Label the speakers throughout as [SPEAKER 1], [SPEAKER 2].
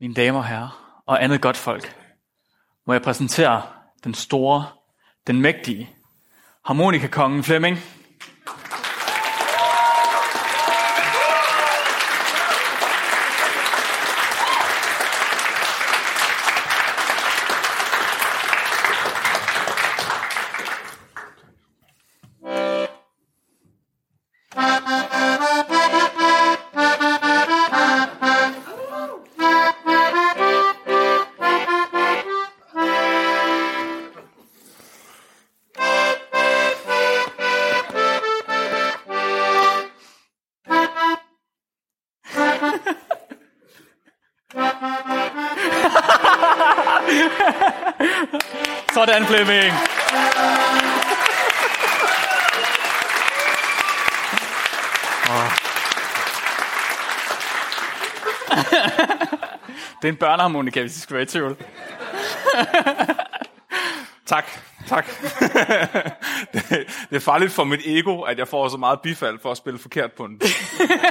[SPEAKER 1] mine damer og herrer, og andet godt folk, må jeg præsentere den store, den mægtige, harmonikakongen Flemming. Sådan, Flemming. Åh. Det er en børneharmonika, hvis I skulle være i tvivl.
[SPEAKER 2] Tak, tak. det, det er farligt for mit ego, at jeg får så meget bifald for at spille forkert på en,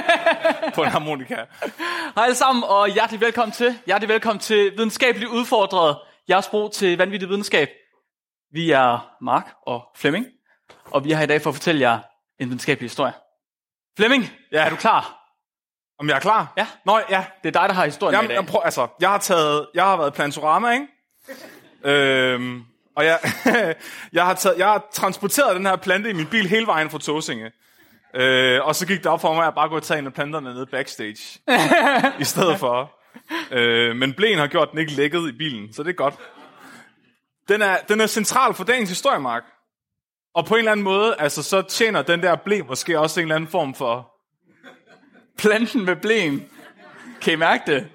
[SPEAKER 2] på en harmonika.
[SPEAKER 1] Hej alle sammen, og hjertelig velkommen til. Hjertelig velkommen til Videnskabeligt Udfordret. Jeres brug til vanvittig videnskab. Vi er Mark og Flemming, og vi er her i dag for at fortælle jer en videnskabelig historie. Flemming, ja.
[SPEAKER 2] Ja.
[SPEAKER 1] er du klar?
[SPEAKER 2] Om jeg er klar?
[SPEAKER 1] Ja.
[SPEAKER 2] Nå, ja.
[SPEAKER 1] Det er dig, der har historien
[SPEAKER 2] Jamen,
[SPEAKER 1] med i
[SPEAKER 2] jeg,
[SPEAKER 1] dag.
[SPEAKER 2] prøv, altså, jeg har taget, jeg har været i Plantorama, ikke? øhm, og jeg, jeg, har taget, jeg har transporteret den her plante i min bil hele vejen fra Tåsinge. Øh, og så gik det op for mig, at jeg bare kunne tage en af planterne ned backstage. I stedet for. Øh, men blæen har gjort, at den ikke lækkede i bilen, så det er godt. Den er, den er central for dagens historie, Mark. Og på en eller anden måde, altså, så tjener den der blæ måske også en eller anden form for
[SPEAKER 1] Planten med blæen. Kan I mærke det?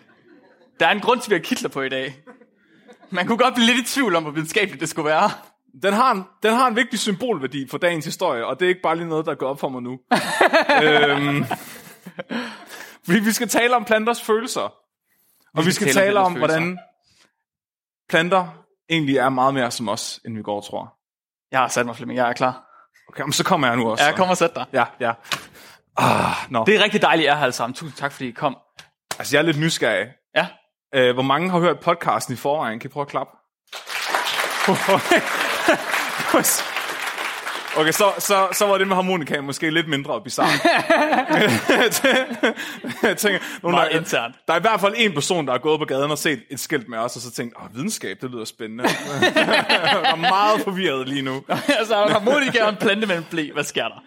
[SPEAKER 1] Der er en grund til, at vi har kitler på i dag. Man kunne godt blive lidt i tvivl om, hvor videnskabeligt det skulle være.
[SPEAKER 2] den har, en, den har en vigtig symbolværdi for dagens historie, og det er ikke bare lige noget, der går op for mig nu. øhm, fordi vi skal tale om planters følelser. Og vi skal, vi skal tale om,
[SPEAKER 1] planters
[SPEAKER 2] hvordan planter egentlig er meget mere som os, end vi går og tror.
[SPEAKER 1] Jeg har sat mig, Flemming. Jeg er klar.
[SPEAKER 2] Okay, men så kommer jeg nu også.
[SPEAKER 1] Ja, kom og sæt dig.
[SPEAKER 2] Ja, ja. Ah, nå. Det...
[SPEAKER 1] Det er rigtig dejligt, at I er her alle sammen. Tusind tak, fordi I kom.
[SPEAKER 2] Altså, jeg er lidt nysgerrig.
[SPEAKER 1] Ja.
[SPEAKER 2] Øh, hvor mange har hørt podcasten i forvejen? Kan I prøve at klappe? okay, så, så, så var det med harmonikaen måske lidt mindre bizarre. jeg tænker, nogen,
[SPEAKER 1] Meget
[SPEAKER 2] der,
[SPEAKER 1] internt.
[SPEAKER 2] der er i hvert fald en person, der er gået på gaden og set et skilt med os, og så tænkt, åh, videnskab, det lyder spændende. jeg er meget forvirret lige nu.
[SPEAKER 1] altså, harmonika og en plante med en blæ. Hvad sker der?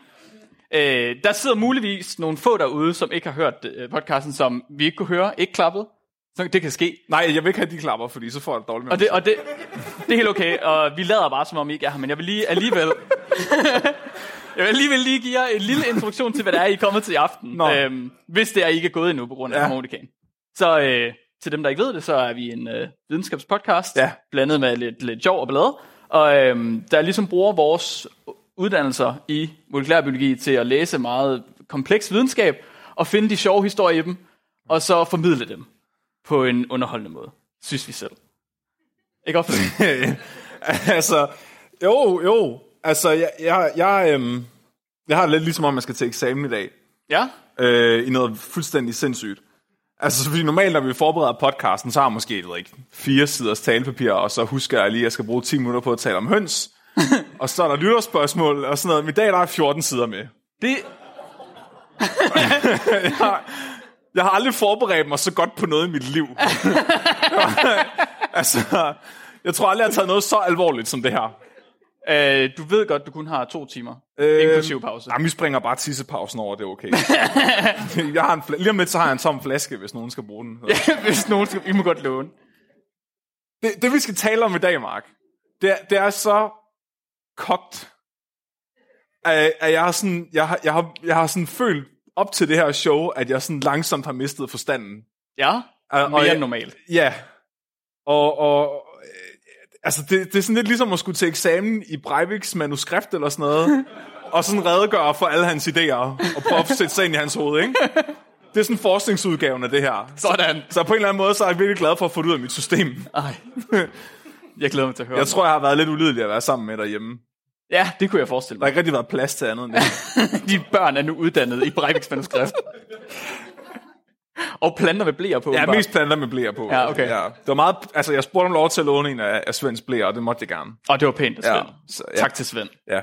[SPEAKER 1] Øh, der sidder muligvis nogle få derude, som ikke har hørt øh, podcasten, som vi ikke kunne høre, ikke klappet. Så det kan ske.
[SPEAKER 2] Nej, jeg vil ikke have de klapper, fordi så får jeg det dårligt med
[SPEAKER 1] Og det, og det, det er helt okay, og vi lader bare, som om I ikke er her, men jeg vil lige alligevel... jeg vil alligevel lige give jer en lille introduktion til, hvad det er, I er kommet til i aften.
[SPEAKER 2] Nå.
[SPEAKER 1] Øhm, hvis det er, I ikke er gået endnu på grund af ja.
[SPEAKER 2] Ja.
[SPEAKER 1] harmonikaen. Så øh, til dem, der ikke ved det, så er vi en øh, videnskabspodcast,
[SPEAKER 2] Ja.
[SPEAKER 1] blandet med lidt, lidt sjov og ballade, og øhm, der ligesom bruger vores uddannelser i molekylærbiologi til at læse meget kompleks videnskab, og finde de sjove historier i dem, og så formidle dem på en underholdende måde, synes vi selv. Ikke ofte?
[SPEAKER 2] Øh, altså, jo, jo. Altså, jeg, jeg, jeg, øhm, jeg har det lidt ligesom om, man skal til eksamen i dag.
[SPEAKER 1] Ja,
[SPEAKER 2] Øh, I noget fuldstændig sindssygt. Altså, fordi normalt, når vi forbereder podcasten, så har jeg måske, jeg ved ikke, fire siders talepapir, og så husker jeg lige, at jeg skal bruge 10 minutter på at tale om høns. og så er der lytterspørgsmål og sådan noget. Men i dag, der er 14 sider med.
[SPEAKER 1] det,
[SPEAKER 2] Jeg har aldrig forberedt mig så godt på noget i mit liv. altså, jeg tror aldrig, jeg har taget noget så alvorligt som det her.
[SPEAKER 1] øh, du ved godt, du kun har to timer, øh,
[SPEAKER 2] Øhm,
[SPEAKER 1] inklusive pause.
[SPEAKER 2] Jamen, vi springer bare tissepausen over, det er okay. jeg har en fla- Lige om lidt, så har jeg en tom flaske, hvis nogen skal bruge den.
[SPEAKER 1] Hvis nogen skal, I må godt låne.
[SPEAKER 2] Det, det vi skal tale om i dag, Mark, det, er- det er så kogt, at, at jeg, har sådan, jeg, har, jeg, har, jeg har sådan følt op til det her show, at jeg sådan langsomt har mistet forstanden.
[SPEAKER 1] Ja,
[SPEAKER 2] Og- Ah, og
[SPEAKER 1] mere
[SPEAKER 2] jeg-
[SPEAKER 1] end normalt.
[SPEAKER 2] Ja. Og, og øh, altså, det, det er sådan lidt ligesom at skulle til eksamen i Breiviks manuskript eller sådan noget, og sådan redegøre for alle hans idéer, og prøve at sætte sig ind i hans hoved, ikke? Det er sådan forskningsudgaven af det her. Så,
[SPEAKER 1] Sådan.
[SPEAKER 2] så på en eller anden måde, så er jeg virkelig glad for at få det ud af mit system.
[SPEAKER 1] Ej. Jeg glæder mig til at høre.
[SPEAKER 2] Jeg
[SPEAKER 1] det.
[SPEAKER 2] tror, jeg har været lidt ulidelig at være sammen med derhjemme.
[SPEAKER 1] Ja, det kunne jeg forestille
[SPEAKER 2] Der har
[SPEAKER 1] mig.
[SPEAKER 2] ikke rigtig været plads til andet end det.
[SPEAKER 1] De børn er nu uddannet i Breiviks manuskrift. Og planter med blæer på.
[SPEAKER 2] Ja,
[SPEAKER 1] åbenbart.
[SPEAKER 2] mest planter med blæer på.
[SPEAKER 1] Ja, okay.
[SPEAKER 2] Ja. Det var meget, altså, jeg spurgte om lov til at låne en af, af Svends blæer, og det måtte jeg gerne.
[SPEAKER 1] Og det var pænt af Svend.
[SPEAKER 2] Ja,
[SPEAKER 1] Ja,
[SPEAKER 2] så-
[SPEAKER 1] så,
[SPEAKER 2] ja.
[SPEAKER 1] ja. Tak til Svend.
[SPEAKER 2] Ja.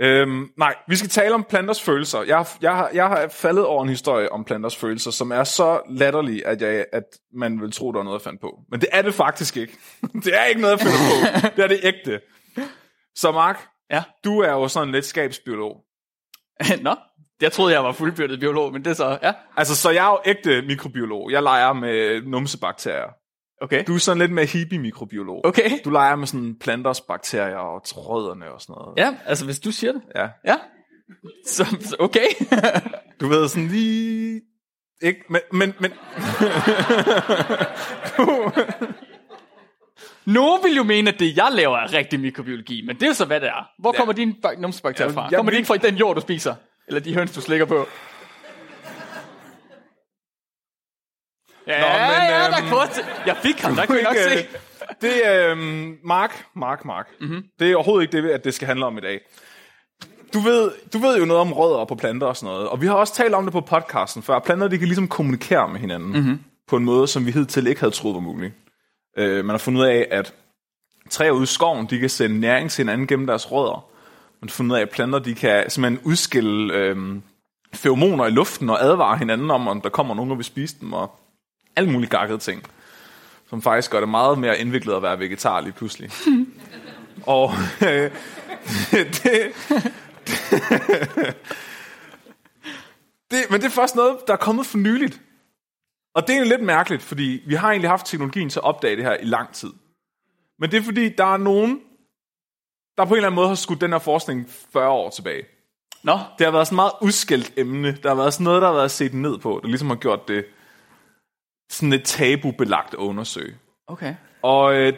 [SPEAKER 2] Øhm, nej, vi skal tale om planters følelser. Jeg, har- jeg, har- jeg har faldet over en historie om planters følelser, som er så latterlig, at, jeg, at man vil tro, der er noget, jeg fandt på. Men det er det faktisk ikke. Det er ikke noget, jeg finder på. Det er det ægte. Så Mark,
[SPEAKER 1] Ja.
[SPEAKER 2] du er jo sådan lidt skabsbiolog.
[SPEAKER 1] Nå, jeg troede, jeg var fuldbyrdet biolog, men det er så... Ja,
[SPEAKER 2] Altså, så jeg er jo ægte mikrobiolog. Jeg leger med numsebakterier.
[SPEAKER 1] okay.
[SPEAKER 2] Du er sådan lidt mere hippie-mikrobiolog.
[SPEAKER 1] Okay.
[SPEAKER 2] Du leger med sådan planters bakterier og rødderne og sådan noget.
[SPEAKER 1] Ja, altså hvis du siger det.
[SPEAKER 2] ja.
[SPEAKER 1] Ja. Så, så okay.
[SPEAKER 2] Du ved, sådan lige... Ikke, men, men, men
[SPEAKER 1] Nogen vil jo mene, at det, jeg laver, er rigtig mikrobiologi, men det er så, hvad det er. Hvor kommer dine bak- numsebakterier
[SPEAKER 2] Jamen,
[SPEAKER 1] fra?
[SPEAKER 2] jeg
[SPEAKER 1] Kommer de
[SPEAKER 2] vil-
[SPEAKER 1] ikke fra den jord, du spiser? Eller de høns, du slikker på? Ja, Nå, men,
[SPEAKER 2] men,
[SPEAKER 1] ja,
[SPEAKER 2] øhm,
[SPEAKER 1] der kunne, jeg fik ham, der kunne jeg nok se.
[SPEAKER 2] ikke,
[SPEAKER 1] Mhm.
[SPEAKER 2] øh, det er øhm, Mark, Mark, Mark. Mm-hmm. Det er overhovedet ikke det, at det skal handle om i dag. Du ved, du ved jo noget om rødder på planter og sådan noget, og vi har også talt om det på podcasten før. Planter, de kan ligesom kommunikere med hinanden
[SPEAKER 1] Mhm.
[SPEAKER 2] mm-hmm. på en måde, som vi hidtil ikke havde troet var mulig. Øh, man har fundet ud af, at træer ude i skoven, de kan sende næring til hinanden gennem deres rødder. Man har fundet ud af, at planter, de kan simpelthen udskille øhm, feromoner i luften og advare hinanden om, om der kommer nogen, der vil spise dem, og alle mulige gakkede ting som faktisk gør det meget mere indviklet at være vegetar lige pludselig. og øh, det, det, det, men det er først noget, der er kommet for nyligt. Og det er egentlig lidt mærkeligt, fordi vi har egentlig haft teknologien til at opdage det her i lang tid. Men det er fordi, der er nogen, der på en eller anden måde har skudt den her forskning 40 år tilbage.
[SPEAKER 1] Nå,
[SPEAKER 2] Det har været sådan et meget udskældt emne. Der har været sådan noget, der har været set ned på, der ligesom har gjort det sådan et tabubelagt at undersøge.
[SPEAKER 1] okay.
[SPEAKER 2] Og øh,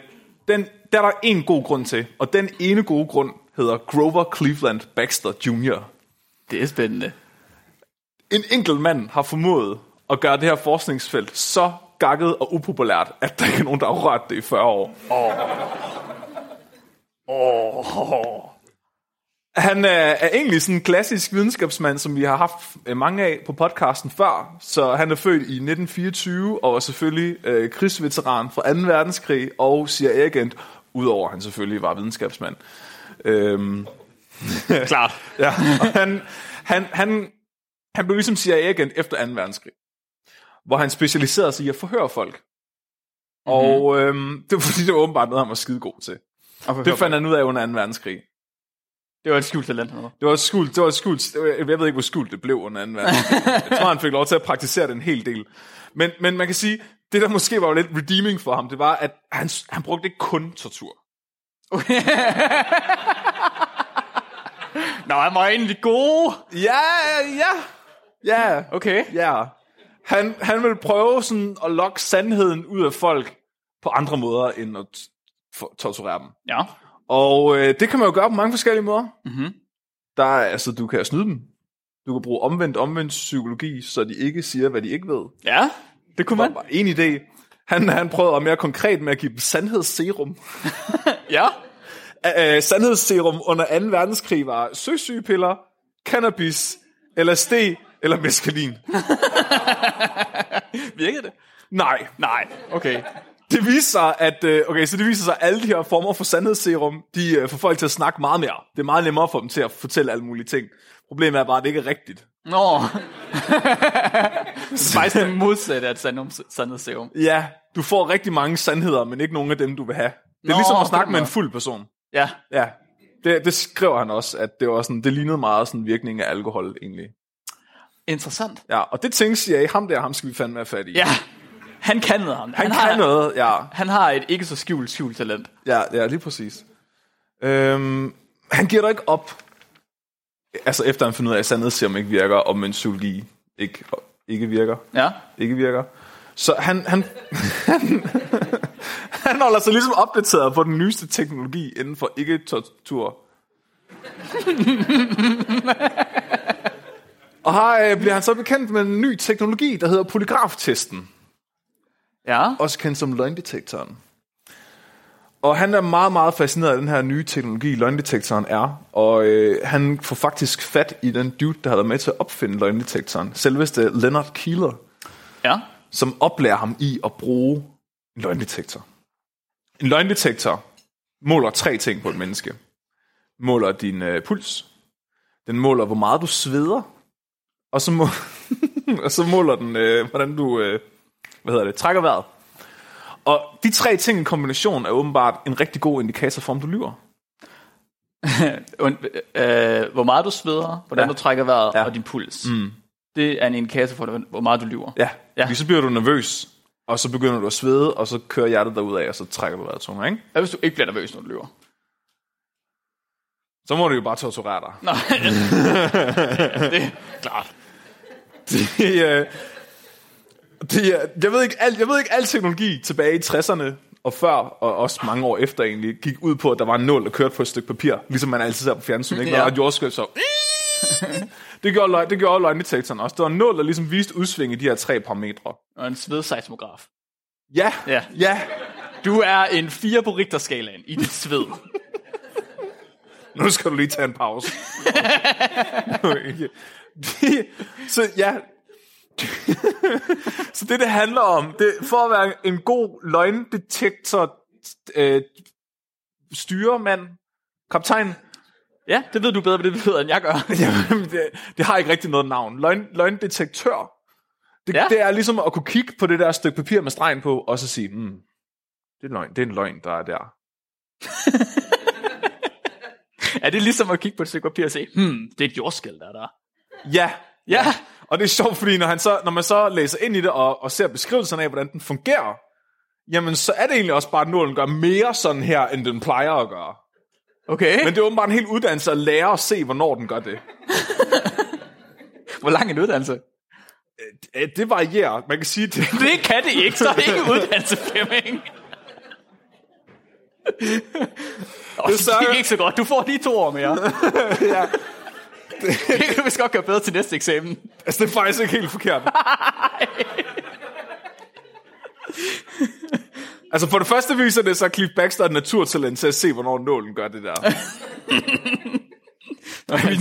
[SPEAKER 2] den, der er der en god grund til, og den ene gode grund hedder Grover Cleveland Baxter Jr.
[SPEAKER 1] Det er spændende.
[SPEAKER 2] En enkelt mand har formået at gøre det her forskningsfelt så gakket og upopulært, at der ikke er nogen, der har rørt det i 40 år. Oh. Oh. Han er, er egentlig sådan en klassisk videnskabsmand, som vi har haft øh, mange af på podcasten før. Så han er født i 1924 og var selvfølgelig øh, krigsveteran fra 2. verdenskrig og CIA-agent, udover at han selvfølgelig var videnskabsmand. Øhm,
[SPEAKER 1] Klart.
[SPEAKER 2] Ja, og han, han, han, han blev ligesom CIA-agent efter 2. verdenskrig, hvor han specialiserede sig i at forhøre folk. Og øhm, det var fordi, det var åbenbart noget, han var skide god til. Det fandt han ud af under 2. verdenskrig.
[SPEAKER 1] det var et skjult talent. eller hvad?
[SPEAKER 2] Det var et skjult, det var et skjult, det var- jeg ved ikke, hvor skjult det blev under 2. verdenskrig. Jeg tror, han fik lov til at praktisere det en hel del. Men, men man kan sige, det der måske var jo lidt redeeming for ham, det var, at han, han brugte ikke kun tortur.
[SPEAKER 1] Nå, han var egentlig god.
[SPEAKER 2] Ja, ja, ja.
[SPEAKER 1] Okay.
[SPEAKER 2] Ja. Han, han vil prøve sådan at lokke sandheden ud af folk på andre måder end at t- for- torturere dem.
[SPEAKER 1] Ja.
[SPEAKER 2] Og øh, det kan man jo gøre på mange forskellige måder. Mm-hmm. Der er, altså, du kan snyde dem. Du kan bruge omvendt omvendt psykologi, så de ikke siger, hvad de ikke ved.
[SPEAKER 1] Ja, det kunne
[SPEAKER 2] Det
[SPEAKER 1] man.
[SPEAKER 2] var en idé. Han, han prøvede at være mere konkret med at give dem sandhedsserum.
[SPEAKER 1] Ja.
[SPEAKER 2] øh, sandhedsserum under 2. verdenskrig var søsygepiller, cannabis, LSD eller meskalin.
[SPEAKER 1] Virkede det?
[SPEAKER 2] Nej,
[SPEAKER 1] Nej, okay.
[SPEAKER 2] Det viser sig, at øh, okay, så det viser sig, at alle de her former for sandhedsserum, de øh, får folk til at snakke meget mere. Det er meget nemmere for dem til at fortælle alle mulige ting. Problemet er bare, at det ikke er rigtigt.
[SPEAKER 1] Nå. det er faktisk det modsatte af et sandheds- sandhedsserum.
[SPEAKER 2] Ja, du får rigtig mange sandheder, men ikke nogen af dem, du vil have. Det er
[SPEAKER 1] Nå,
[SPEAKER 2] ligesom at
[SPEAKER 1] på
[SPEAKER 2] snakke
[SPEAKER 1] den
[SPEAKER 2] med en
[SPEAKER 1] måde.
[SPEAKER 2] fuld person.
[SPEAKER 1] Ja,
[SPEAKER 2] Ja, det, det skriver han også, at det, var sådan, det lignede meget sådan virkning af alkohol egentlig.
[SPEAKER 1] interessant.
[SPEAKER 2] Ja, og det tænkte CIA, ham der, ham skal vi fandme have fat i.
[SPEAKER 1] Ja, han kan noget ham.
[SPEAKER 2] Han, kan noget, ja.
[SPEAKER 1] Han har et ikke så skjult skjult talent.
[SPEAKER 2] Ja, ja, lige præcis. Øhm, han giver dig ikke op. Altså efter han finder ud af, at sandhedsserum ikke virker, og psykologi ikke, ikke virker.
[SPEAKER 1] Ja.
[SPEAKER 2] Ikke virker. Så han, han, han, han holder sig ligesom opdateret på den nyeste teknologi inden for ikke-tortur. og her øh, bliver han så bekendt med en ny teknologi, der hedder polygraftesten
[SPEAKER 1] Ja.
[SPEAKER 2] også kendt som løgndetektoren. Og han er meget, meget fascineret af den her nye teknologi, løgndetektoren er. Og øh, han får faktisk fat i den dude, der har været med til at opfinde løgndetektoren. Selveste Leonard Keeler.
[SPEAKER 1] Ja.
[SPEAKER 2] som oplærer ham i at bruge en løgndetektor. En løgndetektor måler tre ting på et menneske. Måler din øh, puls, den måler, hvor meget du sveder, og så, må, og så måler den, øh, hvordan du øh, hvad hedder det, trækker vejret. Og de tre ting i kombination er åbenbart en rigtig god indikator for, om du lyver.
[SPEAKER 1] Und, øh, hvor meget du sveder, hvordan
[SPEAKER 2] Ja.
[SPEAKER 1] ja. du trækker vejret
[SPEAKER 2] Ja.
[SPEAKER 1] ja. og din puls. Mm. Det er en indikator for, hvordan- hvor meget du lyver.
[SPEAKER 2] Ja,
[SPEAKER 1] Ja.
[SPEAKER 2] ja. så bliver du nervøs, og så begynder du at svede, og så kører hjertet derudad, og så trækker du vejret tungere, ikke?
[SPEAKER 1] Hvad hvis du ikke bliver nervøs, når du lyver?
[SPEAKER 2] Så må du jo bare torturere dig.
[SPEAKER 1] Nej, det er klart.
[SPEAKER 2] Det, øh, det, er- jeg, ved ikke, al, jeg ved ikke, al teknologi tilbage i 60'erne og før, og også mange år efter egentlig, gik ud på, at der var en nål, der kørte på et stykke papir, ligesom man altid ser på fjernsyn, ikke? Når
[SPEAKER 1] Ja.
[SPEAKER 2] der var et jordskælv, så... Det gjorde, løg, det gjorde løgndetektoren også. Der var en nål, der ligesom viste udsving i de her tre parametre.
[SPEAKER 1] Og en svedseismograf.
[SPEAKER 2] Ja,
[SPEAKER 1] Ja.
[SPEAKER 2] ja.
[SPEAKER 1] Du er en 4 på Richterskalaen i dit sved.
[SPEAKER 2] Nu skal du lige tage en pause. Okay. De, så ja. så det, det handler om, det, for at være en god løgndetektor, øh, styremand, kaptajn,
[SPEAKER 1] ja, det ved du bedre, hvad det betyder, end jeg gør.
[SPEAKER 2] jamen, det, det har ikke rigtig noget navn. Løgn, løgndetektør, det, ja.
[SPEAKER 1] Ja.
[SPEAKER 2] det er ligesom at kunne kigge på det der stykke papir med stregen på, og så sige, mm, det, er løgn, det er en løgn, der er der.
[SPEAKER 1] er det ligesom at kigge på et stykke papir og se, hmm, det er et jordskæld, der er der.
[SPEAKER 2] Ja,
[SPEAKER 1] Ja,
[SPEAKER 2] Og det er sjovt, fordi når, han så, når man så læser ind i det og, og ser beskrivelsen af, hvordan den fungerer, jamen så er det egentlig også bare, at nålen gør mere sådan her, end den plejer at gøre.
[SPEAKER 1] okay.
[SPEAKER 2] Men
[SPEAKER 1] Men
[SPEAKER 2] det er åbenbart en hel uddannelse at lære at se, hvornår den gør det.
[SPEAKER 1] hvor lang en uddannelse?
[SPEAKER 2] Øh, Det varierer. Man kan sige, det,
[SPEAKER 1] Det kan det ikke, så er det ikke uddannelse femming. Oh, det,
[SPEAKER 2] sørger-
[SPEAKER 1] gik ikke så godt. Du får lige to år mere. ja. Det kan du vist godt gøre bedre til næste eksamen.
[SPEAKER 2] altså, det er faktisk ikke helt forkert. altså for det første viser det så at Cliff Baxter et naturtalent til at se, hvornår nålen gør det der.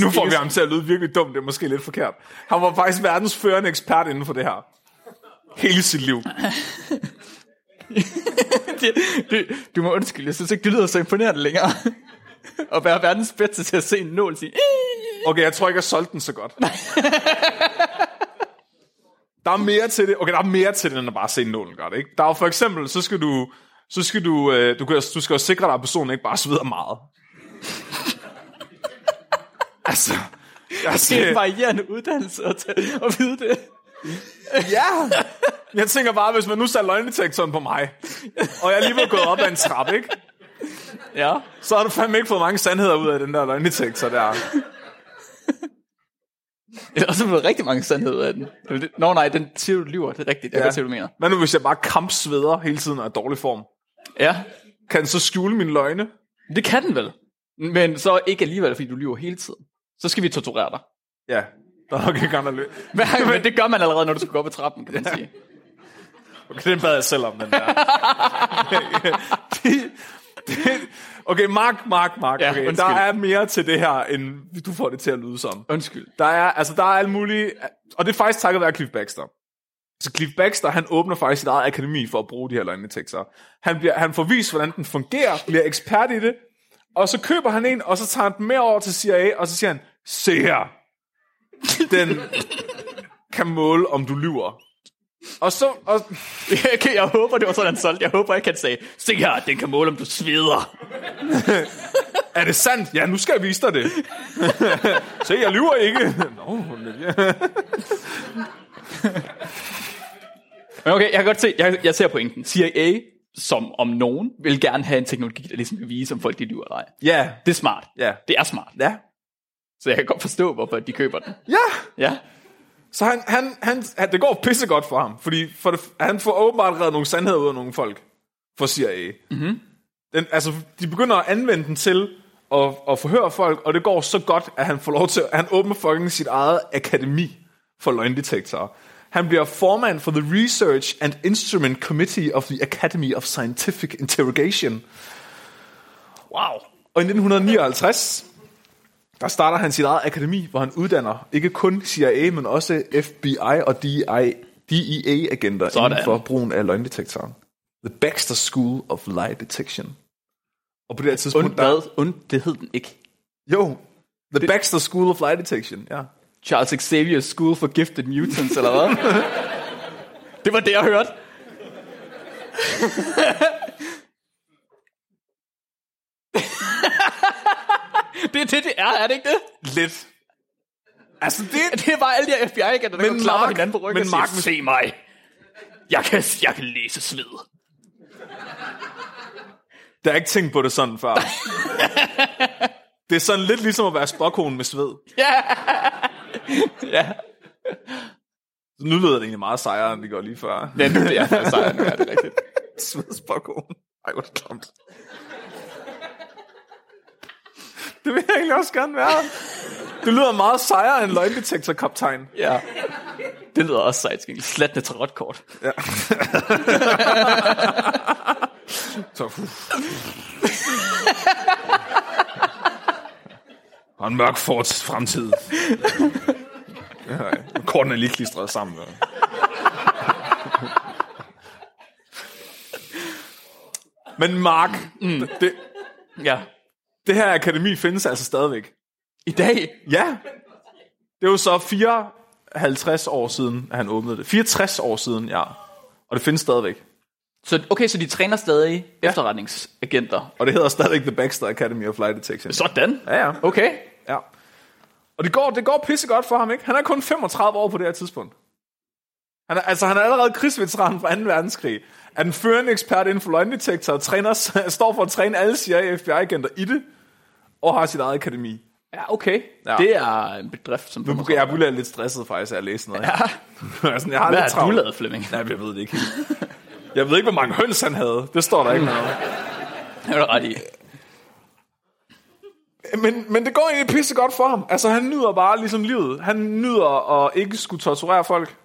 [SPEAKER 2] nu får vi ham til at lyde virkelig dum, det er måske lidt forkert. Han var faktisk verdens førende ekspert inden for det her. Hele sit liv.
[SPEAKER 1] Det- det- Du må undskylde, jeg synes ikke, det lyder så imponerende længere. At være verdens bedste til at se en nål sige... "Ih!"
[SPEAKER 2] Okay, jeg tror ikke, jeg solgte den så godt. Der er mere til det. Okay, der er mere til det, end at bare se nålen godt, ikke? Der er jo for eksempel, så skal du... Så skal du, øh, du, kan- du skal jo sikre dig, at personen ikke bare sveder meget. altså, jeg
[SPEAKER 1] Det er en
[SPEAKER 2] skal,
[SPEAKER 1] varierende uddannelse at, tage, at vide det.
[SPEAKER 2] ja. Jeg tænker bare, hvis man nu satte løgndetektoren på mig, og jeg lige var gået op ad en trappe, ikke?
[SPEAKER 1] Ja.
[SPEAKER 2] så har du fandme ikke fået mange sandheder ud af den der løgndetektor der.
[SPEAKER 1] Det er også blevet rigtig mange sandheder af den. Nå nej, den siger, du lyver. Det er rigtigt. Jeg ja. kan se, hvad du mener.
[SPEAKER 2] Hvad nu, hvis jeg bare kampsveder hele tiden og er i dårlig form?
[SPEAKER 1] Ja.
[SPEAKER 2] Kan den så skjule mine løgne?
[SPEAKER 1] Det kan den vel. Men så ikke alligevel, fordi du lyver hele tiden. Så skal vi torturere dig.
[SPEAKER 2] Ja, der er nok ikke andre løg.
[SPEAKER 1] Men, men det gør man allerede, når du skal gå op ad trappen, kan man sige.
[SPEAKER 2] Okay, den bad jeg selv om, den der. Det- det- okay, Mark, Mark, Mark.
[SPEAKER 1] Ja,
[SPEAKER 2] Okay, der
[SPEAKER 1] undskyld.
[SPEAKER 2] er mere til det her, end du får det til at lyde som.
[SPEAKER 1] Undskyld.
[SPEAKER 2] Der er, altså, der er alt muligt, og det er faktisk takket være Cliff Baxter. Så Cliff Baxter, han åbner faktisk sit eget akademi for at bruge de her løgnetekster. Han, bliver, han får vist, hvordan den fungerer, bliver ekspert i det, og så køber han en, og så tager han den med over til CIA, og så siger han, se her, den kan måle, om du lyver. Og så, og,
[SPEAKER 1] Okay, jeg håber, det var sådan, han solgte. Jeg håber ikke, han sagde, se her, den kan måle, om du sveder.
[SPEAKER 2] er det sandt? Ja, nu skal jeg vise dig det. se, jeg lyver ikke. Nå,
[SPEAKER 1] Men okay, jeg kan godt se, jeg, jeg ser pointen. CIA, som om nogen, vil gerne have en teknologi, der ligesom kan vise, om folk de lyver eller ej.
[SPEAKER 2] ja,
[SPEAKER 1] Det er smart.
[SPEAKER 2] Ja.
[SPEAKER 1] Det er smart.
[SPEAKER 2] ja,
[SPEAKER 1] Så jeg kan godt forstå, hvorfor de køber den.
[SPEAKER 2] ja.
[SPEAKER 1] Ja.
[SPEAKER 2] Så han, han, han, han, det går pissegodt for ham, fordi for det, han får åbenbart reddet nogle sandheder ud af nogle folk fra CIA. Mm-hmm. Den, altså, de begynder at anvende den til at, at forhøre folk, og det går så godt, at han får lov til, han åbner fucking sit eget akademi for løgndetektorer. Han bliver formand for The Research and Instrument Committee of the Academy of Scientific Interrogation.
[SPEAKER 1] Wow.
[SPEAKER 2] Og i 1959, der starter han sit eget akademi, hvor han uddanner ikke kun CIA, men også FBI og DI,
[SPEAKER 3] De er EA-agenter
[SPEAKER 1] Sådan.
[SPEAKER 3] E inden for brugen af løgndetektoren. The Baxter School of Lie Detection. Og på det her tidspunkt...
[SPEAKER 1] Und, hvad? Und, det hed den ikke.
[SPEAKER 3] Jo, The Baxter School of Lie Detection, ja.
[SPEAKER 1] Charles Xavier's School for Gifted Mutants, eller hvad? det var det, jeg hørte. det er det, det er, er det ikke det?
[SPEAKER 2] Lidt. Altså, det...
[SPEAKER 1] Det er bare alle de her FBI-agenter, der går og klapper
[SPEAKER 2] Mark-
[SPEAKER 1] hinanden på ryggen
[SPEAKER 2] men
[SPEAKER 1] og siger,
[SPEAKER 2] Mark-
[SPEAKER 1] se mig. Jeg kan, jeg kan læse sved.
[SPEAKER 2] Der er ikke tænkt på det sådan før. det er sådan lidt ligesom at være spokkonen med sved.
[SPEAKER 1] Ja,
[SPEAKER 2] Så nu lyder det egentlig meget sejere, end det gør lige før.
[SPEAKER 1] men det er faktisk sejt, det er det rigtigt.
[SPEAKER 3] Svedspokkoen. Ej, hvor er det klamt.
[SPEAKER 2] Det vil jeg egentlig også gerne være. Det lyder meget sejere end løgndetektorkaptajn.
[SPEAKER 1] Ja. Det lyder også sejt, skængel. Slattende tarotkort.
[SPEAKER 2] Så, uff. Og en mørk forts fremtid. Ja, kortene er lige klistret sammen. Ja. Men Mark, mm. det,
[SPEAKER 1] Ja.
[SPEAKER 2] det her akademi findes altså stadigvæk.
[SPEAKER 1] I dag?
[SPEAKER 2] Ja. Det er jo så 54 år siden, at han åbnede det. 64 år siden, ja. Og det findes stadigvæk.
[SPEAKER 1] Så, okay, så de træner stadig ja. efterretningsagenter.
[SPEAKER 2] Og det hedder stadigvæk The Baxter Academy of Light Detection.
[SPEAKER 1] Sådan.
[SPEAKER 2] Ja, ja.
[SPEAKER 1] Okay.
[SPEAKER 2] ja. Og det går, det går pissegodt for ham, ikke? Han er kun 35 år på det her tidspunkt. Han er, altså, han er allerede krigsveteran fra 2. verdenskrig. Er den førende ekspert inden for løgndetektor, og træner, står for at træne alle CIA og FBI-agenter i det, og har sit eget akademi.
[SPEAKER 1] Ja, okay.
[SPEAKER 2] Ja.
[SPEAKER 1] Ja. Det er en bedrift, som
[SPEAKER 2] Nu bliver jeg bliver lidt stresset faktisk af at læse noget. Ja. jeg, er sådan, jeg har
[SPEAKER 1] Hvad
[SPEAKER 2] lidt
[SPEAKER 1] har du
[SPEAKER 2] travlt.
[SPEAKER 1] lavet, Flemming?
[SPEAKER 2] Nej, jeg ved det ikke. Jeg ved ikke, hvor mange høns han havde. Det står der ikke noget. om.
[SPEAKER 1] Det er du ret i.
[SPEAKER 2] Men, men det går egentlig pisse godt for ham. Altså, han nyder bare ligesom livet. Han nyder at ikke skulle torturere folk.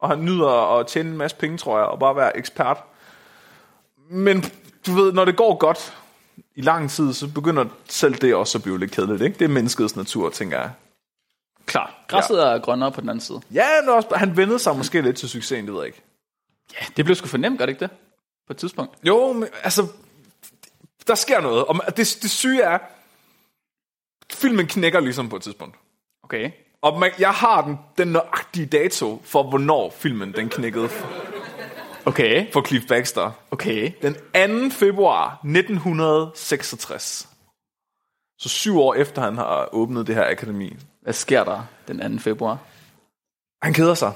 [SPEAKER 2] Og han nyder at tjene en masse penge, tror jeg, og bare være ekspert. Men du ved, når det går godt i lang tid, så begynder selv det også at blive lidt kedeligt, ikke? Det er menneskets natur, tænker jeg.
[SPEAKER 1] Klar. Græsset ja. er grønnere på den anden side.
[SPEAKER 2] Ja, men også, han vendede sig måske lidt til succesen, det ved jeg ikke.
[SPEAKER 1] Ja, det blev sgu for nemt, gør det ikke det? På et tidspunkt.
[SPEAKER 2] Jo, men altså, der sker noget. Og det, det syge er, filmen knækker ligesom på et tidspunkt.
[SPEAKER 1] Okay.
[SPEAKER 2] Og man, jeg har den, den nøjagtige dato for, hvornår filmen den knækkede
[SPEAKER 1] Okay.
[SPEAKER 2] for Cliff Baxter.
[SPEAKER 1] Okay.
[SPEAKER 2] Den 2. februar 1966. Så syv år efter han har åbnet det her akademi.
[SPEAKER 1] Hvad sker der den 2. februar?
[SPEAKER 2] Han keder sig.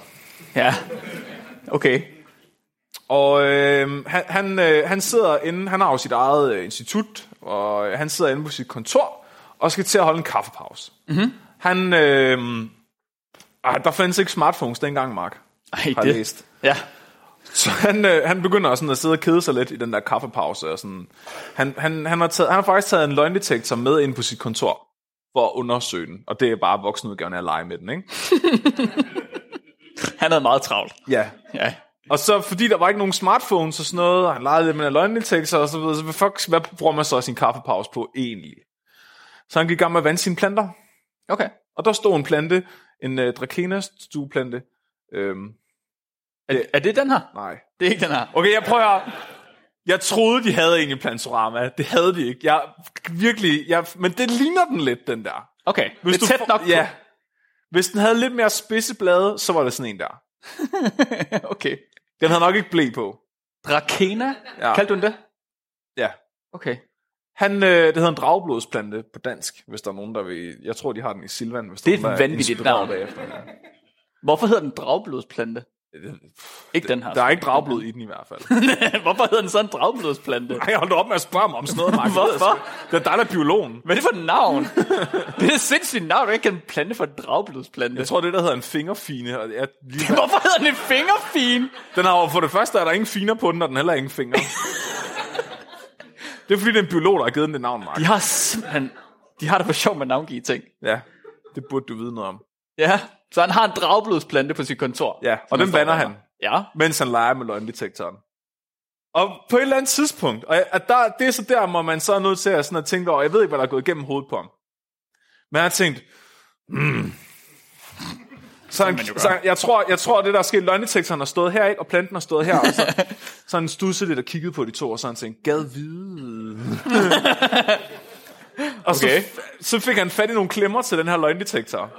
[SPEAKER 1] Ja. Okay.
[SPEAKER 2] Og øh, han, han, øh, han sidder inde, han har jo sit eget øh, institut, og øh, han sidder inde på sit kontor, og skal til at holde en kaffepause. Mm-hmm. Han, øh, ah, der findes ikke smartphones dengang, Mark,
[SPEAKER 1] Ej,
[SPEAKER 2] har jeg
[SPEAKER 1] det.
[SPEAKER 2] læst.
[SPEAKER 1] Ja.
[SPEAKER 2] Så han, øh, han begynder sådan at sidde og kede sig lidt i den der kaffepause. Og sådan. Han, han, han, har taget, han har faktisk taget en løgndetektor med ind på sit kontor for at undersøge den. Og det er bare voksenudgaven af at lege med den, ikke?
[SPEAKER 1] Han havde meget travlt.
[SPEAKER 2] Ja.
[SPEAKER 1] Ja.
[SPEAKER 2] Og så fordi der var ikke nogen smartphones og sådan noget, og han legede lidt med løgndetektor og så videre, så hvad fuck, hvad bruger man så sin kaffepause på egentlig? Så han gik i gang med at vande sine planter,
[SPEAKER 1] Okay.
[SPEAKER 2] og der stod en plante, en uh, Drakena stueplante. Øhm,
[SPEAKER 1] Er, det- er det den her?
[SPEAKER 2] nej.
[SPEAKER 1] Det er ikke den her.
[SPEAKER 2] Okay, jeg prøver Jeg troede, de havde en i Plantorama. Det havde de ikke. Jeg, virkelig, jeg, men det ligner den lidt, den der.
[SPEAKER 1] Okay. Hvis det er
[SPEAKER 2] du
[SPEAKER 1] tæt
[SPEAKER 2] får-
[SPEAKER 1] nok på.
[SPEAKER 2] Ja. Hvis den havde lidt mere spidse blade, så var det sådan en der.
[SPEAKER 1] okay.
[SPEAKER 2] Den havde nok ikke blæ på.
[SPEAKER 1] Drakena?
[SPEAKER 2] Ja.
[SPEAKER 1] Ja. Kaldte du den det?
[SPEAKER 2] Ja.
[SPEAKER 1] Okay.
[SPEAKER 2] Han, øh, det hedder en dragblodsplante på dansk, hvis der er nogen, der vil... Jeg tror, de har den i Silvan, hvis
[SPEAKER 1] Det er
[SPEAKER 2] der er nogen,
[SPEAKER 1] et
[SPEAKER 2] der
[SPEAKER 1] vanvittigt
[SPEAKER 2] inspireret
[SPEAKER 1] navn.
[SPEAKER 2] bagefter. Ja.
[SPEAKER 1] Hvorfor hedder den dragblodsplante?
[SPEAKER 2] Det-
[SPEAKER 1] Ikke den her.
[SPEAKER 2] Der er ikke dragblod i den i hvert fald.
[SPEAKER 1] Hvorfor hedder den så en dragblodsplante?
[SPEAKER 2] Nej, hold da op med at spørge mig om sådan noget, Mark.
[SPEAKER 1] Hvorfor?
[SPEAKER 2] Det er dig, der er biologen.
[SPEAKER 1] Hvad er det for et navn? det er et sindssygt navn, du ikke kan plante for en dragblodplante.
[SPEAKER 2] Jeg tror, det der hedder en fingerfine. Og jeg, lige,
[SPEAKER 1] Hvorfor hedder den en fingerfin?
[SPEAKER 2] Den har jo for det første, er der ingen finer på den, og den har heller ingen fingre. det er fordi, det er en biolog, der har givet den det navn, Mark.
[SPEAKER 1] De har simpelthen... De har det for sjov med at navngive ting.
[SPEAKER 2] Ja, det burde du vide noget om.
[SPEAKER 1] Ja, så han har en dragblodsplante på sit kontor.
[SPEAKER 2] Ja, og
[SPEAKER 1] Som
[SPEAKER 2] den
[SPEAKER 1] står
[SPEAKER 2] vander
[SPEAKER 1] der.
[SPEAKER 2] han.
[SPEAKER 1] Ja,
[SPEAKER 2] Mens han leger med løgndetektoren. Og på et eller andet tidspunkt, og at der, det er så der, hvor man så er nødt til at, sådan at tænke over, jeg ved ikke, hvad der er gået igennem hovedet på ham. Men jeg har tænkt, mm, "Hmm." Så, han,
[SPEAKER 1] man jo
[SPEAKER 2] så
[SPEAKER 1] gøre.
[SPEAKER 2] han- jeg, tror, jeg tror, det der er sket, løgndetektoren har stået her, ikke? og planten har stået her. Og så, så han studsede lidt og kiggede på de to, og så han tænkte, gad vide. og
[SPEAKER 1] Okay.
[SPEAKER 2] så, så fik han fat i nogle klemmer til den her løgndetektor.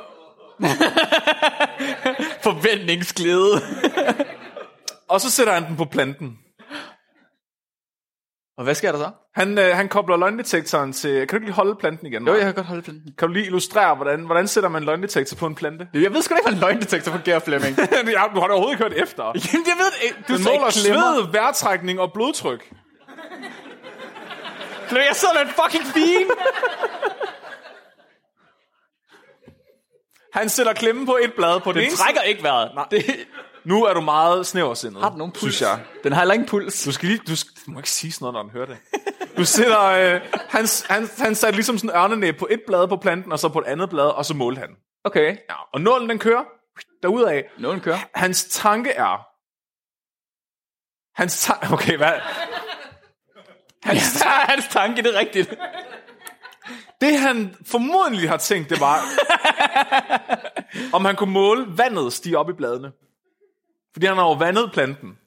[SPEAKER 1] Forventningsglæde.
[SPEAKER 2] Og så sætter han den på planten.
[SPEAKER 1] Og hvad sker der så?
[SPEAKER 2] Han, øh, han kobler løgndetektoren til... Kan du ikke lige holde planten
[SPEAKER 1] Jo,
[SPEAKER 2] igen? Mark?
[SPEAKER 1] jeg kan godt holde planten.
[SPEAKER 2] Kan du lige illustrere, hvordan, hvordan sætter man en løgndetektor på en plante?
[SPEAKER 1] Jeg ved sgu da ikke, hvad en løgndetektor fungerer, Flemming.
[SPEAKER 2] jeg har du har da overhovedet ikke hørt efter.
[SPEAKER 1] Jamen, jeg ved det ikke. Du
[SPEAKER 2] Den
[SPEAKER 1] sagde
[SPEAKER 2] måler
[SPEAKER 1] klemmer.
[SPEAKER 2] sved, vejrtrækning og blodtryk.
[SPEAKER 1] Flemming, jeg sidder med en fucking fin.
[SPEAKER 2] Han sætter klemmen på et blad på den,
[SPEAKER 1] Den
[SPEAKER 2] ene
[SPEAKER 1] trækker ikke vejret. Nej. Det,
[SPEAKER 2] Nu er du meget snæversindet.
[SPEAKER 1] har den nogen puls?
[SPEAKER 2] Synes jeg.
[SPEAKER 1] Den har heller ingen puls.
[SPEAKER 2] Du, skal lige, du, skal, du må ikke sige sådan noget, når han hører det. Du sætter... Øh, han, han, han satte ligesom sådan en ørnenæb på et blad på planten, og så på et andet blad, og så målte han.
[SPEAKER 1] Okay.
[SPEAKER 2] Ja, og nålen den kører derudad.
[SPEAKER 1] Nålen kører.
[SPEAKER 2] Hans tanke er... Hans tanke... Okay, hvad?
[SPEAKER 1] Hans, hans tanke, det er rigtigt.
[SPEAKER 2] Det han formodentlig har tænkt, det var... om han kunne måle vandet stige op i bladene. Fordi han har jo vandet planten.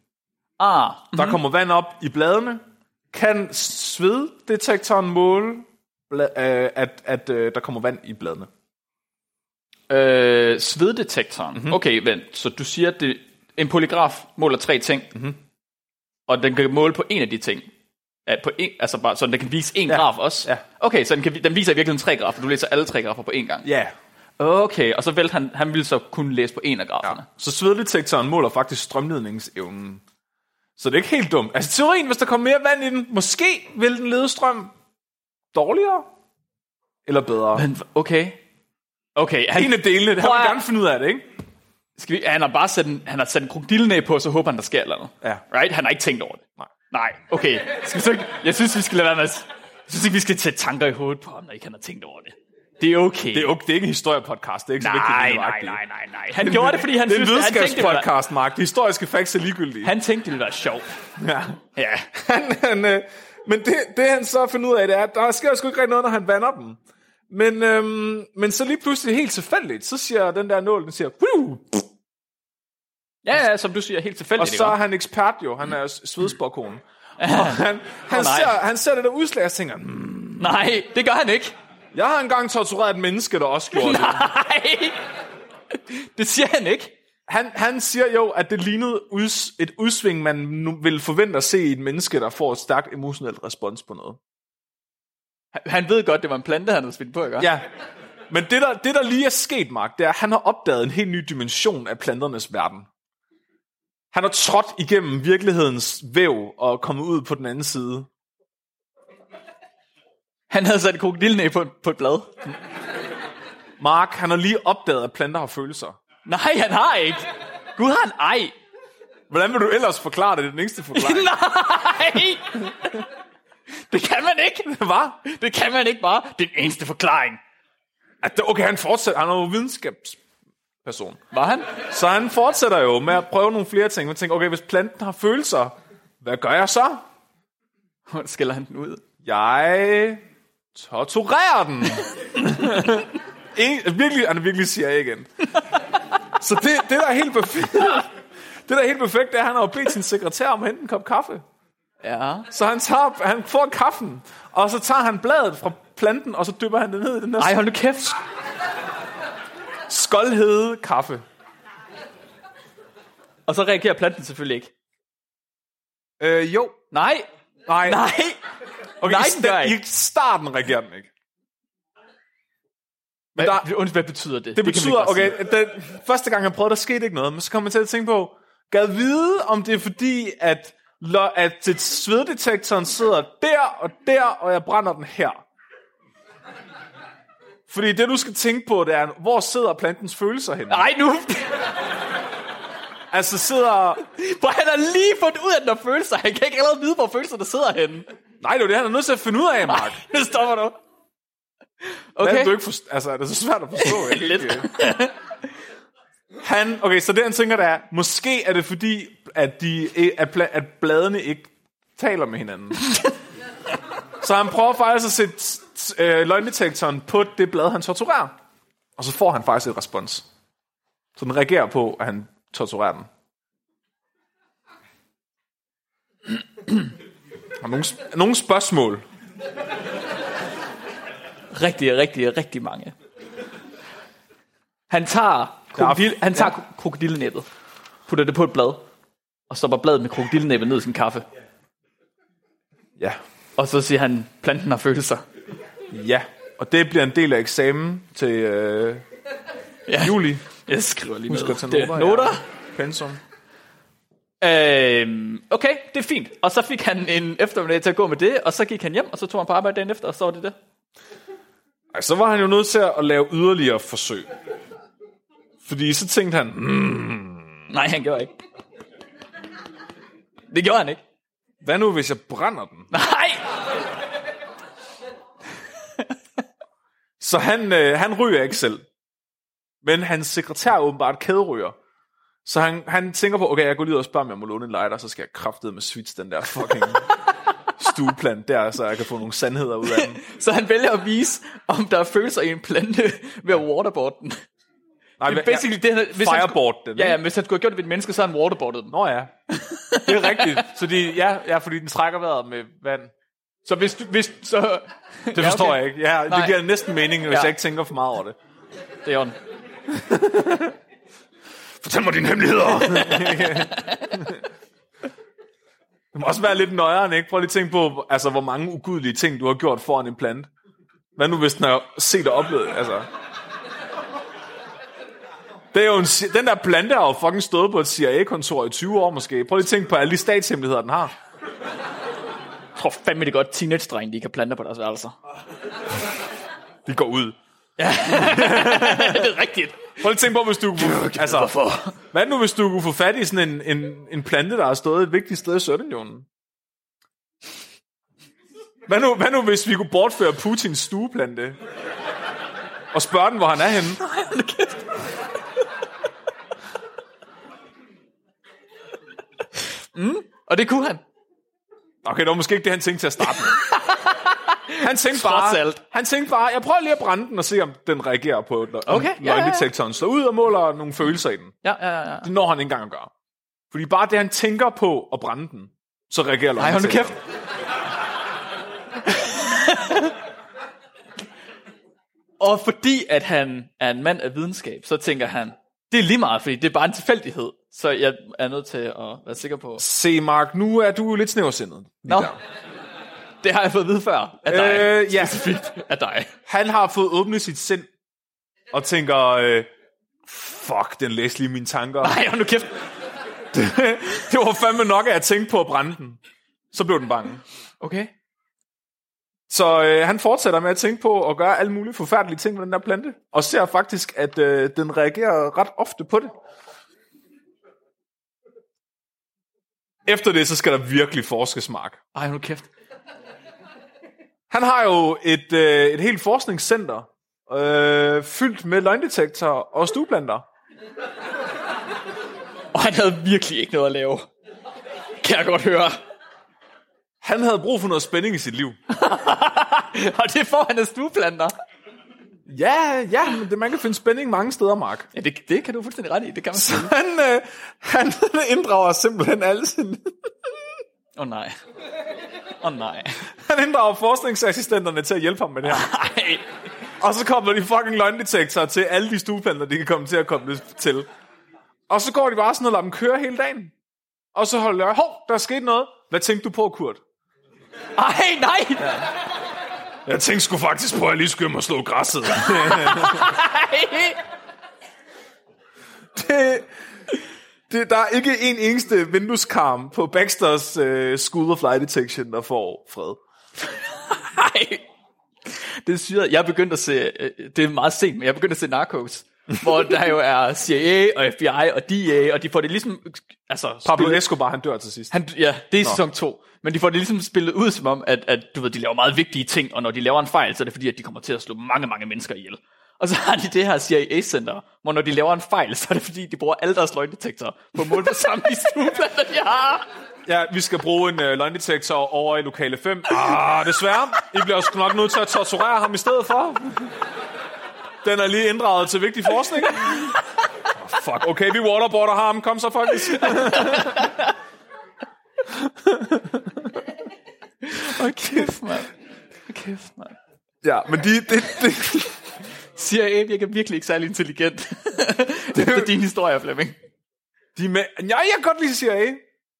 [SPEAKER 1] Ah,
[SPEAKER 2] Der kommer vand op i bladene. Kan sveddetektoren måle, bla- øh, at, at øh, der kommer vand i bladene?
[SPEAKER 1] Øh, sveddetektoren. Mm-hmm. Okay, vent. Så du siger, at det, en polygraf måler tre ting, mm-hmm. og den kan måle på en af de ting. Ja, på en, altså bare, så den kan vise en ja. graf også?
[SPEAKER 2] ja.
[SPEAKER 1] Okay, så den, kan, vi- den viser i virkeligheden tre grafer. Du læser alle tre grafer på én gang.
[SPEAKER 2] Ja.
[SPEAKER 1] Okay, og så vælte han, han ville så kunne læse på en af graferne.
[SPEAKER 2] Så sveddetektoren måler faktisk strømledningsevnen. Så det er ikke helt dumt. Altså teorien, hvis der kommer mere vand i den, måske vil den lede strøm dårligere eller bedre.
[SPEAKER 1] Ja.
[SPEAKER 2] Men,
[SPEAKER 1] Men okay. Okay, han,
[SPEAKER 2] en af delene, det har
[SPEAKER 1] Prøv
[SPEAKER 2] man
[SPEAKER 1] at-
[SPEAKER 2] gerne finde ud af det, ikke?
[SPEAKER 1] skal vi, han har bare sat en, han har sat en krokodillenæb på, så håber han, der sker et eller andet.
[SPEAKER 2] Ja.
[SPEAKER 1] Right? Han har ikke tænkt over det.
[SPEAKER 2] Nej.
[SPEAKER 1] Nej, okay. Skal vi så ikke, jeg synes, vi skal lade være med at, jeg synes ikke, vi skal sætte tanker i hovedet på ham, når ikke han har tænkt over det. Det er okay.
[SPEAKER 2] Det er, okay, det er ikke en historiepodcast, det er ikke så vigtigt.
[SPEAKER 1] nej,
[SPEAKER 2] det er
[SPEAKER 1] nej,
[SPEAKER 2] nøjagtigt.
[SPEAKER 1] nej, nej, nej. Han gjorde det, fordi han
[SPEAKER 2] Det er en
[SPEAKER 1] synes, han tænkte, det var,
[SPEAKER 2] videnskabspodcast, Mark. De historiske facts er ligegyldige.
[SPEAKER 1] han tænkte, det ville være sjovt.
[SPEAKER 2] Ja.
[SPEAKER 1] Ja.
[SPEAKER 2] han, han, øh, men det, det han så finder ud af, det er, at der sker sgu ikke rigtig noget, når han vander dem. Men, øhm, men så lige pludselig helt tilfældigt, så siger den der nål, den siger, Woo!
[SPEAKER 1] Ja, ja, som du siger, helt tilfældigt.
[SPEAKER 2] og så er
[SPEAKER 1] ikke?
[SPEAKER 2] han ekspert jo, han er svedsporkonen. Og han, han,
[SPEAKER 1] Åh, nej.
[SPEAKER 2] ser, han ser det der udslag og tænker, "Mm,
[SPEAKER 1] Nej, det gør han ikke.
[SPEAKER 2] jeg har engang tortureret et menneske, der også gjorde det.
[SPEAKER 1] Nej. Det siger han ikke.
[SPEAKER 2] Han, han siger jo, at det lignede uds, et udsving, man nu ville forvente at se i et menneske, der får et stærkt emotionelt respons på noget.
[SPEAKER 1] Han- Han ved godt, det var en plante, han havde spillet på, ikke?
[SPEAKER 2] Ja. Men det der, det, der lige er sket, Mark, det er, at han har opdaget en helt ny dimension af planternes verden. Han har trådt igennem virkelighedens væv og er kommet ud på den anden side.
[SPEAKER 1] Han havde sat en krokodillenæb på, på et blad.
[SPEAKER 2] Mark, han har lige opdaget, at planter har følelser.
[SPEAKER 1] Nej, han har ikke. Gud har han ej.
[SPEAKER 2] Hvordan vil du ellers forklare det? Det er den eneste forklaring.
[SPEAKER 1] Nej! Det kan man ikke. Hvad? Det kan man ikke bare. Det er den eneste forklaring.
[SPEAKER 2] At det- Okay, han fortsætter. Han er jo videnskabsperson.
[SPEAKER 1] Var han?
[SPEAKER 2] Så han fortsætter jo med at prøve nogle flere ting. Man tænker, okay, hvis planten har følelser, hvad gør jeg så?
[SPEAKER 1] Skælder han den ud?
[SPEAKER 2] Jeg torturerer den. en, virkelig, han er virkelig siger jeg igen. Så det, det der er helt perfekt, det der er helt perfekt, det er, at han har jo bedt sin sekretær om at hente en kop kaffe.
[SPEAKER 1] Ja.
[SPEAKER 2] Så han, tager, han får kaffen, og så tager han bladet fra planten, og så dypper han det ned i den der
[SPEAKER 1] Ej, hold nu kæft.
[SPEAKER 2] skoldhede kaffe.
[SPEAKER 1] Og så reagerer planten selvfølgelig ikke.
[SPEAKER 2] Øh, jo.
[SPEAKER 1] Nej,
[SPEAKER 2] Nej.
[SPEAKER 1] nej.
[SPEAKER 2] okay,
[SPEAKER 1] nej,
[SPEAKER 2] i,
[SPEAKER 1] den gør
[SPEAKER 2] sta-
[SPEAKER 1] ikke.
[SPEAKER 2] I starten reagerer den ikke.
[SPEAKER 1] Hvad,
[SPEAKER 2] der-
[SPEAKER 1] der, hvad betyder det?
[SPEAKER 2] Det
[SPEAKER 1] kan vi ikke
[SPEAKER 2] betyder,
[SPEAKER 1] bare sige.
[SPEAKER 2] okay, den første gang jeg prøvede, der skete ikke noget, men så kom jeg til at tænke på, gad vide, om det er fordi, at, lo- at det sveddetektoren sidder der og der, og jeg brænder den her. Fordi det, du skal tænke på, det er, hvor sidder plantens følelser henne?
[SPEAKER 1] Nej, nu.
[SPEAKER 2] Altså sidder...
[SPEAKER 1] For han har lige fundet ud af, at der er følelser. Han kan ikke allerede vide, hvor følelserne sidder henne.
[SPEAKER 2] Nej, det er jo det, han er nødt til at finde ud af,
[SPEAKER 1] Nej,
[SPEAKER 2] Mark.
[SPEAKER 1] nu stopper du.
[SPEAKER 2] Okay.
[SPEAKER 1] Okay.
[SPEAKER 2] Hvad, du ikke forst- altså, er det så svært at forstå? Jeg kan
[SPEAKER 1] Lidt.
[SPEAKER 2] ikke, øh. han, okay, så det han tænker, der er, måske er det fordi, at, de, at, pla- at bladene ikke taler med hinanden. så han prøver faktisk at sætte s- s- øh, løgndetektoren på det blad, han torturerer. Og så får han faktisk et respons. Så den reagerer på, at han torturerer den. Har nogle, sp- nogle spørgsmål?
[SPEAKER 1] Rigtig, rigtig, rigtig mange. Han tager, krokodil, han tager ja. krokodillenæbbet, putter det på et blad, og stopper bladet med krokodillenæbbet ned i sin kaffe.
[SPEAKER 2] Ja.
[SPEAKER 1] Og så siger han, planten har følelser.
[SPEAKER 2] Ja. Og det bliver en del af eksamen til øh,
[SPEAKER 1] Ja.
[SPEAKER 2] juli.
[SPEAKER 1] Jeg skriver lige
[SPEAKER 2] Husk
[SPEAKER 1] ned.
[SPEAKER 2] at tage
[SPEAKER 1] Det er
[SPEAKER 2] noter, ja.
[SPEAKER 1] noter.
[SPEAKER 2] Pensum.
[SPEAKER 1] Øhm, okay, det er fint. Og så fik han en eftermiddag til at gå med det, og så gik han hjem, og så tog han på arbejde dagen efter, og så var det det.
[SPEAKER 2] Ej, så var han jo nødt til at lave yderligere forsøg. Fordi så tænkte han, mm,
[SPEAKER 1] Nej, han gjorde ikke. Det gjorde han ikke.
[SPEAKER 2] hvad nu hvis jeg brænder den?
[SPEAKER 1] Nej!
[SPEAKER 2] Så han, øh, han ryger ikke selv. Men hans sekretær er åbenbart kæderyger. Så han, han tænker på, okay, jeg går lige ud og spørger, om jeg må låne en lighter, så skal jeg kraftede med switch den der fucking stueplant der, så jeg kan få nogle sandheder ud af den.
[SPEAKER 1] Så han vælger at vise, om der er følelser i en plante ved at waterboarde den.
[SPEAKER 2] Nej,
[SPEAKER 1] Det
[SPEAKER 2] men-
[SPEAKER 1] er basically det, han- hvis han skulle,
[SPEAKER 2] Fireboard den.
[SPEAKER 1] ja,
[SPEAKER 2] ikke?
[SPEAKER 1] ja, men hvis han skulle have gjort det ved et menneske, så havde han waterboardet den.
[SPEAKER 2] Nå ja, det er rigtigt. Så de, ja, ja, fordi den trækker vejret med vand.
[SPEAKER 1] Så hvis, du- hvis så...
[SPEAKER 2] Det forstår ja, okay. jeg ikke. Ja, det
[SPEAKER 1] Nej.
[SPEAKER 2] giver næsten mening, hvis ja.
[SPEAKER 1] Ja.
[SPEAKER 2] jeg ikke tænker for meget over det.
[SPEAKER 1] Det er ondt.
[SPEAKER 2] Fortæl mig dine hemmeligheder! det må også være lidt nøjeren, ikke? Prøv lige at tænke på, altså, hvor mange ugudelige ting, du har gjort foran en plante. Hvad nu, hvis den har set og oplevet det? Altså. Det er jo en, si- den der plante har jo fucking stået på et CIA-kontor i 20 år måske. Prøv lige at tænke på alle de statshemmeligheder, den har.
[SPEAKER 1] Jeg tror fandme det er godt, teenage-drenge, de kan plante på deres værelser.
[SPEAKER 2] De går ud.
[SPEAKER 1] det er rigtigt.
[SPEAKER 2] Prøv lige at tænke på, hvis du... Altså,
[SPEAKER 1] Hvorfor?
[SPEAKER 2] Hvad nu, hvis du kunne få fat i sådan en, en, en plante, der har stået et vigtigt sted i Sovjetunionen? Hvad nu, hvad nu, hvis vi kunne bortføre Putins stueplante? Og spørge den, hvor han er henne?
[SPEAKER 1] Og det kunne han.
[SPEAKER 2] Okay, det var måske ikke det, han tænkte til at starte med. Han tænkte
[SPEAKER 1] Trods
[SPEAKER 2] bare,
[SPEAKER 1] alt.
[SPEAKER 2] han tænkte bare, jeg prøver lige at brænde den og se, om den reagerer på lø-
[SPEAKER 1] Okay,
[SPEAKER 2] okay,
[SPEAKER 1] ja, ja, ja.
[SPEAKER 2] løgndetektoren. Slår ud og måler nogle følelser i den.
[SPEAKER 1] Ja, ja, ja, ja.
[SPEAKER 2] Det når han ikke engang at gøre. Fordi bare det, han tænker på at brænde den, så reagerer
[SPEAKER 1] Ej, hold nu
[SPEAKER 2] løgndetektoren.
[SPEAKER 1] kæft. Og fordi at han er en mand af videnskab, så tænker han, det er lige meget, fordi det er bare en tilfældighed. Så jeg er nødt til at være sikker på.
[SPEAKER 2] Se, Mark, nu er du lidt snæversindet.
[SPEAKER 1] Nå, det har jeg fået at vide før af dig.
[SPEAKER 2] Øh, ja.
[SPEAKER 1] Specifikt af dig.
[SPEAKER 2] Han har fået åbnet sit sind og tænker, øh, fuck, den læste lige mine tanker.
[SPEAKER 1] Ej, hold nu kæft.
[SPEAKER 2] det var fandme nok, at jeg tænkte på at brænde den. Så blev den bange.
[SPEAKER 1] Okay.
[SPEAKER 2] Så øh, han fortsætter med at tænke på at gøre alle mulige forfærdelige ting med den der plante, og ser faktisk, at øh, den reagerer ret ofte på det. Efter det, så skal der virkelig forskes, Mark.
[SPEAKER 1] Ej, hold nu kæft.
[SPEAKER 2] Han har jo et, øh, et helt forskningscenter øh, fyldt med løgndetektorer og stueplanter.
[SPEAKER 1] Og han havde virkelig ikke noget at lave. Kan jeg godt høre.
[SPEAKER 2] Han havde brug for noget spænding i sit liv.
[SPEAKER 1] Og det får han af stueplanter.
[SPEAKER 2] Ja, ja, men det, man kan finde spænding mange steder, Mark.
[SPEAKER 1] Ja, det, det kan du fuldstændig ret i. Det kan man
[SPEAKER 2] Så han, øh, han inddrager simpelthen alle sine...
[SPEAKER 1] Åh oh, nej. Åh oh, nej.
[SPEAKER 2] Han inddrager forskningsassistenterne til at hjælpe ham med det her.
[SPEAKER 1] Ej.
[SPEAKER 2] Og så kommer de fucking løgndetektorer til alle de stueplanter, de kan komme til at komme til. Og så går de bare sådan og lader dem køre hele dagen. Og så holder jeg, hov, der er sket noget. Hvad tænkte du på, Kurt?
[SPEAKER 1] Ej, nej.
[SPEAKER 2] Jeg tænkte sgu faktisk på, at jeg lige skulle og slå græsset.
[SPEAKER 1] Ej.
[SPEAKER 2] det, det, der er ikke en eneste vindueskarm på Baxters øh, School of Light Detection, der får fred.
[SPEAKER 1] Ej. Det er syret. Jeg er begyndt at se, øh, det er meget sent, men jeg er begyndt at se Narcos. hvor der jo er CIA og FBI og DA, og de får det ligesom... Altså,
[SPEAKER 2] Pablo
[SPEAKER 1] spillet-
[SPEAKER 2] Escobar, han dør til sidst.
[SPEAKER 1] han, ja, det er i sæson 2. Men de får det ligesom spillet ud som om, at, at du ved, de laver meget vigtige ting, og når de laver en fejl, så er det fordi, at de kommer til at slå mange, mange mennesker ihjel. Og så har de det her CIA-center, hvor når de laver en fejl, så er det fordi, de bruger alle deres løgndetektorer på mål på samme de stueplanter, de har.
[SPEAKER 2] Ja, vi skal bruge en øh, løgndetektor over i lokale 5. Ah, desværre. I bliver sgu nok nødt til at torturere ham i stedet for. Den er lige inddraget til vigtig forskning. Oh,
[SPEAKER 4] Ah, Fuck, okay, vi waterboarder ham. Kom så, folkens.
[SPEAKER 1] Hold kæft, mand. Hold kæft, mand.
[SPEAKER 2] Ja, men de, det, det,
[SPEAKER 1] Siger jeg, jeg er virkelig ikke særlig intelligent. det er din historie, Flemming.
[SPEAKER 4] De er med... Nej, jeg kan godt lide CIA.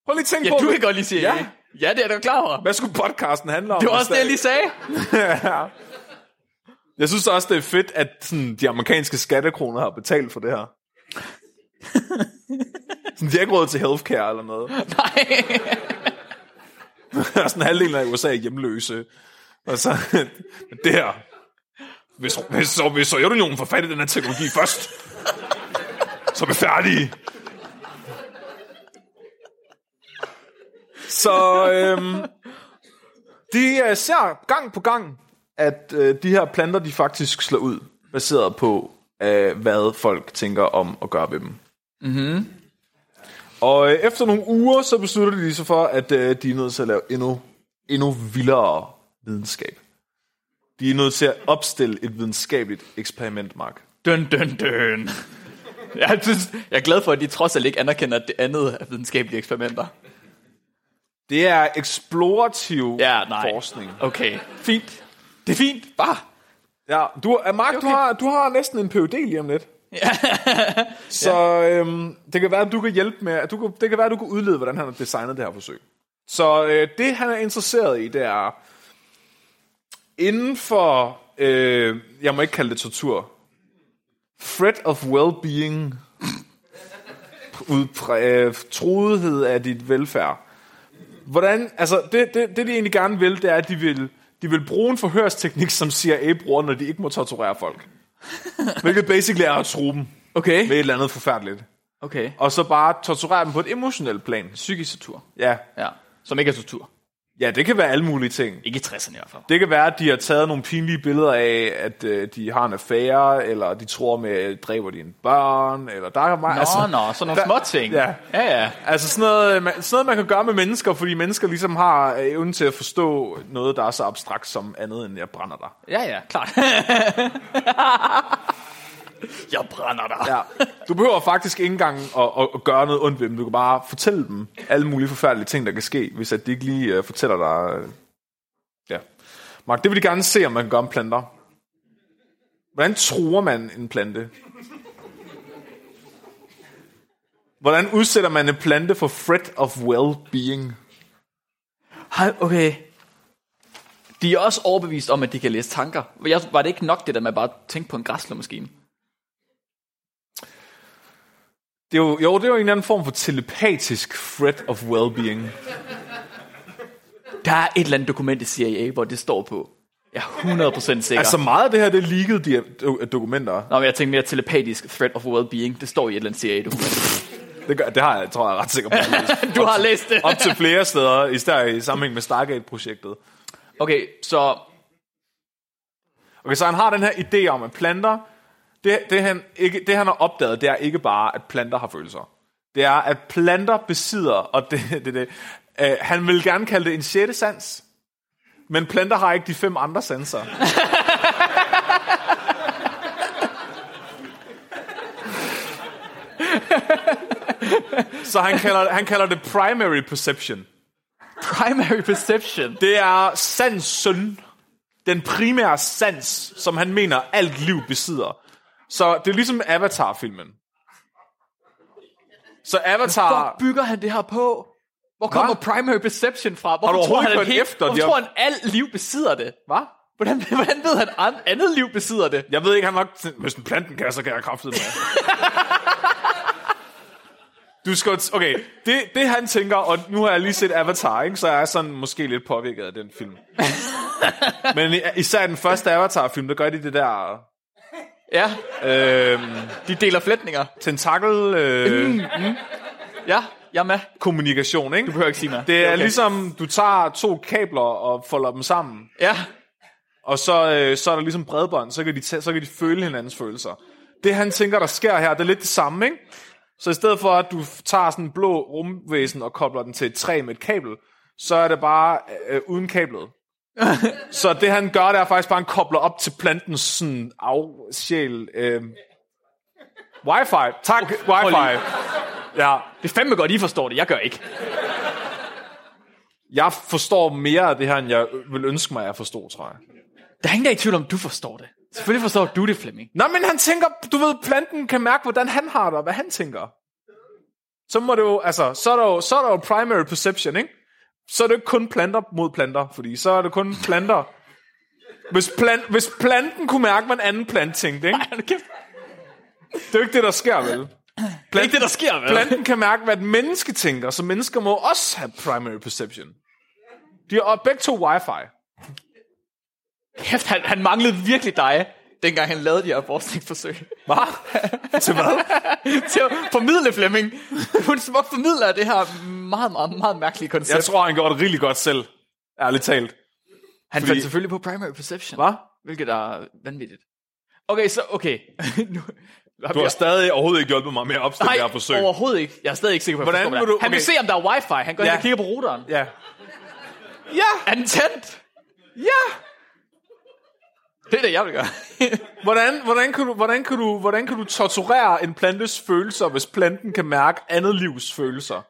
[SPEAKER 4] Prøv lige at tænke
[SPEAKER 1] Ja,
[SPEAKER 4] på...
[SPEAKER 1] du
[SPEAKER 4] det.
[SPEAKER 1] kan godt lige sige,
[SPEAKER 4] Ja.
[SPEAKER 1] ja. ja, det er du klar over.
[SPEAKER 4] Hvad skulle podcasten handle om?
[SPEAKER 1] Det var også det, jeg lige sagde.
[SPEAKER 2] jeg synes også, det er fedt, at sådan, de amerikanske skattekroner har betalt for det her. sådan, de har ikke råd til healthcare eller noget.
[SPEAKER 1] Nej.
[SPEAKER 4] Der er sådan halvdelen af USA er hjemløse. Og så, men det her. Hvis, hvis, så, hvis Sovjetunionen får fat i den her teknologi først, så er vi færdige.
[SPEAKER 2] Så øhm, de øh, ser gang på gang, at øh, de her planter, de faktisk slår ud, baseret på, øh, hvad folk tænker om at gøre ved dem. Mm-hmm. Og øh, efter nogle uger, så beslutter de sig for, at øh, de er nødt til at lave endnu, endnu vildere videnskab. De er nødt til at opstille et videnskabeligt eksperiment, Mark.
[SPEAKER 1] Døn, døn, døn. Jeg, synes, jeg er glad for, at de trods alt ikke anerkender, at det andet er videnskabelige eksperimenter.
[SPEAKER 2] Det er eksplorativ
[SPEAKER 1] Ja, nej.
[SPEAKER 2] forskning.
[SPEAKER 1] Okay, fint. Det er fint, bare.
[SPEAKER 2] Ja, du, øh, Mark, okay.
[SPEAKER 1] okay.
[SPEAKER 2] du, har, du har næsten en PhD lige om lidt.
[SPEAKER 1] Ja.
[SPEAKER 2] Så øhm, det kan være, at du kan hjælpe med, at du kan, det kan være, at du kan udlede, hvordan han har designet det her forsøg. Så øh, det, han er interesseret i, det er, inden for, øh, jeg må ikke kalde det tortur, threat of well-being, ud, præ- øh, trodighed af dit velfærd. Hvordan, altså, det, det, det de egentlig gerne vil, det er, at de vil, de vil bruge en forhørsteknik, som CIA bruger, når de ikke må torturere folk. Hvilket basically er at true dem med
[SPEAKER 1] Okay.
[SPEAKER 2] et eller andet forfærdeligt.
[SPEAKER 1] Okay.
[SPEAKER 2] Og så bare torturere dem på et emotionelt plan.
[SPEAKER 1] Psykisk tortur.
[SPEAKER 2] Ja.
[SPEAKER 1] Ja. Som ikke er tortur.
[SPEAKER 2] ja, det kan være alle mulige ting.
[SPEAKER 1] Ikke i 60'erne i hvert fald.
[SPEAKER 2] Det kan være, at de har taget nogle pinlige billeder af, at øh, de har en affære, eller de tror med, øh, dræber dine børn, eller der er meget...
[SPEAKER 1] Nå, altså, nå, sådan nogle
[SPEAKER 2] der-
[SPEAKER 1] små ting.
[SPEAKER 2] Ja.
[SPEAKER 1] ja. ja.
[SPEAKER 2] Altså sådan noget, øh, man, sådan noget, man kan gøre med mennesker, fordi mennesker ligesom har øh, evnen til at forstå noget, der er så abstrakt som andet, end jeg brænder dig.
[SPEAKER 1] Ja, ja, klart. jeg brænder dig.
[SPEAKER 2] Ja. Du behøver faktisk ikke engang at, at, at gøre noget ondt ved dem. Du kan bare fortælle dem alle mulige forfærdelige ting, der kan ske, hvis at de ikke lige uh, fortæller dig... Uh... Ja. Mark, det vil de gerne se, om man kan gøre med planter. Hvordan truer man en plante? Hvordan udsætter man en plante for threat of well-being?
[SPEAKER 1] Hej, okay. De er også overbevist om, at de kan læse tanker. Jeg, var det ikke nok det der med at bare tænke på en græslemaskine?
[SPEAKER 2] Det er jo, jo, det er jo en eller anden form for telepatisk threat of well-being.
[SPEAKER 1] Der er et eller andet dokument i CIA, hvor det står på. Jeg er 100% sikker.
[SPEAKER 2] Altså
[SPEAKER 1] Altså,
[SPEAKER 2] meget af det her, det er leakede de do- dokumenter.
[SPEAKER 1] Nå, men jeg tænkte mere telepatisk threat of well-being. Det står i et eller andet CIA-dokument.
[SPEAKER 2] Det, gør, det har jeg, tror jeg, er ret sikker på. at jeg har læst.
[SPEAKER 1] Du har læst det.
[SPEAKER 2] op til flere steder, især i sammenhæng med Stargate-projektet.
[SPEAKER 1] Okay, så
[SPEAKER 2] Okay, så han har den her idé om, at planter, det, det, han, ikke, det han har opdaget, det er ikke bare, at planter har følelser. Det er, at planter besidder, og det, det, det øh, han vil gerne kalde det en sjette sans, men planter har ikke de fem andre sanser. så han kalder, han kalder det primary perception.
[SPEAKER 1] primary perception.
[SPEAKER 2] Det er sansen. Den primære sans, som han mener, alt liv besidder. Så det er ligesom Avatar-filmen. Så Avatar...
[SPEAKER 1] Hvor bygger han det her på? Hvor kommer primary perception fra? Hvorfor
[SPEAKER 2] du
[SPEAKER 1] tror
[SPEAKER 2] overhovedet
[SPEAKER 1] han, at
[SPEAKER 2] kørt
[SPEAKER 1] hele-
[SPEAKER 2] efter?
[SPEAKER 1] Hvorfor
[SPEAKER 2] De
[SPEAKER 1] tror
[SPEAKER 2] har-
[SPEAKER 1] han, alt liv besidder det?
[SPEAKER 2] Hvad?
[SPEAKER 1] Hvordan, hvordan ved han, an- andet liv besidder det?
[SPEAKER 2] Jeg ved ikke, han nok... Hvis den planten kan, så kan jeg kraftet med. Du skal... jo t- Okay, det, det han tænker, og nu har jeg lige set Avatar, ikke? så jeg er sådan måske lidt påvirket af den film. Men i- især i den første Avatar-film, der gør de det der...
[SPEAKER 1] Ja,
[SPEAKER 2] Øh,
[SPEAKER 1] de deler flætninger.
[SPEAKER 2] tentakel... Øh,
[SPEAKER 1] Ja, jeg er med.
[SPEAKER 2] kommunikation, ikke?
[SPEAKER 1] Du behøver ikke sige mere.
[SPEAKER 2] Det er okay.
[SPEAKER 1] okay.
[SPEAKER 2] ligesom, du tager to kabler og folder dem sammen,
[SPEAKER 1] Ja,
[SPEAKER 2] og så, øh, så er der ligesom bredbånd, så kan, de tage, så kan de føle hinandens følelser. Det han tænker, der sker her, det er lidt det samme, ikke? Så i stedet for, at du f- tager sådan en blå rumvæsen og kobler den til et træ med et kabel, så er det bare øh, uden kablet. så det han gør, det er faktisk bare, at han kobler op til plantens sådan afsjæl. Øh,
[SPEAKER 4] Wi-Fi. Tak, okay,
[SPEAKER 1] prøv
[SPEAKER 4] Wi-Fi. Ja,
[SPEAKER 1] Det er fandme godt, I forstår det. Jeg gør ikke.
[SPEAKER 2] Jeg forstår mere af det her, end jeg vil ønske mig, at jeg forstod, tror jeg.
[SPEAKER 1] Der er ingen, der er i tvivl om, du forstår det. Selvfølgelig forstår du det, Flemming.
[SPEAKER 2] Nå, men han tænker, du ved, planten kan mærke, hvordan han har det, og hvad han tænker. Så må det jo, altså, så er der jo, så er der jo primary perception, ikke? Så er det jo ikke kun planter mod planter, fordi så er det kun planter. Hvis, plan, hvis planten kunne mærke, hvad en anden plant tænkte, ikke?
[SPEAKER 1] Hold kæft.
[SPEAKER 2] Det er jo ikke det, der sker, vel?
[SPEAKER 1] Det er ikke det, der sker, vel?
[SPEAKER 2] Planten kan mærke, hvad et menneske tænker, så mennesker må også have primary perception. De har og begge to wifi.
[SPEAKER 1] Kæft, han, han manglede virkelig dig, dengang han lavede de her forskningsforsøg.
[SPEAKER 2] Hvad? Til hvad?
[SPEAKER 1] Til at formidle Flemming. Hun er smuk formidler af det her meget, meget, meget mærkelige koncept.
[SPEAKER 4] jeg
[SPEAKER 1] Tror,
[SPEAKER 4] tror, han gjorde det rigtig godt selv.
[SPEAKER 2] Ærligt talt.
[SPEAKER 1] han fordi... fandt selvfølgelig på primary perception. Hvad? Hvilket er vanvittigt. Okay, så okay. nu,
[SPEAKER 4] Du har stadig overhovedet ikke hjulpet mig med at opstille det her forsøg.
[SPEAKER 1] Nej, overhovedet ikke. Jeg er stadig ikke sikker på, at jeg
[SPEAKER 2] Hvordan
[SPEAKER 1] forstår, hvad
[SPEAKER 2] vil
[SPEAKER 1] det er.
[SPEAKER 2] du-
[SPEAKER 1] Han vil
[SPEAKER 2] okay.
[SPEAKER 1] se, om der er wifi. Han går ja.
[SPEAKER 2] Ja.
[SPEAKER 1] ind og kigger på routeren.
[SPEAKER 2] Ja. Ja,
[SPEAKER 1] Er den tændt?
[SPEAKER 2] ja.
[SPEAKER 1] Det er det, jeg vil gøre.
[SPEAKER 2] Hvordan, hvordan, kan du, hvordan, kan du, hvordan kan du torturere en plantes følelser, hvis planten kan mærke andet livs følelser?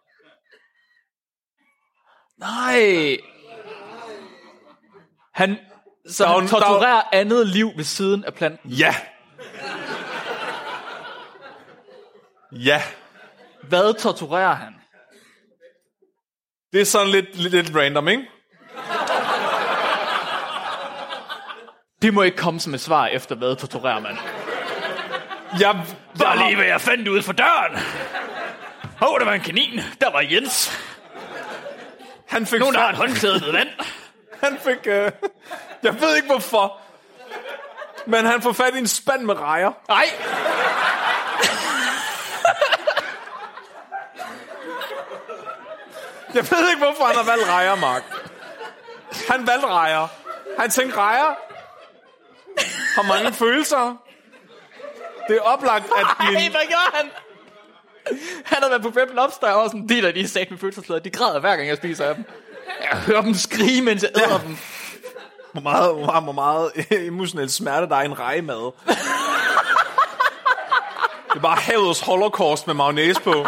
[SPEAKER 1] Nej. Han, så
[SPEAKER 2] er
[SPEAKER 1] han
[SPEAKER 2] jo- der er jo-
[SPEAKER 1] torturerer andet liv ved siden af planten.
[SPEAKER 4] Ja. Ja.
[SPEAKER 1] Hvad torturerer han?
[SPEAKER 2] Det er sådan lidt, lidt, lidt random, ikke?
[SPEAKER 1] Det må ikke komme som et svar efter, hvad torturerer man.
[SPEAKER 2] Jeg,
[SPEAKER 1] Bare
[SPEAKER 2] jeg,
[SPEAKER 1] lige, hvad jeg fandt ude for døren. Åh, oh, der var en kanin. Der var Jens.
[SPEAKER 2] han fik,
[SPEAKER 1] Nogen, der har et håndklæde ved vand.
[SPEAKER 2] han fik øh, jeg ved ikke hvorfor, men han får fat i en spand med rejer.
[SPEAKER 1] Nej.
[SPEAKER 2] Jeg ved ikke, hvorfor han har valgt rejer, Mark. Han valgte rejer. Han tænkte, rejer har mange følelser. Det er oplagt, at
[SPEAKER 1] Nej,
[SPEAKER 2] min...
[SPEAKER 1] hvad gør han? Han har været på Red Lobster, og sådan, de der, de er sat med følelsesladder. De græder hver gang, jeg spiser af dem. Jeg hører dem skrige, mens jeg æder ja. dem.
[SPEAKER 2] Hvor meget, hvor meget, hvor meget emotionel smerte, der er i en rejemad. Det er bare havets holocaust med mayonnaise på.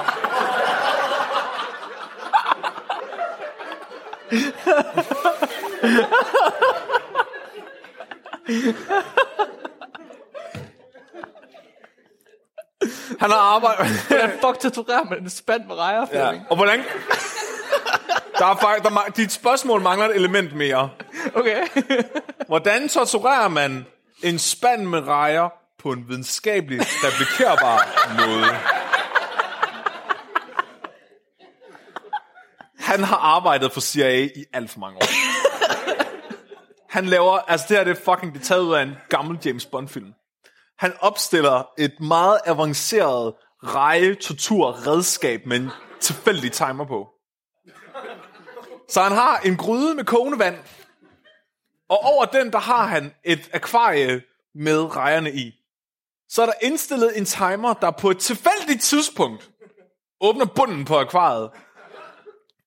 [SPEAKER 2] Han har arbejdet...
[SPEAKER 1] Hvordan fuck torturerer man en spand med rejer?
[SPEAKER 2] Ja.
[SPEAKER 1] Ja.
[SPEAKER 2] Og hvordan... Der er faktisk, der, ma- dit spørgsmål mangler et element mere.
[SPEAKER 1] Okay.
[SPEAKER 2] Hvordan torturerer man en spand med rejer på en videnskabelig, replikerbar måde? Han har arbejdet for CIA i alt for mange år. Han laver, altså det her det er fucking, det er taget ud af en gammel James Bond film. Han opstiller et meget avanceret reje-tortur-redskab med en tilfældig timer på. Så han har en gryde med kogende vand, og over den, der har han et akvarie med rejerne i. Så er der indstillet en timer, der på et tilfældigt tidspunkt åbner bunden på akvariet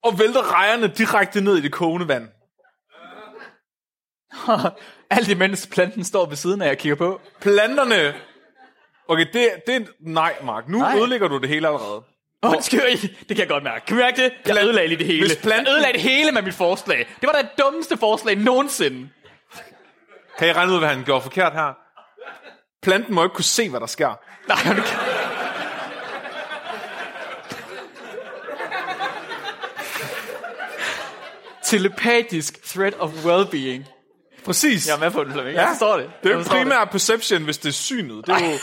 [SPEAKER 2] og vælter rejerne direkte ned i det kogende vand.
[SPEAKER 1] Alt imens planten står ved siden af, jeg kigger på.
[SPEAKER 2] Planterne... Okay, det, det er... Nej, Mark. Nu
[SPEAKER 1] Nej.
[SPEAKER 2] nej. ødelægger du det hele allerede.
[SPEAKER 1] Undskyld, det kan jeg godt mærke. Kan du mærke det? Jeg ødelagde lige det hele.
[SPEAKER 2] Hvis planten-
[SPEAKER 1] Jeg ødelagde det hele med mit forslag. Det var da det dummeste forslag nogensinde.
[SPEAKER 2] Kan I regne ud, hvad han gjorde forkert her? Planten må ikke kunne se, hvad der sker.
[SPEAKER 1] Nej, hold kæ- Telepatisk threat of well-being.
[SPEAKER 2] Præcis.
[SPEAKER 1] Jeg er med på den, Flemming. Ja. Jeg forstår det. Uh,
[SPEAKER 2] Det er
[SPEAKER 1] Jeg
[SPEAKER 2] jo
[SPEAKER 1] forstår
[SPEAKER 2] primær perception, hvis det er synet. Det er jo...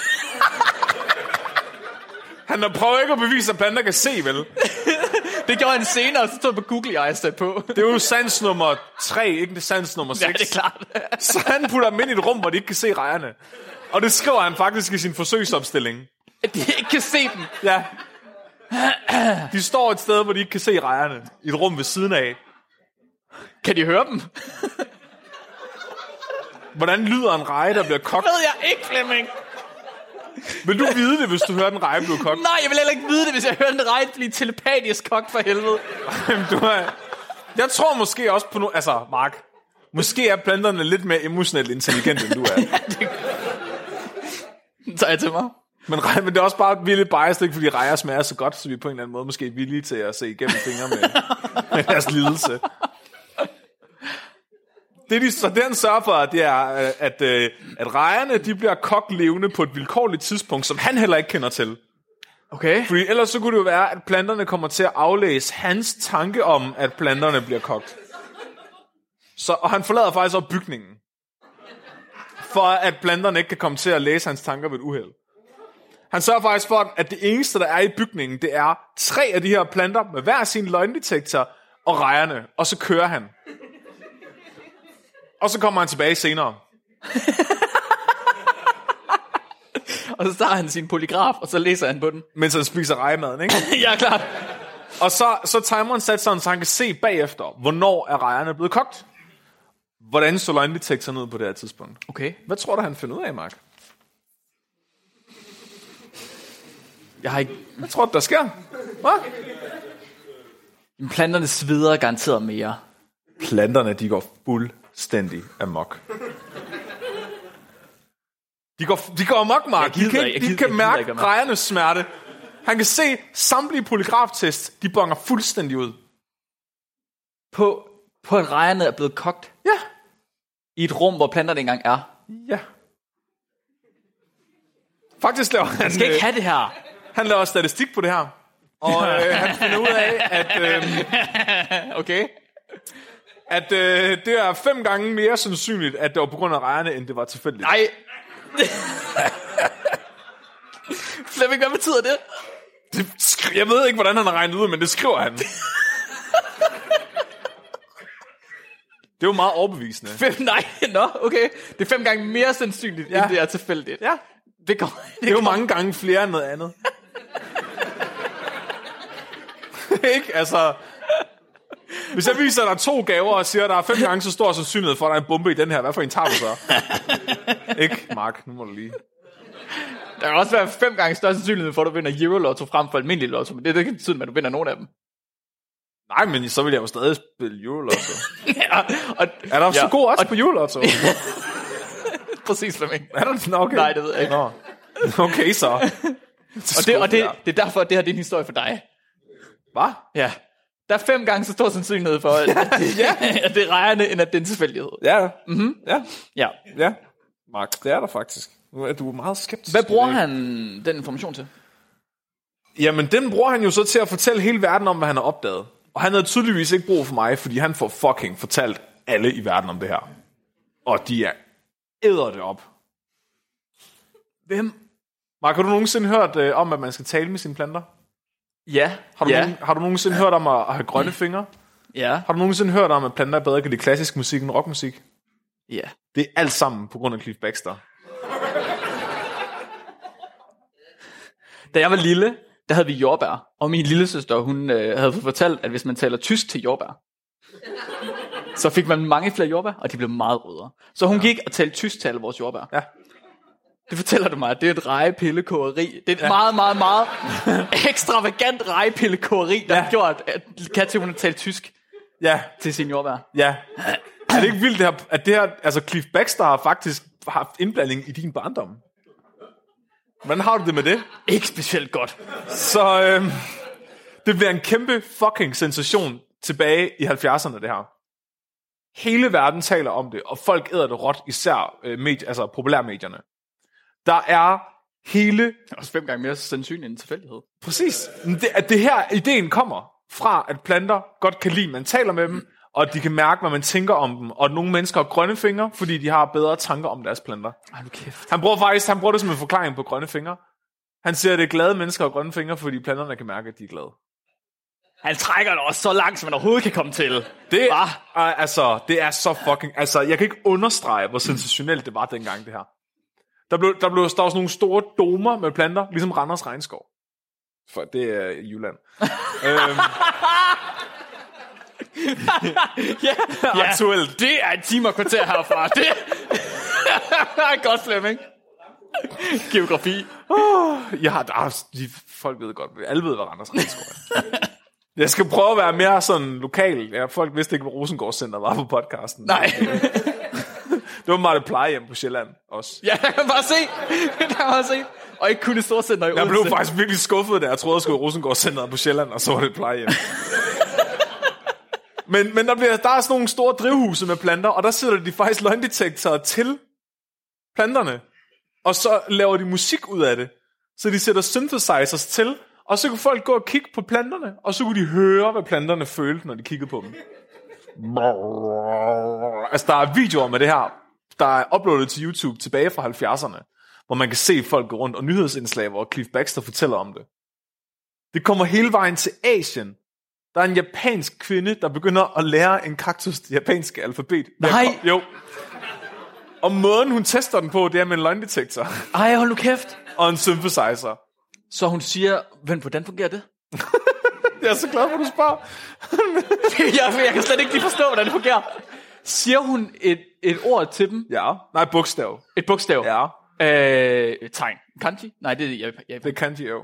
[SPEAKER 2] Han prøver ikke at bevise, at planter kan se, vel?
[SPEAKER 1] Det. det gjorde han senere, og så tog jeg på Google Eyes der på.
[SPEAKER 2] Det er jo sans nummer 3, ikke det sans nummer 6.
[SPEAKER 1] Ja, det er klart.
[SPEAKER 2] Så han putter dem ind i et rum, hvor de ikke kan se rejerne. Og det skriver han faktisk i sin forsøgsopstilling.
[SPEAKER 1] At de ikke kan se dem.
[SPEAKER 2] Ja. De står et sted, hvor de ikke kan se rejerne. I et rum ved siden af.
[SPEAKER 1] Kan de høre dem?
[SPEAKER 2] Hvordan lyder en reje, der bliver kogt?
[SPEAKER 1] Ved jeg ikke, Flemming.
[SPEAKER 2] Vil du vide det, hvis du hører den reje blive kogt?
[SPEAKER 1] Nej, jeg vil heller ikke vide det, hvis jeg hører en rejt blive telepatisk kogt for helvede.
[SPEAKER 2] Jamen, du er... Jeg tror måske også på nu... Altså, Mark. Måske er planterne lidt mere emotionelt intelligente, end du er.
[SPEAKER 1] Så jeg til mig.
[SPEAKER 2] Men, Rej- men det er også bare vildt bias, ikke? fordi rejer smager så godt, så vi er på en eller anden måde måske er villige til at se igennem fingre med, med deres lidelse. Det, de, så den sørger for, det er, øh, at, øh, at rejerne de bliver koklevende på et vilkårligt tidspunkt, som han heller ikke kender til.
[SPEAKER 1] Okay.
[SPEAKER 2] Fordi ellers så kunne det jo være, at planterne kommer til at aflæse hans tanke om, at planterne bliver kogt. Så, og han forlader faktisk også bygningen. For at planterne ikke kan komme til at læse hans tanker ved et uheld. Han sørger faktisk for, at det eneste, der er i bygningen, det er tre af de her planter med hver sin løgndetektor og rejerne. Og så kører han. Og så kommer han tilbage senere.
[SPEAKER 1] Og så tager han sin polygraf, og så læser han på den.
[SPEAKER 2] mens han spiser rejemaden, ikke?
[SPEAKER 1] ja, klart.
[SPEAKER 2] Og så, så timeren sat sådan, så han kan se bagefter, hvornår er rejerne blevet kogt. Hvordan så løgndetektoren ud på det her tidspunkt?
[SPEAKER 1] Okay.
[SPEAKER 2] Hvad tror du, han finder ud af, Mark?
[SPEAKER 1] Jeg har ikke...
[SPEAKER 2] Hvad tror du, der sker? Hvad?
[SPEAKER 1] Jamen, Planterne sveder garanteret mere.
[SPEAKER 2] Planterne, de går fuldstændig amok. De går, de går amok, Mark.
[SPEAKER 1] Jeg gider
[SPEAKER 2] de kan,
[SPEAKER 1] ikke, jeg
[SPEAKER 2] ikke, de
[SPEAKER 1] gider-
[SPEAKER 2] kan
[SPEAKER 1] jeg gider
[SPEAKER 2] mærke
[SPEAKER 1] ikke at mærke.
[SPEAKER 2] rejernes smerte. Han kan se samtlige polygraftest, de bonger fuldstændig ud.
[SPEAKER 1] På, på at rejerne er blevet kogt
[SPEAKER 2] Ja,
[SPEAKER 1] i et rum, hvor planterne ikke engang er.
[SPEAKER 2] ja. Faktisk laver han...
[SPEAKER 1] Jeg skal
[SPEAKER 2] øh,
[SPEAKER 1] ikke have det her.
[SPEAKER 2] Han laver statistik på det her. Og øh, han finder ud af, at, øh,
[SPEAKER 1] Okay.
[SPEAKER 2] at øh, det er fem gange mere sandsynligt, at det var på grund af rejerne, end det var tilfældigt.
[SPEAKER 1] Nej. Flemming, hvad betyder det?
[SPEAKER 2] Det skri- jeg ved ikke, hvordan han har regnet ud, men det skriver han. Det er jo meget overbevisende.
[SPEAKER 1] Fem, nej, nå, okay. Det er fem gange mere sandsynligt, ja.
[SPEAKER 2] Ja.
[SPEAKER 1] end det er tilfældigt.
[SPEAKER 2] Ja,
[SPEAKER 1] Det, kommer,
[SPEAKER 2] det er jo mange gange flere end noget andet. ikke? Altså... Hvis jeg viser dig to gaver og siger, at der er fem gange så stor sandsynlighed for, at der er en bombe i den her, hvad for en tager du så? ikke, Mark? Nu må du lige...
[SPEAKER 1] Der kan også være fem gange større sandsynlighed for, at du vinder Eurolotto frem for almindelig lotto, men det, det kan betyde, at du vinder nogen af dem.
[SPEAKER 2] Nej, men så vil jeg jo stadig spille julelotto.
[SPEAKER 1] Ja, og,
[SPEAKER 2] er der ja. så god også på julelotto? er
[SPEAKER 1] præcis, Flemming.
[SPEAKER 2] der? Nå, okay.
[SPEAKER 1] Nej, det ved jeg ikke.
[SPEAKER 2] Nå. Okay, så.
[SPEAKER 1] Og, det, og det, det er derfor, at det her det er en historie for dig.
[SPEAKER 2] Hvad?
[SPEAKER 1] Ja. Der er fem gange så stor sandsynlighed for, at, at, det, at det er rejerne, end at det er en tilfældighed.
[SPEAKER 2] Ja. Mm-hmm.
[SPEAKER 1] Mhm.
[SPEAKER 2] Ja,
[SPEAKER 1] Ja.
[SPEAKER 2] ja. Mark, det er der faktisk. Nu er du meget skeptisk.
[SPEAKER 1] Hvad bruger
[SPEAKER 2] i dag.
[SPEAKER 1] han den information til?
[SPEAKER 2] Jamen, den bruger han jo så til at fortælle hele verden om, hvad han har opdaget. Og han havde tydeligvis ikke brug for mig, fordi han får fucking fortalt alle i verden om det her. Og de er æder det op.
[SPEAKER 1] Hvem?
[SPEAKER 2] Mark, har du nogensinde hørt øh, om, at man skal tale med sine planter?
[SPEAKER 1] Ja.
[SPEAKER 2] Har du,
[SPEAKER 1] ja.
[SPEAKER 2] nogen, har du nogensinde hørt om at, at have grønne fingre?
[SPEAKER 1] Ja.
[SPEAKER 2] Har du nogensinde hørt om, at planter bedre kan lide klassisk musik end rockmusik?
[SPEAKER 1] Ja.
[SPEAKER 2] Det er alt sammen på grund af Cliff Baxter.
[SPEAKER 1] Da jeg var lille, der havde vi jordbær. Og min lille søster, hun øh, havde fået fortalt, at hvis man taler tysk til jordbær, så fik man mange flere jordbær, og de blev meget rødere. Så hun ja. gik og talte tysk til alle vores jordbær.
[SPEAKER 2] Ja.
[SPEAKER 1] Det fortæller du mig, at det er et rejepillekogeri. Det er et ja. meget, meget, meget ekstravagant rejepillekogeri, der ja.
[SPEAKER 2] Ja.
[SPEAKER 1] har gjort, at Katja hun har talt tysk
[SPEAKER 2] Ja,
[SPEAKER 1] til sin jordbær.
[SPEAKER 2] ja. Er det ikke vildt, det her, at det her, altså Cliff Baxter har faktisk haft indblanding i din barndom? Hvordan har du det med det?
[SPEAKER 1] Ikke specielt godt.
[SPEAKER 2] Så øhm, det bliver en kæmpe fucking sensation tilbage i 70'erne, det her. Hele verden taler om det, og folk æder det råt, især øh, medie, altså populærmedierne. Der er hele
[SPEAKER 1] Det er også fem gange mere sandsynligt end en tilfældighed.
[SPEAKER 2] Præcis. Men Det, at det her, ideen kommer fra, at planter godt kan lide, at man taler med dem, og at de kan mærke, hvad man tænker om dem. Og at nogle mennesker har grønne fingre, fordi de har bedre tanker om deres planter.
[SPEAKER 1] Ej, nu kæft.
[SPEAKER 2] Han bruger faktisk han bruger det som en forklaring på grønne fingre. Han siger, at det er glade mennesker og grønne fingre, fordi planterne kan mærke, at de er glade.
[SPEAKER 1] Han trækker det også så langt, som man overhovedet kan komme til.
[SPEAKER 2] Det,
[SPEAKER 1] Hva?
[SPEAKER 2] ah, altså, det er så fucking... Altså, jeg kan ikke understrege, hvor sensationelt det var dengang, det her. Der blev, der blev der var sådan nogle store domer med planter, ligesom Randers Regnskov. For det er i Jylland. øhm,
[SPEAKER 1] Ja, ja.
[SPEAKER 2] aktuelt.
[SPEAKER 1] Det er en time og kvarter herfra. Det er godt, Flemming. Geografi.
[SPEAKER 2] Ja, der er, de, folk ved godt, alle ved, hvad Randers Regnskov er. Jeg skal prøve at være mere sådan lokal. Ja, folk vidste ikke, hvad Rosengård Center var på podcasten.
[SPEAKER 1] Nej.
[SPEAKER 2] det var meget et plejehjem på Sjælland også.
[SPEAKER 1] Ja, jeg kan bare se. Jeg kan bare se. Og ikke kun et storcenter i
[SPEAKER 2] Jeg blev
[SPEAKER 1] Odense.
[SPEAKER 2] faktisk virkelig skuffet, da jeg troede, jeg skulle i Rosengård Centeret på Sjælland, og så var det et plejehjem. men men der, bliver, der er sådan nogle store drivhuse med planter, og der sætter de faktisk løgndetektorer til planterne. Og så laver de musik ud af det. Så de sætter synthesizers til, og så kunne folk gå og kigge på planterne, og så kunne de høre, hvad planterne følte, når de kiggede på dem. Altså, der er videoer med det her, der er uploadet til YouTube tilbage fra 70'erne hvor man kan se folk gå rundt, og nyhedsindslag, hvor Cliff Baxter fortæller om det. Det kommer hele vejen til Asien. Der er en japansk kvinde, der begynder at lære en kaktus det japanske alfabet.
[SPEAKER 1] Nej.
[SPEAKER 2] Jeg kom- Jo. Og måden, hun tester den på, det er med en løgndetektor
[SPEAKER 1] Ej, hold nu kæft.
[SPEAKER 2] og en synthesizer.
[SPEAKER 1] Så hun siger, men hvordan fungerer det?
[SPEAKER 2] Jeg er så glad for, at du spørger.
[SPEAKER 1] jeg, jeg kan slet ikke lige forstå, hvordan det fungerer. Siger hun et, et ord til dem?
[SPEAKER 2] Ja. Nej, bogstav.
[SPEAKER 1] Et bogstav?
[SPEAKER 2] Ja.
[SPEAKER 1] Øh, et tegn. Kanji? Nej, det er Japan. Japan.
[SPEAKER 2] Det kan de jo.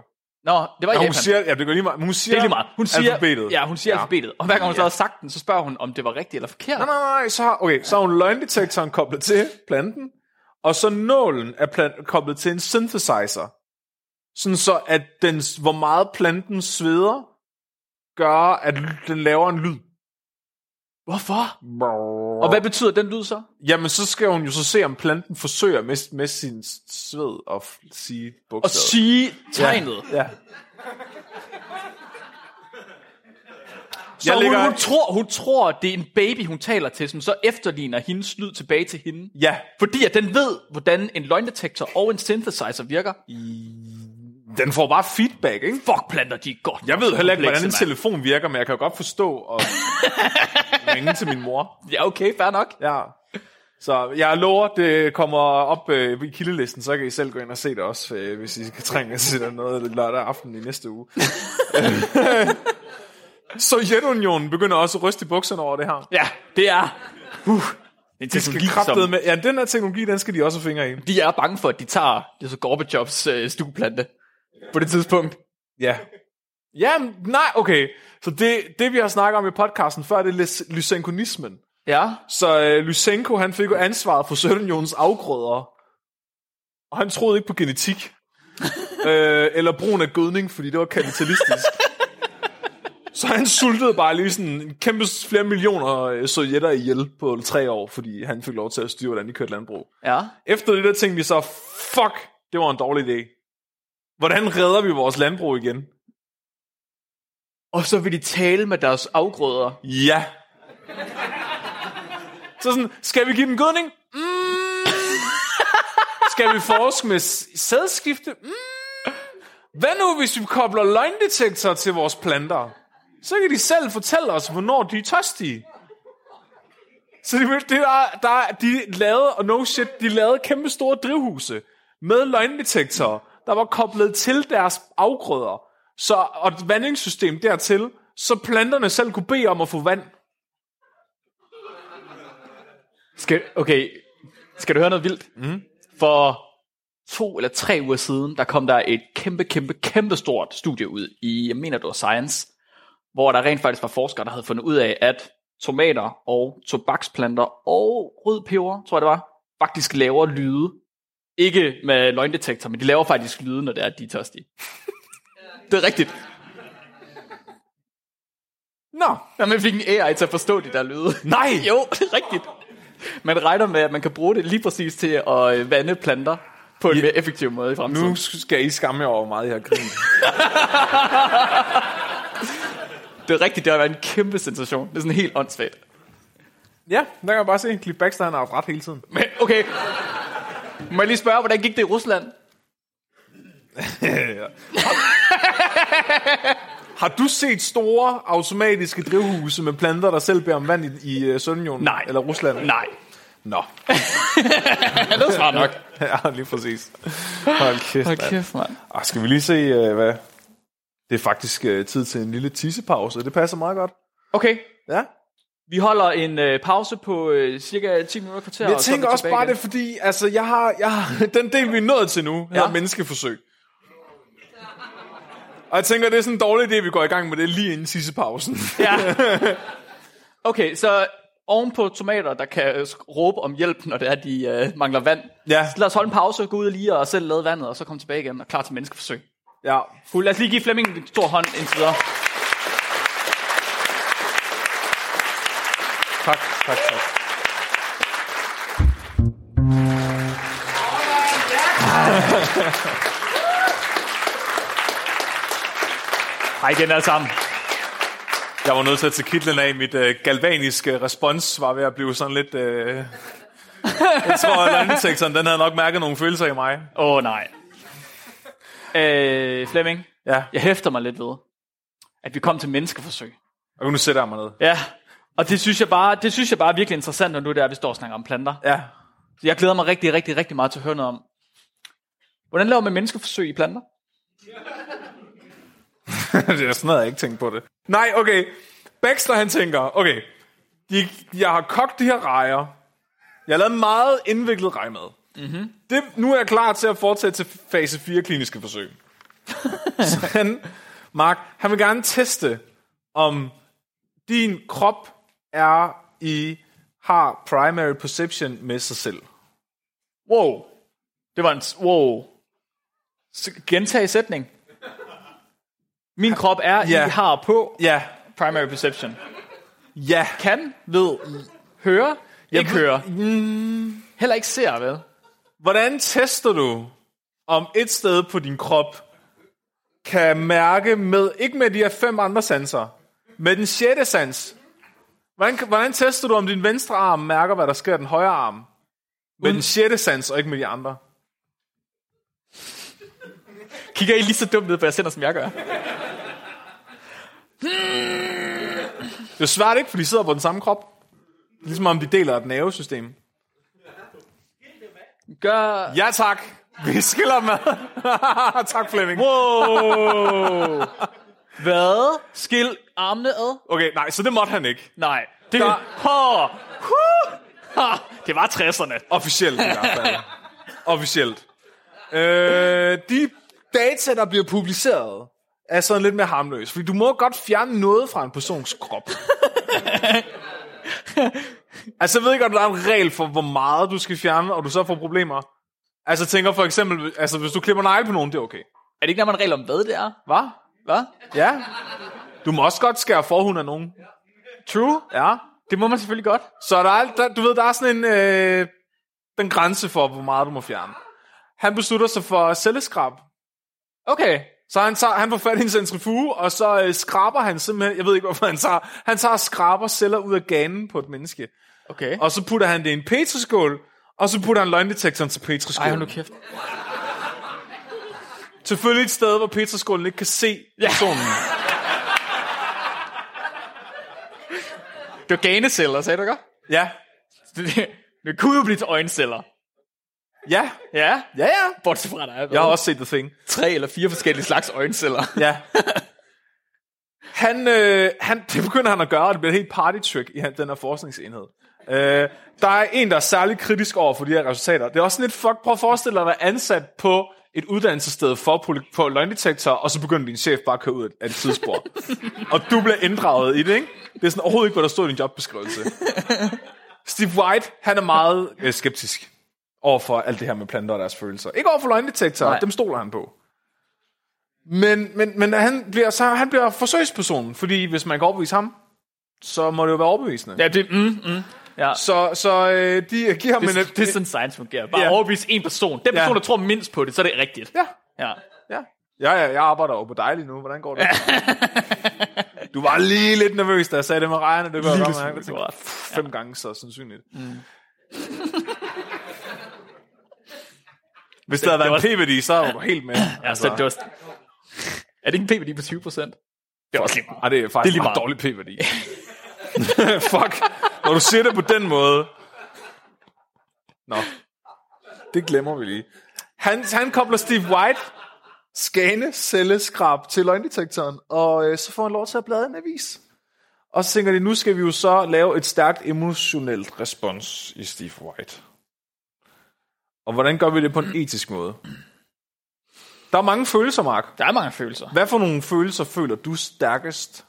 [SPEAKER 1] Nå, det var i
[SPEAKER 2] Ja,
[SPEAKER 1] Japan.
[SPEAKER 2] hun siger, ja, det går lige meget. men Hun siger,
[SPEAKER 1] det er lige meget. Hun siger,
[SPEAKER 2] alfabetet.
[SPEAKER 1] Ja, hun siger ja. alfabetet. Og hver gang hun så
[SPEAKER 2] Ja.
[SPEAKER 1] har sagt den, så spørger hun, om det var rigtigt eller forkert.
[SPEAKER 2] Nej, nej, nej, så har, okay, så har hun løgndetektoren koblet til planten, og så nålen er plant, koblet til en synthesizer. Sådan så, at den, hvor meget planten sveder, gør, at l- den laver en lyd.
[SPEAKER 1] Hvorfor? Og hvad betyder den lyd så?
[SPEAKER 2] Jamen, så skal hun jo så se, om planten forsøger med, med sin s- sved at f- sige
[SPEAKER 1] At
[SPEAKER 2] bogstavet.
[SPEAKER 1] sige tegnet. Ja.
[SPEAKER 2] Ja.
[SPEAKER 1] Så hun,
[SPEAKER 2] lægger-
[SPEAKER 1] hun, tror, hun tror, det er en baby, hun taler til, som så efterligner hendes lyd tilbage til hende.
[SPEAKER 2] Ja,
[SPEAKER 1] Fordi at den ved, hvordan en løgndetektor og en synthesizer virker.
[SPEAKER 2] den får bare feedback, ikke?
[SPEAKER 1] Fuck, planter de er godt.
[SPEAKER 2] Jeg ved heller ikke, hvordan en
[SPEAKER 1] Komplekse, mand.
[SPEAKER 2] telefon virker, men jeg kan jo godt forstå og ringe til min mor.
[SPEAKER 1] Ja, okay, fair nok.
[SPEAKER 2] Ja. Så jeg lover, det kommer op øh, i kildelisten, så kan I selv gå ind og se det også, øh, hvis I skal trænge til der noget lørdag aften i næste uge. Sovjetunionen begynder også at ryste i bukserne over det her.
[SPEAKER 1] Ja, det er... Uh, det er en
[SPEAKER 2] De skal
[SPEAKER 1] teknologi,
[SPEAKER 2] kraftede
[SPEAKER 1] som,
[SPEAKER 2] med. Ja, den her teknologi, den skal de også have fingre i.
[SPEAKER 1] de er bange for, at de tager det er så Gorbachevs øh, stueplante på det tidspunkt.
[SPEAKER 2] Ja. Ja, men nej, okay. Så det, det vi har snakket om i podcasten før, det er lys- lysenkonismen.
[SPEAKER 1] Ja,
[SPEAKER 2] Så øh, Lysenko, han fik jo ansvaret for Sovjetunionens afgrøder. Og han troede ikke på genetik. øh, eller brugen af gødning, fordi det var kapitalistisk. Så han sultede bare lige sådan en kæmpe flere millioner øh, sovjetter ihjel på tre år, fordi han fik lov til at styre, hvordan de kørte landbrug.
[SPEAKER 1] ja.
[SPEAKER 2] Efter det der tænkte vi så, fuck, det var en dårlig idé. Hvordan redder vi vores landbrug igen?
[SPEAKER 1] Og så vil de tale med deres afgrøder.
[SPEAKER 2] Ja. Så sådan, skal vi give dem gødning? Mm. Skal vi forske med s- sædskifte? Mm. Hvad nu, hvis vi kobler løgndetektorer til vores planter? Så kan de selv fortælle os, hvornår de er tørstige. Så de, det der, der, er- de lavede, og no shit, de lavede kæmpe store drivhuse med løgndetektorer, der var koblet til deres afgrøder. Så, og et vandingssystem dertil, så planterne selv kunne bede om at få vand.
[SPEAKER 1] Skal, okay, skal du høre noget vildt? Mm. For to eller tre uger siden, der kom der et kæmpe, kæmpe, kæmpe stort studie ud i, jeg mener det var Science, hvor der rent faktisk var forskere, der havde fundet ud af, at tomater og tobaksplanter og rød peber, tror jeg det var, faktisk laver lyde. Ikke med løgndetektor, men de laver faktisk lyde, når det er, at de er tørstige. det er rigtigt.
[SPEAKER 2] Nå,
[SPEAKER 1] Når man fik en AI til at forstå de der lyde.
[SPEAKER 2] nej!
[SPEAKER 1] Jo, det er rigtigt. Man regner med, at man kan bruge det lige præcis til at øh, vande planter på en mere effektiv måde i fremtiden.
[SPEAKER 2] Nu skal I skamme jer over, hvor meget jeg har grinet.
[SPEAKER 1] Det er rigtigt, det har været en kæmpe sensation. Det er sådan helt åndssvagt.
[SPEAKER 2] ja, der kan jeg bare se, Cliff Baxter han har haft ret hele tiden.
[SPEAKER 1] Men okay, må jeg lige spørge, hvordan gik det i Rusland?
[SPEAKER 2] Har du set store automatiske drivhuse med planter, der selv beder om vand i, i øh, Sovjetunionen?
[SPEAKER 1] Nej.
[SPEAKER 2] Eller Rusland?
[SPEAKER 1] Nej.
[SPEAKER 2] Nå,
[SPEAKER 1] Ja, det svarer nok.
[SPEAKER 2] ja, lige præcis. Hold kæft, mand.
[SPEAKER 1] kæft, mand.
[SPEAKER 2] Ah, skal vi lige se, øh, hvad... Det er faktisk øh, tid til en lille tissepause, det passer meget godt.
[SPEAKER 1] Okay,
[SPEAKER 2] Ja.
[SPEAKER 1] vi holder en øh, pause på øh, cirka 10 minutter kvarter.
[SPEAKER 2] Jeg
[SPEAKER 1] og så er vi
[SPEAKER 2] tænker også
[SPEAKER 1] tilbage
[SPEAKER 2] bare
[SPEAKER 1] igen.
[SPEAKER 2] det, er fordi altså, jeg har, jeg har, den del, vi er nået til nu, ja.
[SPEAKER 1] Ja.
[SPEAKER 2] er menneskeforsøg. Og jeg tænker, det er sådan en dårlig idé, at vi går i gang med det lige inden sidste pausen.
[SPEAKER 1] Ja. Okay, så ovenpå tomater, der kan øh, sk- råbe om hjælp, når det er, de øh, mangler vand.
[SPEAKER 4] Ja.
[SPEAKER 1] Så lad os holde en pause, gå ud og lige og selv lade vandet, og så komme tilbage igen og klar til menneskeforsøg.
[SPEAKER 4] Ja.
[SPEAKER 1] Fuld. Lad os lige give Flemming en stor hånd indtil videre.
[SPEAKER 4] Tak, tak, tak.
[SPEAKER 1] Hej igen alle sammen.
[SPEAKER 4] Jeg var nødt til at tage kitlen af. Mit øh, galvaniske respons var ved at blive sådan lidt... Øh... Jeg tror, at landintektoren, den havde nok mærket nogle følelser i mig.
[SPEAKER 1] Åh oh, nej. Øh, Flemming,
[SPEAKER 4] Ja.
[SPEAKER 1] jeg hæfter mig lidt ved, at vi kom til menneskeforsøg.
[SPEAKER 4] Og nu sætter jeg mig ned.
[SPEAKER 1] Ja, og det synes jeg bare, det synes jeg bare er virkelig interessant, når nu det er, at vi står og snakker om planter.
[SPEAKER 4] Ja.
[SPEAKER 1] Så jeg glæder mig rigtig, rigtig, rigtig meget til at høre noget om. Hvordan laver man menneskeforsøg i planter?
[SPEAKER 4] det er sådan noget, jeg ikke tænkt på det.
[SPEAKER 2] Nej, okay. Baxter han tænker, okay, de, jeg har kogt de her rejer. Jeg har lavet en meget indviklet rejmad. Mm-hmm. Det, nu er jeg klar til at fortsætte til fase 4 kliniske forsøg. Så han, Mark, han vil gerne teste, om din krop er i, har primary perception med sig selv.
[SPEAKER 1] Wow. Det var en... s- Wow. S- Gentag sætning. Min krop er, ja. I
[SPEAKER 4] Ja.
[SPEAKER 1] har på
[SPEAKER 4] Ja.
[SPEAKER 1] primary perception.
[SPEAKER 4] Ja.
[SPEAKER 1] Kan, ved, høre, ikke høre. Heller ikke ser, vel?
[SPEAKER 4] Hvordan tester du,
[SPEAKER 2] Om et sted på din krop kan mærke med, ikke med de her fem andre sanser, med den sjette sans. Hvordan, hvordan tester du, om din venstre arm mærker, hvad der sker i den højre arm? Med den sjette sans, og ikke med de andre.
[SPEAKER 1] Kigger I lige så dumt ned på jer sender, som jeg gør?
[SPEAKER 2] Det er svært ikke, for de sidder på den samme krop. Ligesom om de deler et nervesystem.
[SPEAKER 1] Gør...
[SPEAKER 2] Ja tak. Vi skiller mad. tak Flemming.
[SPEAKER 1] Wow. Hvad? Skil armene ad?
[SPEAKER 2] Okay, nej, så det måtte han ikke.
[SPEAKER 1] Nej. Det,
[SPEAKER 2] Der-
[SPEAKER 1] Hå. Huh. Ha. det var 60'erne.
[SPEAKER 2] Officielt i hvert fald. Officielt. Øh, de data, der bliver publiceret, er sådan lidt mere harmløse. Fordi du må godt fjerne noget fra en persons krop. altså, jeg ved ikke, om der er en regel for, hvor meget du skal fjerne, og du så får problemer. Altså, jeg tænker for eksempel, altså, hvis du klipper negle på nogen, det er okay.
[SPEAKER 1] Er det ikke nærmere en regel om, hvad det er?
[SPEAKER 2] Hvad?
[SPEAKER 1] Hvad?
[SPEAKER 2] Ja. Du må også godt skære forhuden af nogen.
[SPEAKER 1] True.
[SPEAKER 2] Ja.
[SPEAKER 1] Det må man selvfølgelig godt.
[SPEAKER 2] Så der er, der, du ved, der er sådan en øh, den grænse for, hvor meget du må fjerne. Han beslutter sig for celleskrab.
[SPEAKER 1] Okay.
[SPEAKER 2] Så han, tager, han får fat i en centrifuge, og så øh, skraber han simpelthen, jeg ved ikke, hvorfor han tager, han tager og skraber celler ud af ganen på et menneske.
[SPEAKER 1] Okay.
[SPEAKER 2] Og så putter han det i en petriskål, og så putter han løgndetektoren til
[SPEAKER 1] Ej, hold nu
[SPEAKER 2] petriskålen.
[SPEAKER 1] kæft.
[SPEAKER 2] Selvfølgelig et sted, hvor petriskålen ikke kan se personen.
[SPEAKER 1] Det var ganeceller, sagde du ikke?
[SPEAKER 2] Ja.
[SPEAKER 1] Det, det kunne jo blive til øjenceller.
[SPEAKER 2] Ja.
[SPEAKER 1] Ja,
[SPEAKER 2] Ja, ja.
[SPEAKER 1] bortset fra, der er
[SPEAKER 2] Jeg har også set The Thing.
[SPEAKER 1] tre eller fire forskellige slags øjenceller.
[SPEAKER 2] Ja. Han, øh, han, det begynder han at gøre, og det bliver et helt party trick i han- den her forskningsenhed. Øh, der er en, der er særlig kritisk over for de her resultater. Det er også sådan lidt, fuck, prøv at forestille dig at være ansat på et uddannelsessted for poli- på løgndetektor, og så begynder din chef bare at køre ud af- af et tidsspor. og du bliver inddraget i det, ikke? Det er sådan overhovedet ikke, hvad der stod i din jobbeskrivelse. Steve White, han er meget øh, skeptisk over for alt det her med planter og deres følelser. Ikke over for løgndetektorer,
[SPEAKER 1] Nej.
[SPEAKER 2] dem stoler han på. Men, men, men han, bliver, så, han bliver forsøgspersonen, fordi hvis man kan overbevise ham, så må det jo være overbevisende. Ja.
[SPEAKER 1] ja, det, mm, mm. Ja.
[SPEAKER 2] Så, så øh, de giver ham
[SPEAKER 1] Men
[SPEAKER 2] en...
[SPEAKER 1] det, det, er sådan science fungerer. Bare
[SPEAKER 2] Ja.
[SPEAKER 1] yeah. overbevise en person. Den
[SPEAKER 2] Ja.
[SPEAKER 1] person, der tror mindst på det, så er det rigtigt.
[SPEAKER 2] Ja,
[SPEAKER 1] Ja.
[SPEAKER 2] ja. Ja, ja, jeg arbejder over på dig lige nu. Hvordan går det? du var lige lidt nervøs, da jeg sagde det med rejerne. Det var
[SPEAKER 1] Lille
[SPEAKER 2] godt,
[SPEAKER 1] smule,
[SPEAKER 2] mærke. Jeg tænkte,
[SPEAKER 1] du var-
[SPEAKER 2] "Pff, fem gange så sandsynligt. Mm. Hvis der havde
[SPEAKER 1] Det
[SPEAKER 2] været
[SPEAKER 1] var-
[SPEAKER 2] en PVD, så var du helt med. Altså.
[SPEAKER 1] Ja, så det var... Er det ikke en PVD på 20 procent? Det er også lige meget.
[SPEAKER 2] Ej, det er faktisk
[SPEAKER 1] lige
[SPEAKER 2] det er
[SPEAKER 1] meget.
[SPEAKER 2] meget dårlig p-værdi. Fuck. Når du siger det på den måde. Nå. Det glemmer vi lige. Han, han kobler Steve White, skane, celle, skrab til løgndetektoren, og øh, så får han lov til at blade en avis. Og så tænker de, nu skal vi jo så lave et stærkt emotionelt respons i Steve White. Og hvordan gør vi det på en etisk måde? Der er mange følelser, Mark.
[SPEAKER 1] Der er mange følelser.
[SPEAKER 2] Hvad for nogle følelser føler du stærkest?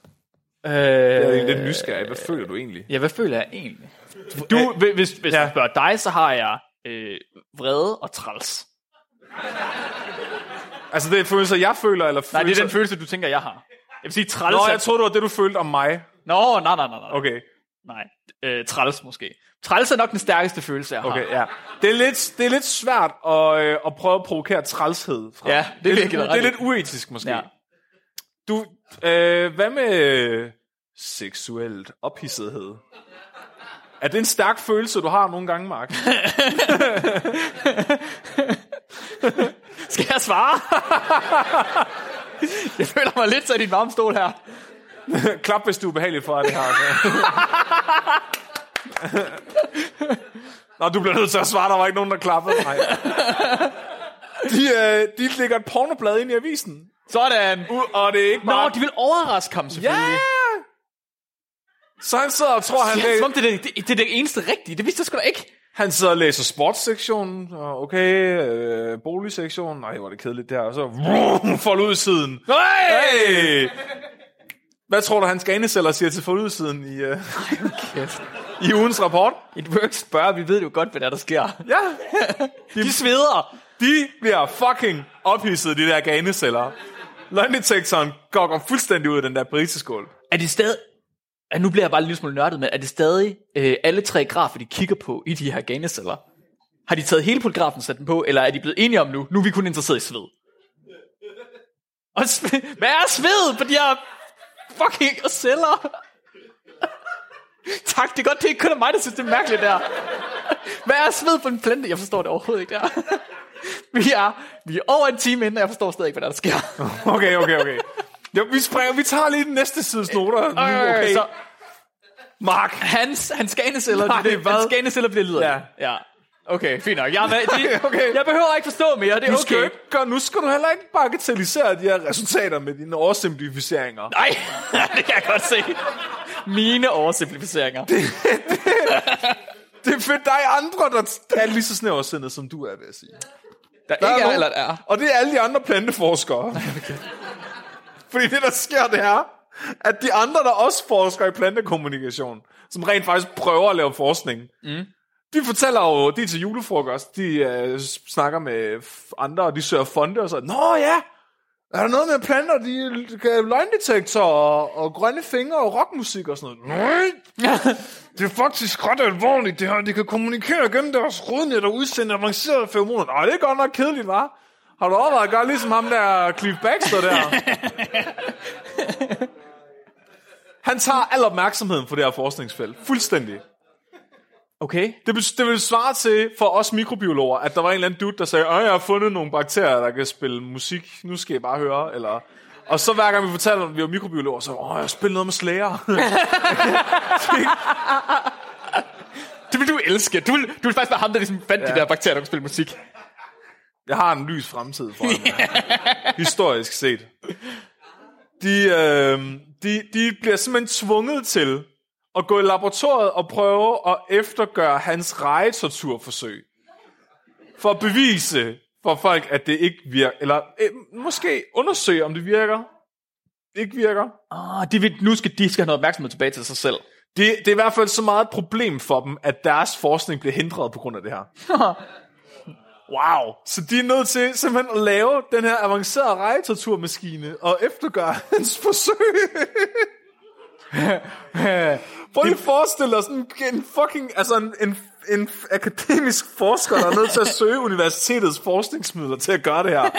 [SPEAKER 1] Øh,
[SPEAKER 2] Jeg er egentlig lidt nysgerrig. Hvad føler du egentlig?
[SPEAKER 1] Ja, hvad føler jeg egentlig? Du, hvis, hvis, hvis ja. jeg spørger dig, så har jeg øh, vrede og træls.
[SPEAKER 2] Altså, det er en følelse, jeg føler, eller
[SPEAKER 1] Nej, det er
[SPEAKER 2] følelser-
[SPEAKER 1] den følelse, du tænker, jeg har. Jeg vil sige træls.
[SPEAKER 2] Nå,
[SPEAKER 1] er-
[SPEAKER 2] jeg troede, det var det, du følte om mig.
[SPEAKER 1] Nå, nej, nej, nej, nej.
[SPEAKER 2] Okay,
[SPEAKER 1] nej. Øh, træls måske. Træls er nok den stærkeste følelse, jeg har.
[SPEAKER 2] okay, ja. Det er lidt, det er lidt svært at, øh, at prøve at provokere trælshed fra.
[SPEAKER 1] Ja, det
[SPEAKER 2] det, er lidt,
[SPEAKER 1] virkelig
[SPEAKER 2] det
[SPEAKER 1] ret
[SPEAKER 2] er
[SPEAKER 1] i.
[SPEAKER 2] lidt uetisk, måske.
[SPEAKER 1] Ja.
[SPEAKER 2] Ja. Du, øh, hvad med seksuelt ophidsethed? Er det en stærk følelse, du har nogle gange, Mark?
[SPEAKER 1] Skal jeg svare? jeg føler mig lidt så i din varme stol her.
[SPEAKER 2] Klap, hvis du er ubehageligt for, at det her. Nå, du bliver nødt til at svare, der var ikke nogen, der klappede. Nej. De, øh, de lægger et pornoblad ind i avisen.
[SPEAKER 1] Sådan.
[SPEAKER 2] U- og det er ikke bare...
[SPEAKER 1] Nå, de vil overraske ham selvfølgelig.
[SPEAKER 2] Ja! Så han sidder og tror, han,
[SPEAKER 1] Ja, som
[SPEAKER 2] læ-
[SPEAKER 1] om det, er det, det, det er det eneste rigtige. Det vidste jeg sgu da ikke.
[SPEAKER 2] han sidder og læser sportssektionen. og Okay, øh, boligsektionen. Nej, hvor er det kedeligt der. Og så vroom, folder ud i siden.
[SPEAKER 1] Nej!
[SPEAKER 2] Hey! Hvad tror du, hans ganesælger siger til forlydsiden i, øh, i ugens rapport?
[SPEAKER 1] Et work spørger, vi ved jo godt, hvad der, er, der sker.
[SPEAKER 2] Ja,
[SPEAKER 1] De sveder.
[SPEAKER 2] de bliver fucking ophidset, de der ganesælgere. Løgndetektoren gokker fuldstændig ud af den der briseskål.
[SPEAKER 1] Er det stadig... Ja, nu bliver jeg bare en lille smule nørdet, men er det stadig øh, alle tre grafer, de kigger på i de her ganeceller? Har de taget hele polygrafen og sat den på, eller er de blevet enige om nu? Nu er vi kun interesseret i sved. Og sv- Hvad er sved på de her fucking celler? tak, det er godt, det er ikke kun er mig, der synes, det er mærkeligt der. Hvad er sved på en plante? Jeg forstår det overhovedet ikke der. vi, er, vi er over en time inden, og jeg forstår stadig ikke, hvad der, er, der sker.
[SPEAKER 2] Okay, okay, okay. Jo, vi springer, vi tager lige den næste sides noter. nu, Okay,
[SPEAKER 1] Så,
[SPEAKER 2] Mark.
[SPEAKER 1] Hans, hans ganeceller,
[SPEAKER 2] Nej,
[SPEAKER 1] Nej, det,
[SPEAKER 2] hvad?
[SPEAKER 1] hans ganeceller bliver liderlige.
[SPEAKER 2] Ja.
[SPEAKER 1] ja. Okay, fint nok. Jeg, er med, de,
[SPEAKER 2] okay.
[SPEAKER 1] jeg behøver ikke forstå mere, det er
[SPEAKER 2] Du skal
[SPEAKER 1] okay.
[SPEAKER 2] okay. ikke gøre, nu skal du heller ikke bagatellisere de her resultater med dine oversimplificeringer.
[SPEAKER 1] Nej, det kan jeg godt se. Mine oversimplificeringer.
[SPEAKER 2] Det er fedt, der er andre, der er lige så snæversindet, som du er, vil jeg sige.
[SPEAKER 1] Der,
[SPEAKER 2] Der
[SPEAKER 1] ikke er
[SPEAKER 2] nogen-
[SPEAKER 1] eller er.
[SPEAKER 2] Og det er alle de andre planteforskere. Okay. Fordi det, der sker, det er, at de andre, der også forsker i plantekommunikation, som rent faktisk prøver at lave forskning, mm. de fortæller jo, de er til julefrokost, de øh, snakker med f- andre, og de søger fonde og så, Nå ja, er der noget med planter, de kan løgndetektor og, og grønne fingre og rockmusik og sådan noget? Nej, det er faktisk ret alvorligt, det her. De kan kommunikere gennem deres rodnet og udsende avancerede feromoner. Nej, det er godt nok kedeligt, var. Har du overvejet at gøre ligesom ham der Cliff Baxter der? Han tager al opmærksomheden på det her forskningsfelt. Fuldstændig.
[SPEAKER 1] Okay.
[SPEAKER 2] Det, bes- det vil svare til for os mikrobiologer, at der var en eller anden dude, der sagde, at jeg har fundet nogle bakterier, der kan spille musik. Nu skal I bare høre. Eller... Og så hver gang vi fortalte, at vi var mikrobiologer, så åh, jeg spillede noget med slager.
[SPEAKER 1] Det vil du elske. Du vil, du vil faktisk være ham, der ligesom fandt ja. de der bakterier, der kunne spille musik.
[SPEAKER 2] Jeg har en lys fremtid for mig. Historisk set. De, øh, de, de bliver simpelthen tvunget til at gå i laboratoriet og prøve at eftergøre hans rejetorturforsøg. For at bevise for folk, at det ikke virker. Eller øh, måske undersøge, om det virker. Ikke virker.
[SPEAKER 1] Oh, de vil, nu skal de skal have noget opmærksomhed tilbage til sig selv.
[SPEAKER 2] Det, det er i hvert fald så meget et problem for dem, at deres forskning bliver hindret på grund af det her. wow. Så de er nødt til simpelthen at lave den her avancerede rejetorturmaskine og eftergøre hans forsøg. Prøv lige at forestille dig sådan en fucking, altså en, en, en akademisk forsker, der er nødt til at søge universitetets forskningsmidler til at gøre det her.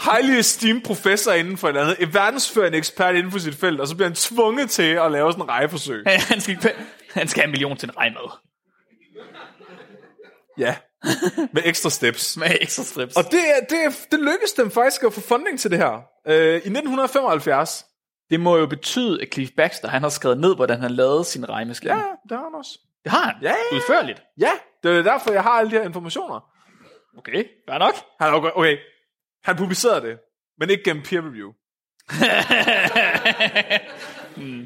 [SPEAKER 2] highly esteemed professor inden for et eller andet, en verdensførende ekspert inden for sit felt, og så bliver han tvunget til at lave sådan en rejeforsøg.
[SPEAKER 1] han, skal, ikke- han skal have en million til en regnmad.
[SPEAKER 2] Ja. Med ekstra steps.
[SPEAKER 1] Med ekstra strips.
[SPEAKER 2] Og det, er- det, er- det lykkedes dem faktisk at få funding til det her. Øh, I 1975.
[SPEAKER 1] det må jo betyde, at Cliff Baxter, han har skrevet ned, hvordan han lavede sin regnmaskine.
[SPEAKER 2] Ja, det har han også.
[SPEAKER 1] Det har han.
[SPEAKER 2] Ja, ja, ja.
[SPEAKER 1] Udførligt.
[SPEAKER 2] Ja, det er derfor, jeg har alle de her informationer.
[SPEAKER 1] Okay, fair nok.
[SPEAKER 2] Han, er jo- okay, han publicerede det, men ikke gennem peer review.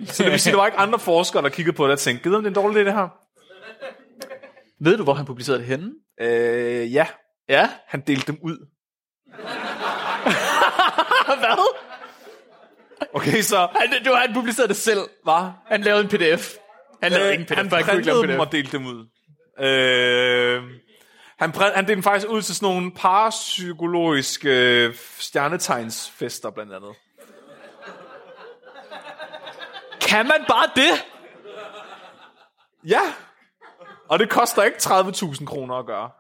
[SPEAKER 2] Så det vil sige, der var ikke andre forskere, der kiggede på det og tænkte, gider om det er en dårlig idé, det her?
[SPEAKER 1] Ved du, hvor han publicerede det henne?
[SPEAKER 2] Øh, ja,
[SPEAKER 1] Ja.
[SPEAKER 2] han delte dem ud.
[SPEAKER 1] Hvad?
[SPEAKER 4] Okay, så
[SPEAKER 1] Han, det var, han publicerede det selv, var. Han lavede en pdf. Han lavede øh, ingen pdf,
[SPEAKER 4] han
[SPEAKER 1] han bare kunne ikke lave
[SPEAKER 4] printede dem
[SPEAKER 1] pdf.
[SPEAKER 4] og delte dem ud. Øh, han, print, han delte dem faktisk ud til sådan nogle parapsykologiske øh,
[SPEAKER 2] Stjernetegnsfester blandt andet.
[SPEAKER 1] Kan man bare det?
[SPEAKER 2] Ja,
[SPEAKER 4] Og det koster ikke
[SPEAKER 2] 30.000 kroner at gøre.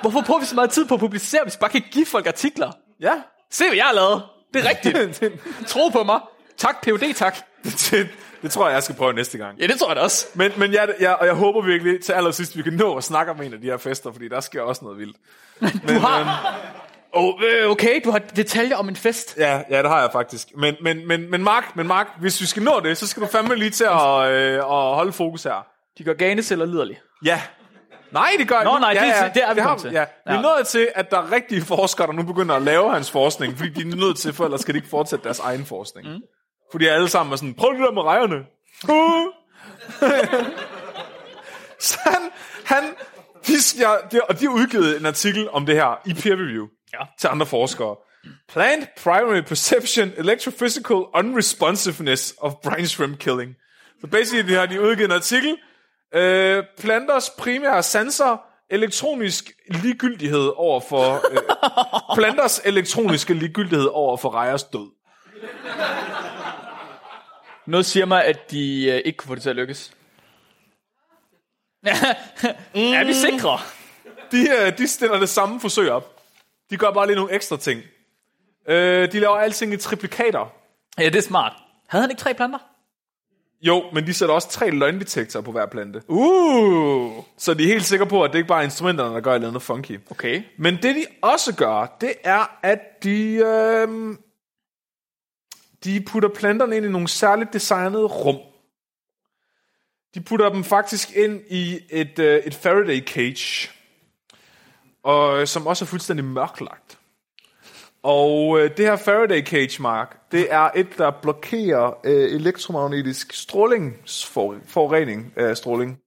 [SPEAKER 1] Hvorfor bruger vi så meget tid på at publicere, hvis vi bare kan give folk artikler?
[SPEAKER 2] Ja,
[SPEAKER 1] Se, hvad jeg har lavet. Det er rigtigt.
[SPEAKER 2] det,
[SPEAKER 1] Tro på mig. Tak, PUD, tak.
[SPEAKER 2] det, det tror jeg, jeg skal prøve næste gang.
[SPEAKER 1] Ja, det tror jeg da også.
[SPEAKER 2] Men, men jeg, jeg, og jeg håber virkelig til allersidst, vi kan nå at snakke om en af de her fester, fordi der sker også noget vildt. øhm,
[SPEAKER 1] Du har... Oh, øh, okay, du har detaljer om en fest.
[SPEAKER 2] Ja, ja det har jeg faktisk. Men, men, men, men, Mark, men Mark, hvis vi skal nå det, så skal du fandme lige til at, øh, at holde fokus her.
[SPEAKER 1] De gør ganeceller liderlige.
[SPEAKER 2] Ja. Nej, det gør
[SPEAKER 1] Nå, nej, det- det er vi
[SPEAKER 2] har,
[SPEAKER 1] kommet til.
[SPEAKER 2] Ja. Vi er
[SPEAKER 1] Ja.
[SPEAKER 2] nået til, at der er rigtige forskere, der nu begynder at lave hans forskning, fordi de er nødt til, for ellers skal de ikke fortsætte deres egen forskning. Mm. Fordi alle sammen er sådan, prøv det der med rejerne. Uh. Så han, han de, jeg, de, og de har udgivet en artikel om det her i peer review ja. til andre forskere. Planned primary perception electrophysical unresponsiveness of brine shrimp killing. Så basically de har de udgivet en artikel, Øh, planters primære sanser, elektronisk ligegyldighed over for... Øh, planters elektroniske ligegyldighed over for rejers død.
[SPEAKER 1] Noget siger mig, at de øh, ikke kunne få det til at lykkes. er vi sikre?
[SPEAKER 2] De, øh, de stiller det samme forsøg op. De gør bare lige nogle ekstra ting. Øh, de laver alting i triplikater.
[SPEAKER 1] Ja, det er smart. Havde han ikke tre planter?
[SPEAKER 2] Jo, men de sætter også tre løgndetektorer på hver plante.
[SPEAKER 1] Uh.
[SPEAKER 2] Så de er helt sikre på, at det ikke bare er instrumenterne, der gør et eller andet funky.
[SPEAKER 1] Okay.
[SPEAKER 2] Men det de også gør, det er, at de, øh, de putter planterne ind i nogle særligt designede rum. De putter dem faktisk ind i et, øh, et Faraday cage, og, øh, som også er fuldstændig mørklagt. Og øh, det her Faraday cage, Mark, det er et, der blokerer øh, elektromagnetisk strålingsforurening. Øh, stråling.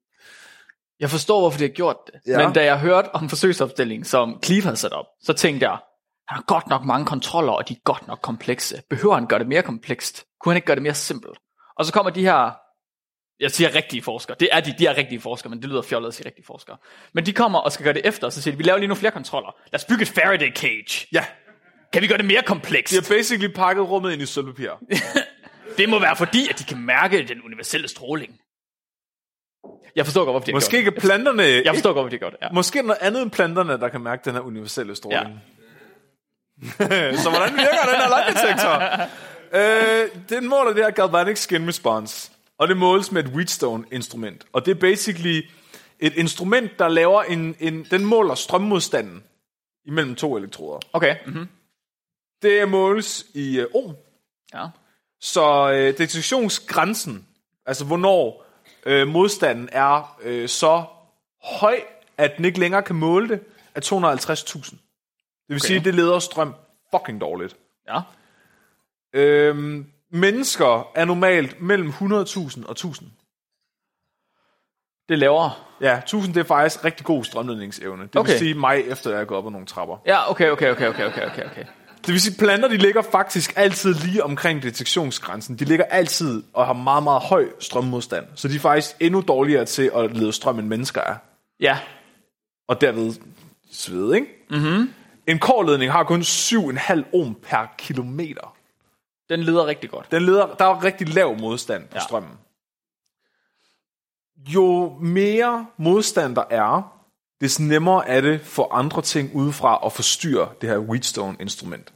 [SPEAKER 1] Jeg forstår, hvorfor det har gjort det.
[SPEAKER 2] Ja.
[SPEAKER 1] Ja. Men da jeg hørte om forsøgsopstillingen, som Cleve havde sat op, så tænkte jeg, han har godt nok mange kontroller, og de er godt nok komplekse. Behøver han gøre det mere komplekst? Kunne han ikke gøre det mere simpelt? Og så kommer de her, jeg siger rigtige forskere, det er de, de er rigtige forskere, men det lyder fjollet at sige rigtige forskere. Men de kommer og skal gøre det efter, og så siger de, vi laver lige nogle flere kontroller. Lad os bygge et Faraday cage.
[SPEAKER 2] Ja,
[SPEAKER 1] Kan vi gøre det mere komplekst?
[SPEAKER 2] de har basically pakket rummet ind i sølvpapir.
[SPEAKER 1] Det må være fordi, at de kan mærke den universelle stråling. Jeg forstår godt, hvorfor de har
[SPEAKER 2] Måske
[SPEAKER 1] gjort
[SPEAKER 2] ikke planterne...
[SPEAKER 1] det. Jeg forstår godt, hvorfor de har gjort det. Ja.
[SPEAKER 2] Måske er der noget andet end planterne, der kan mærke den her universelle stråling. Ja. så hvordan virker den her løgndetektor? øh, den måler det her galvanic skin response, og det måles med et Wheatstone-instrument. Og det er basically et instrument, der laver en, en... Den måler strømmodstanden imellem to elektroder.
[SPEAKER 1] Okay. Mm-hmm.
[SPEAKER 2] Det måles i øh, ohm,
[SPEAKER 1] Ja.
[SPEAKER 2] så øh, detektionsgrænsen, altså hvornår øh, modstanden er øh, så høj, at den ikke længere kan måle det, er 250.000. Det vil okay. sige, at det leder strøm fucking dårligt.
[SPEAKER 1] ja.
[SPEAKER 2] Øhm, mennesker er normalt mellem 100.000 og 1000.
[SPEAKER 1] Det er lavere.
[SPEAKER 2] Ja, 1000 det er faktisk rigtig god strømledningsevne. Det okay.
[SPEAKER 1] Okay.
[SPEAKER 2] vil sige mig efter, at jeg går op ad nogle trapper.
[SPEAKER 1] Ja, okay, okay, okay, okay, okay, okay, okay.
[SPEAKER 2] Det vil sige, planter de ligger faktisk altid lige omkring detektionsgrænsen. De ligger altid og har meget, meget høj strømmodstand. Så de er faktisk endnu dårligere til at lede strøm, end mennesker er.
[SPEAKER 1] Ja.
[SPEAKER 2] Og derved svede, ikke? Mm-hmm. En kårledning har kun 7,5 ohm per kilometer.
[SPEAKER 1] Den leder rigtig godt.
[SPEAKER 2] Den leder, der er rigtig lav modstand på ja.
[SPEAKER 1] Ja.
[SPEAKER 2] strømmen. Jo mere modstand der er, des nemmere er det for andre ting udefra at forstyrre det her Wheatstone-instrument.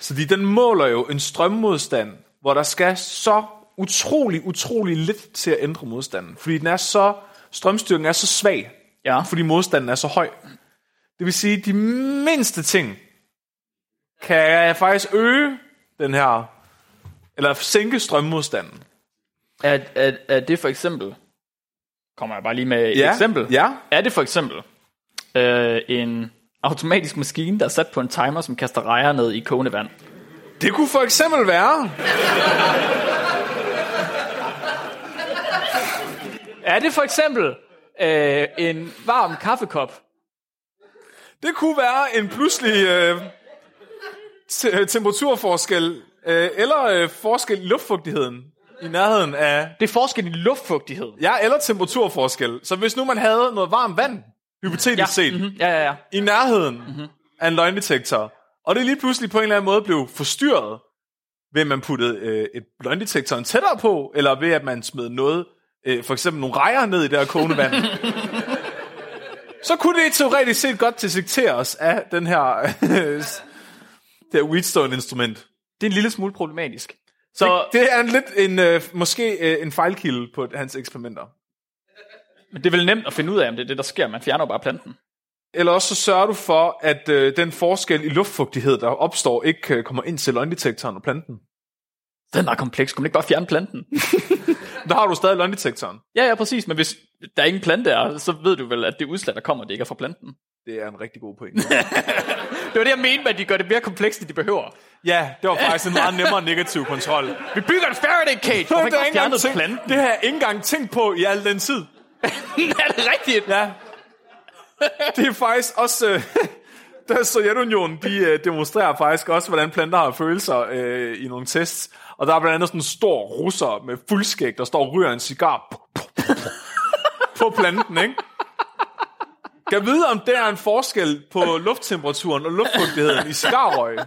[SPEAKER 2] Så de, den måler jo en strømmodstand, hvor der skal så utrolig, utrolig lidt til at ændre modstanden. Fordi den er så, strømstyrken er så svag,
[SPEAKER 1] Ja.
[SPEAKER 2] fordi modstanden er så høj. Det vil sige, at de mindste ting kan jeg faktisk øge den her, eller sænke strømmodstanden.
[SPEAKER 1] Er, er, er det for eksempel... Kommer jeg bare lige med et eksempel?
[SPEAKER 2] Ja,
[SPEAKER 1] Er det for eksempel øh, en automatisk maskine, der er sat på en timer, som kaster rejer ned i kogende vand?
[SPEAKER 2] det kunne for eksempel være,
[SPEAKER 1] Er det for eksempel øh, en varm kaffekop?
[SPEAKER 2] det kunne være en pludselig øh, te- temperaturforskel Øh, eller øh, forskel i luftfugtigheden i nærheden af...
[SPEAKER 1] Det er forskellen i luftfugtighed.
[SPEAKER 2] Ja, eller temperaturforskel. Så hvis nu man havde noget varmt vand, hypotetisk ja. set, mm-hmm.
[SPEAKER 1] Mm-hmm. Ja, ja, ja.
[SPEAKER 2] i nærheden mm-hmm. af en løgndetektor, og det lige pludselig på en eller anden måde blev forstyrret, ved at man puttede øh, et løgndetektoren tættere på, eller ved at man smed noget, øh, for eksempel nogle rejer ned i det her kogende vand, så kunne det teoretisk set godt dissektere os af den her, det her Wheatstone-instrument.
[SPEAKER 1] Det er en lille smule problematisk. Så
[SPEAKER 2] Så det, det er en lidt en, øh, måske øh, en fejlkilde på hans eksperimenter.
[SPEAKER 1] men det er vel nemt at finde ud af, om det er det, der sker. Man fjerner jo bare planten.
[SPEAKER 2] Eller også så sørger du for, at øh, den forskel i luftfugtighed, der opstår, ikke øh, kommer ind til løgndetektoren og planten.
[SPEAKER 1] Den er meget kompleks. Kunne man ikke bare fjerne planten?
[SPEAKER 2] Der har du stadig løgndetektoren.
[SPEAKER 1] ja, ja, præcis. Men hvis der ingen plante er, så ved du vel, at det udslag, der kommer, det ikke er fra planten.
[SPEAKER 2] Det er en rigtig god pointe.
[SPEAKER 1] Det var det, jeg mente med, at de gør det mere komplekst, end de behøver.
[SPEAKER 2] ja, det var faktisk en meget nemmere negativ kontrol.
[SPEAKER 1] Vi bygger en Faraday cage. Hvorfor ikke
[SPEAKER 2] Det har jeg
[SPEAKER 1] bare
[SPEAKER 2] ikke engang
[SPEAKER 1] fjernet
[SPEAKER 2] tænkt-
[SPEAKER 1] planten?
[SPEAKER 2] det har jeg ikke engang tænkt på i al den tid.
[SPEAKER 1] er det rigtigt?
[SPEAKER 2] Ja. Det er faktisk også... Øh, der Sovjetunionen, de øh, demonstrerer faktisk også, hvordan planter har følelser øh, i nogle tests. Og der er blandt andet sådan en stor russer med fuldskæg, der står og ryger en cigar på, på, på, på planten, ikke? Kan vide, om der er en forskel på lufttemperaturen og luftfugtigheden i cigarrøg.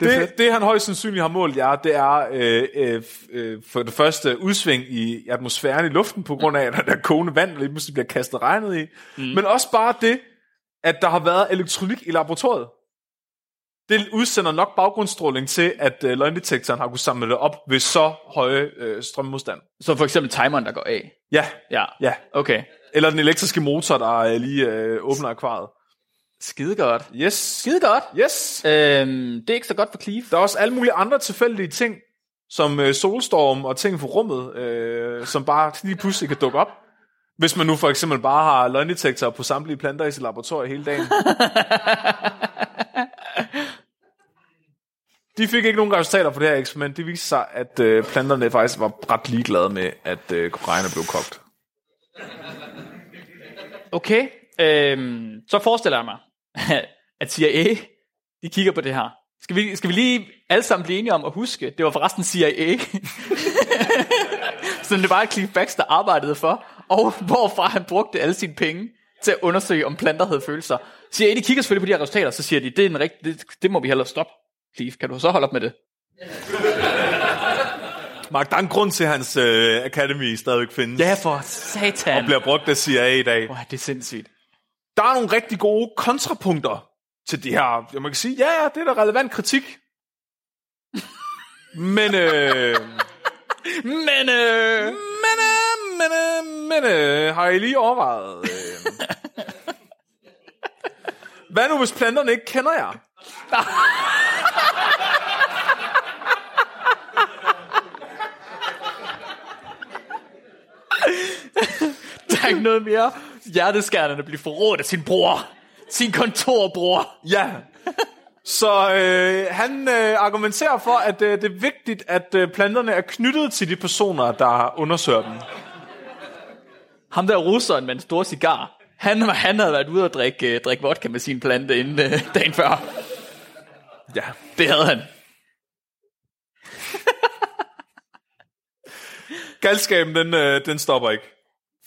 [SPEAKER 2] Det, det, han højst sandsynligt har målt jer, det er øh, øh, f- øh, for det første udsving i atmosfæren i luften, på grund af, at der er kogende vand, der lige pludselig bliver kastet regnet i. Mm. Men også bare det, at der har været elektronik i laboratoriet. Det udsender nok baggrundsstråling til, at øh, løgndetektoren har kunnet samle det op ved så høje øh, strømmodstand.
[SPEAKER 1] Så for eksempel timeren, der går af.
[SPEAKER 2] Ja,
[SPEAKER 1] Ja.
[SPEAKER 2] ja.
[SPEAKER 1] Okay.
[SPEAKER 2] Eller den elektriske motor, der øh, lige øh, åbner akvariet.
[SPEAKER 1] Skide godt.
[SPEAKER 2] Yes.
[SPEAKER 1] Skide godt.
[SPEAKER 2] Yes.
[SPEAKER 1] Øhm, det er ikke så godt for Cleve.
[SPEAKER 2] Der er også alle mulige andre tilfældige ting, som øh, solstorm og ting fra rummet, øh, som bare lige pludselig kan dukke op. Hvis man nu for eksempel bare har løgndetektorer på samtlige planter i sit laboratorium hele dagen. De fik ikke nogen resultater på det her eksperiment. Det viste sig, at øh, planterne faktisk var ret ligeglade med, at øh, kokainer blev kogt.
[SPEAKER 1] Okay. Øhm, så forestiller jeg mig, at CIA, de kigger på det her. Skal vi, skal vi lige alle sammen blive enige om at huske, det var forresten CIA. Som det var et Cleve Baxter arbejdede for, og hvorfra han brugte alle sine penge til at undersøge, om planter havde følelser. CIA, de kigger selvfølgelig på de her resultater, så siger de, det, er en rigtig, det, det må vi hellere stoppe. Cleve, kan du så holde op med det?
[SPEAKER 2] Mark, der er en grund til, at hans øh, academy stadigvæk findes.
[SPEAKER 1] Ja, for satan.
[SPEAKER 2] Bliver brugt af CIA i dag.
[SPEAKER 1] Åh, det er sindssygt.
[SPEAKER 2] der er nogle rigtig gode kontrapunkter til det her. Ja, man kan sige, ja, ja, det er da relevant kritik. men, øh,
[SPEAKER 1] Men øh,
[SPEAKER 2] men, øh, men, øh, men, øh, har I lige overvejet? Øh, hvad nu, hvis planterne ikke kender jer?
[SPEAKER 1] der er ikke noget mere hjerteskærende at blive forrådt af sin bror. Sin kontorbror.
[SPEAKER 2] Ja. Så øh, han øh, argumenterer for, at øh, det er vigtigt, at øh, planterne er knyttet til de personer, der undersøger dem.
[SPEAKER 1] Ham der russeren med en stor cigar. Han, han havde været ude og drikke, øh, drikke vodka med sin plante inden øh, dagen før.
[SPEAKER 2] Ja.
[SPEAKER 1] Det havde han.
[SPEAKER 2] galskaben, den, øh, den stopper ikke.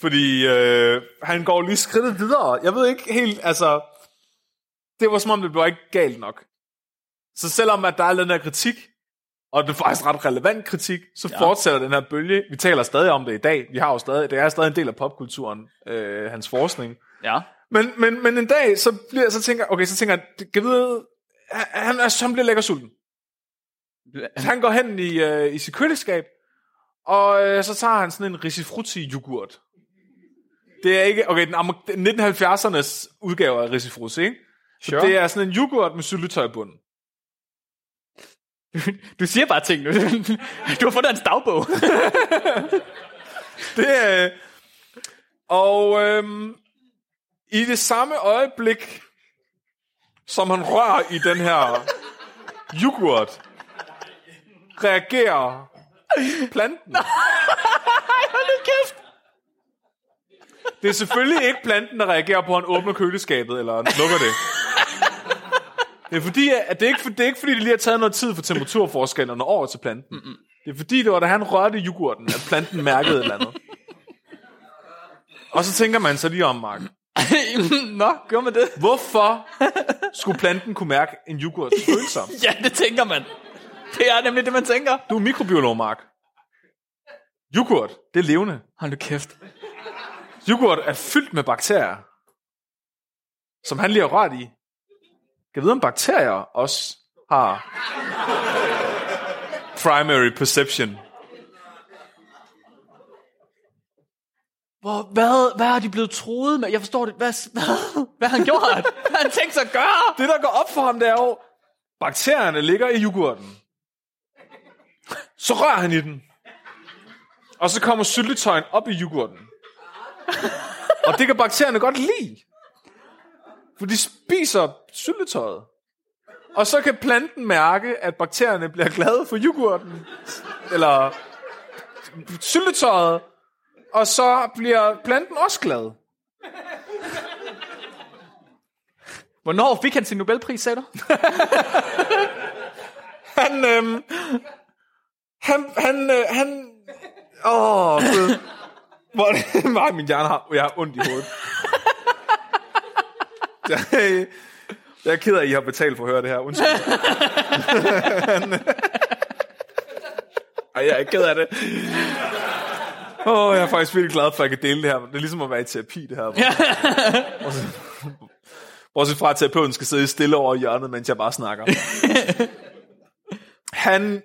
[SPEAKER 2] Fordi øh, han går lige skridtet videre. Jeg ved ikke helt, altså... Det var som om, det blev ikke galt nok. Så selvom at der er den her kritik, og det er faktisk ret relevant kritik, så ja. fortsætter den her bølge. Vi taler stadig om det i dag. Vi har jo stadig, det er stadig en del af popkulturen, øh, hans forskning.
[SPEAKER 1] Ja.
[SPEAKER 2] Men, men, men en dag, så, bliver, så tænker okay, så tænker jeg, det- kan vide, han, han, han bliver lækker sulten. Han går hen i, øh, i sit køleskab, og øh, så tager han sådan en risifrutti yoghurt. Det er ikke, okay, den amer- 1970'ernes udgave af risifrutti, ikke?
[SPEAKER 1] Sure.
[SPEAKER 2] Det er sådan en yoghurt med syltetøj i bunden.
[SPEAKER 1] Du siger bare ting nu. Du har fundet hans dagbog.
[SPEAKER 2] Det er... Og øhm, i det samme øjeblik, som han rører i den her yoghurt, reagerer planten.
[SPEAKER 1] Hold nu kæft.
[SPEAKER 2] Det er selvfølgelig ikke planten, der reagerer på, at han åbner køleskabet eller lukker det. Det er fordi, at det er ikke, for, det er ikke fordi, det lige har taget noget tid for temperaturforskellerne over til planten. Mm-mm. Det er fordi, det var da han rørte yoghurten, at planten mærkede et eller andet. Og så tænker man så lige om, Mark.
[SPEAKER 1] Nå, gør man det?
[SPEAKER 2] Hvorfor skulle planten kunne mærke en yoghurt følsom?
[SPEAKER 1] Ja, det tænker man. Det er nemlig det, man tænker.
[SPEAKER 2] Du er mikrobiolog, Mark. Yoghurt, det er levende.
[SPEAKER 1] Hold nu kæft.
[SPEAKER 2] Yoghurt er fyldt med bakterier, som han lige har rørt i. Kan jeg vide, om bakterier også har primary perception?
[SPEAKER 1] Hvor, hvad, hvad er de blevet troet med? Jeg forstår det. Hvad, hvad, hvad har han gjort? Hvad har han tænkt sig at gøre?
[SPEAKER 2] Det, der går op for ham, det er jo, bakterierne ligger i yoghurten. Så rører han i den. Og så kommer syltetøjen op i yoghurten. Og det kan bakterierne godt lide. For de spiser syltetøjet. Og så kan planten mærke, at bakterierne bliver glade for yoghurten. Eller syltetøjet. Og så bliver planten også glad.
[SPEAKER 1] Hvornår fik han sin Nobelpris, sagde du?
[SPEAKER 2] Han, øhm, han, han, øh, han, åh, oh, gud. Hvor er det meget, min hjerne har, jeg har ondt i hovedet. Jeg, jeg er ked af, at I har betalt for at høre det her, undskyld. Han, øh, Ej, jeg er ked af det. Åh, oh, jeg er faktisk virkelig glad for, at jeg kan dele det her. Det er ligesom at være i terapi, det her. Bortset- Bortset fra, at terapeuten skal sidde stille over i hjørnet, mens jeg bare snakker. Han...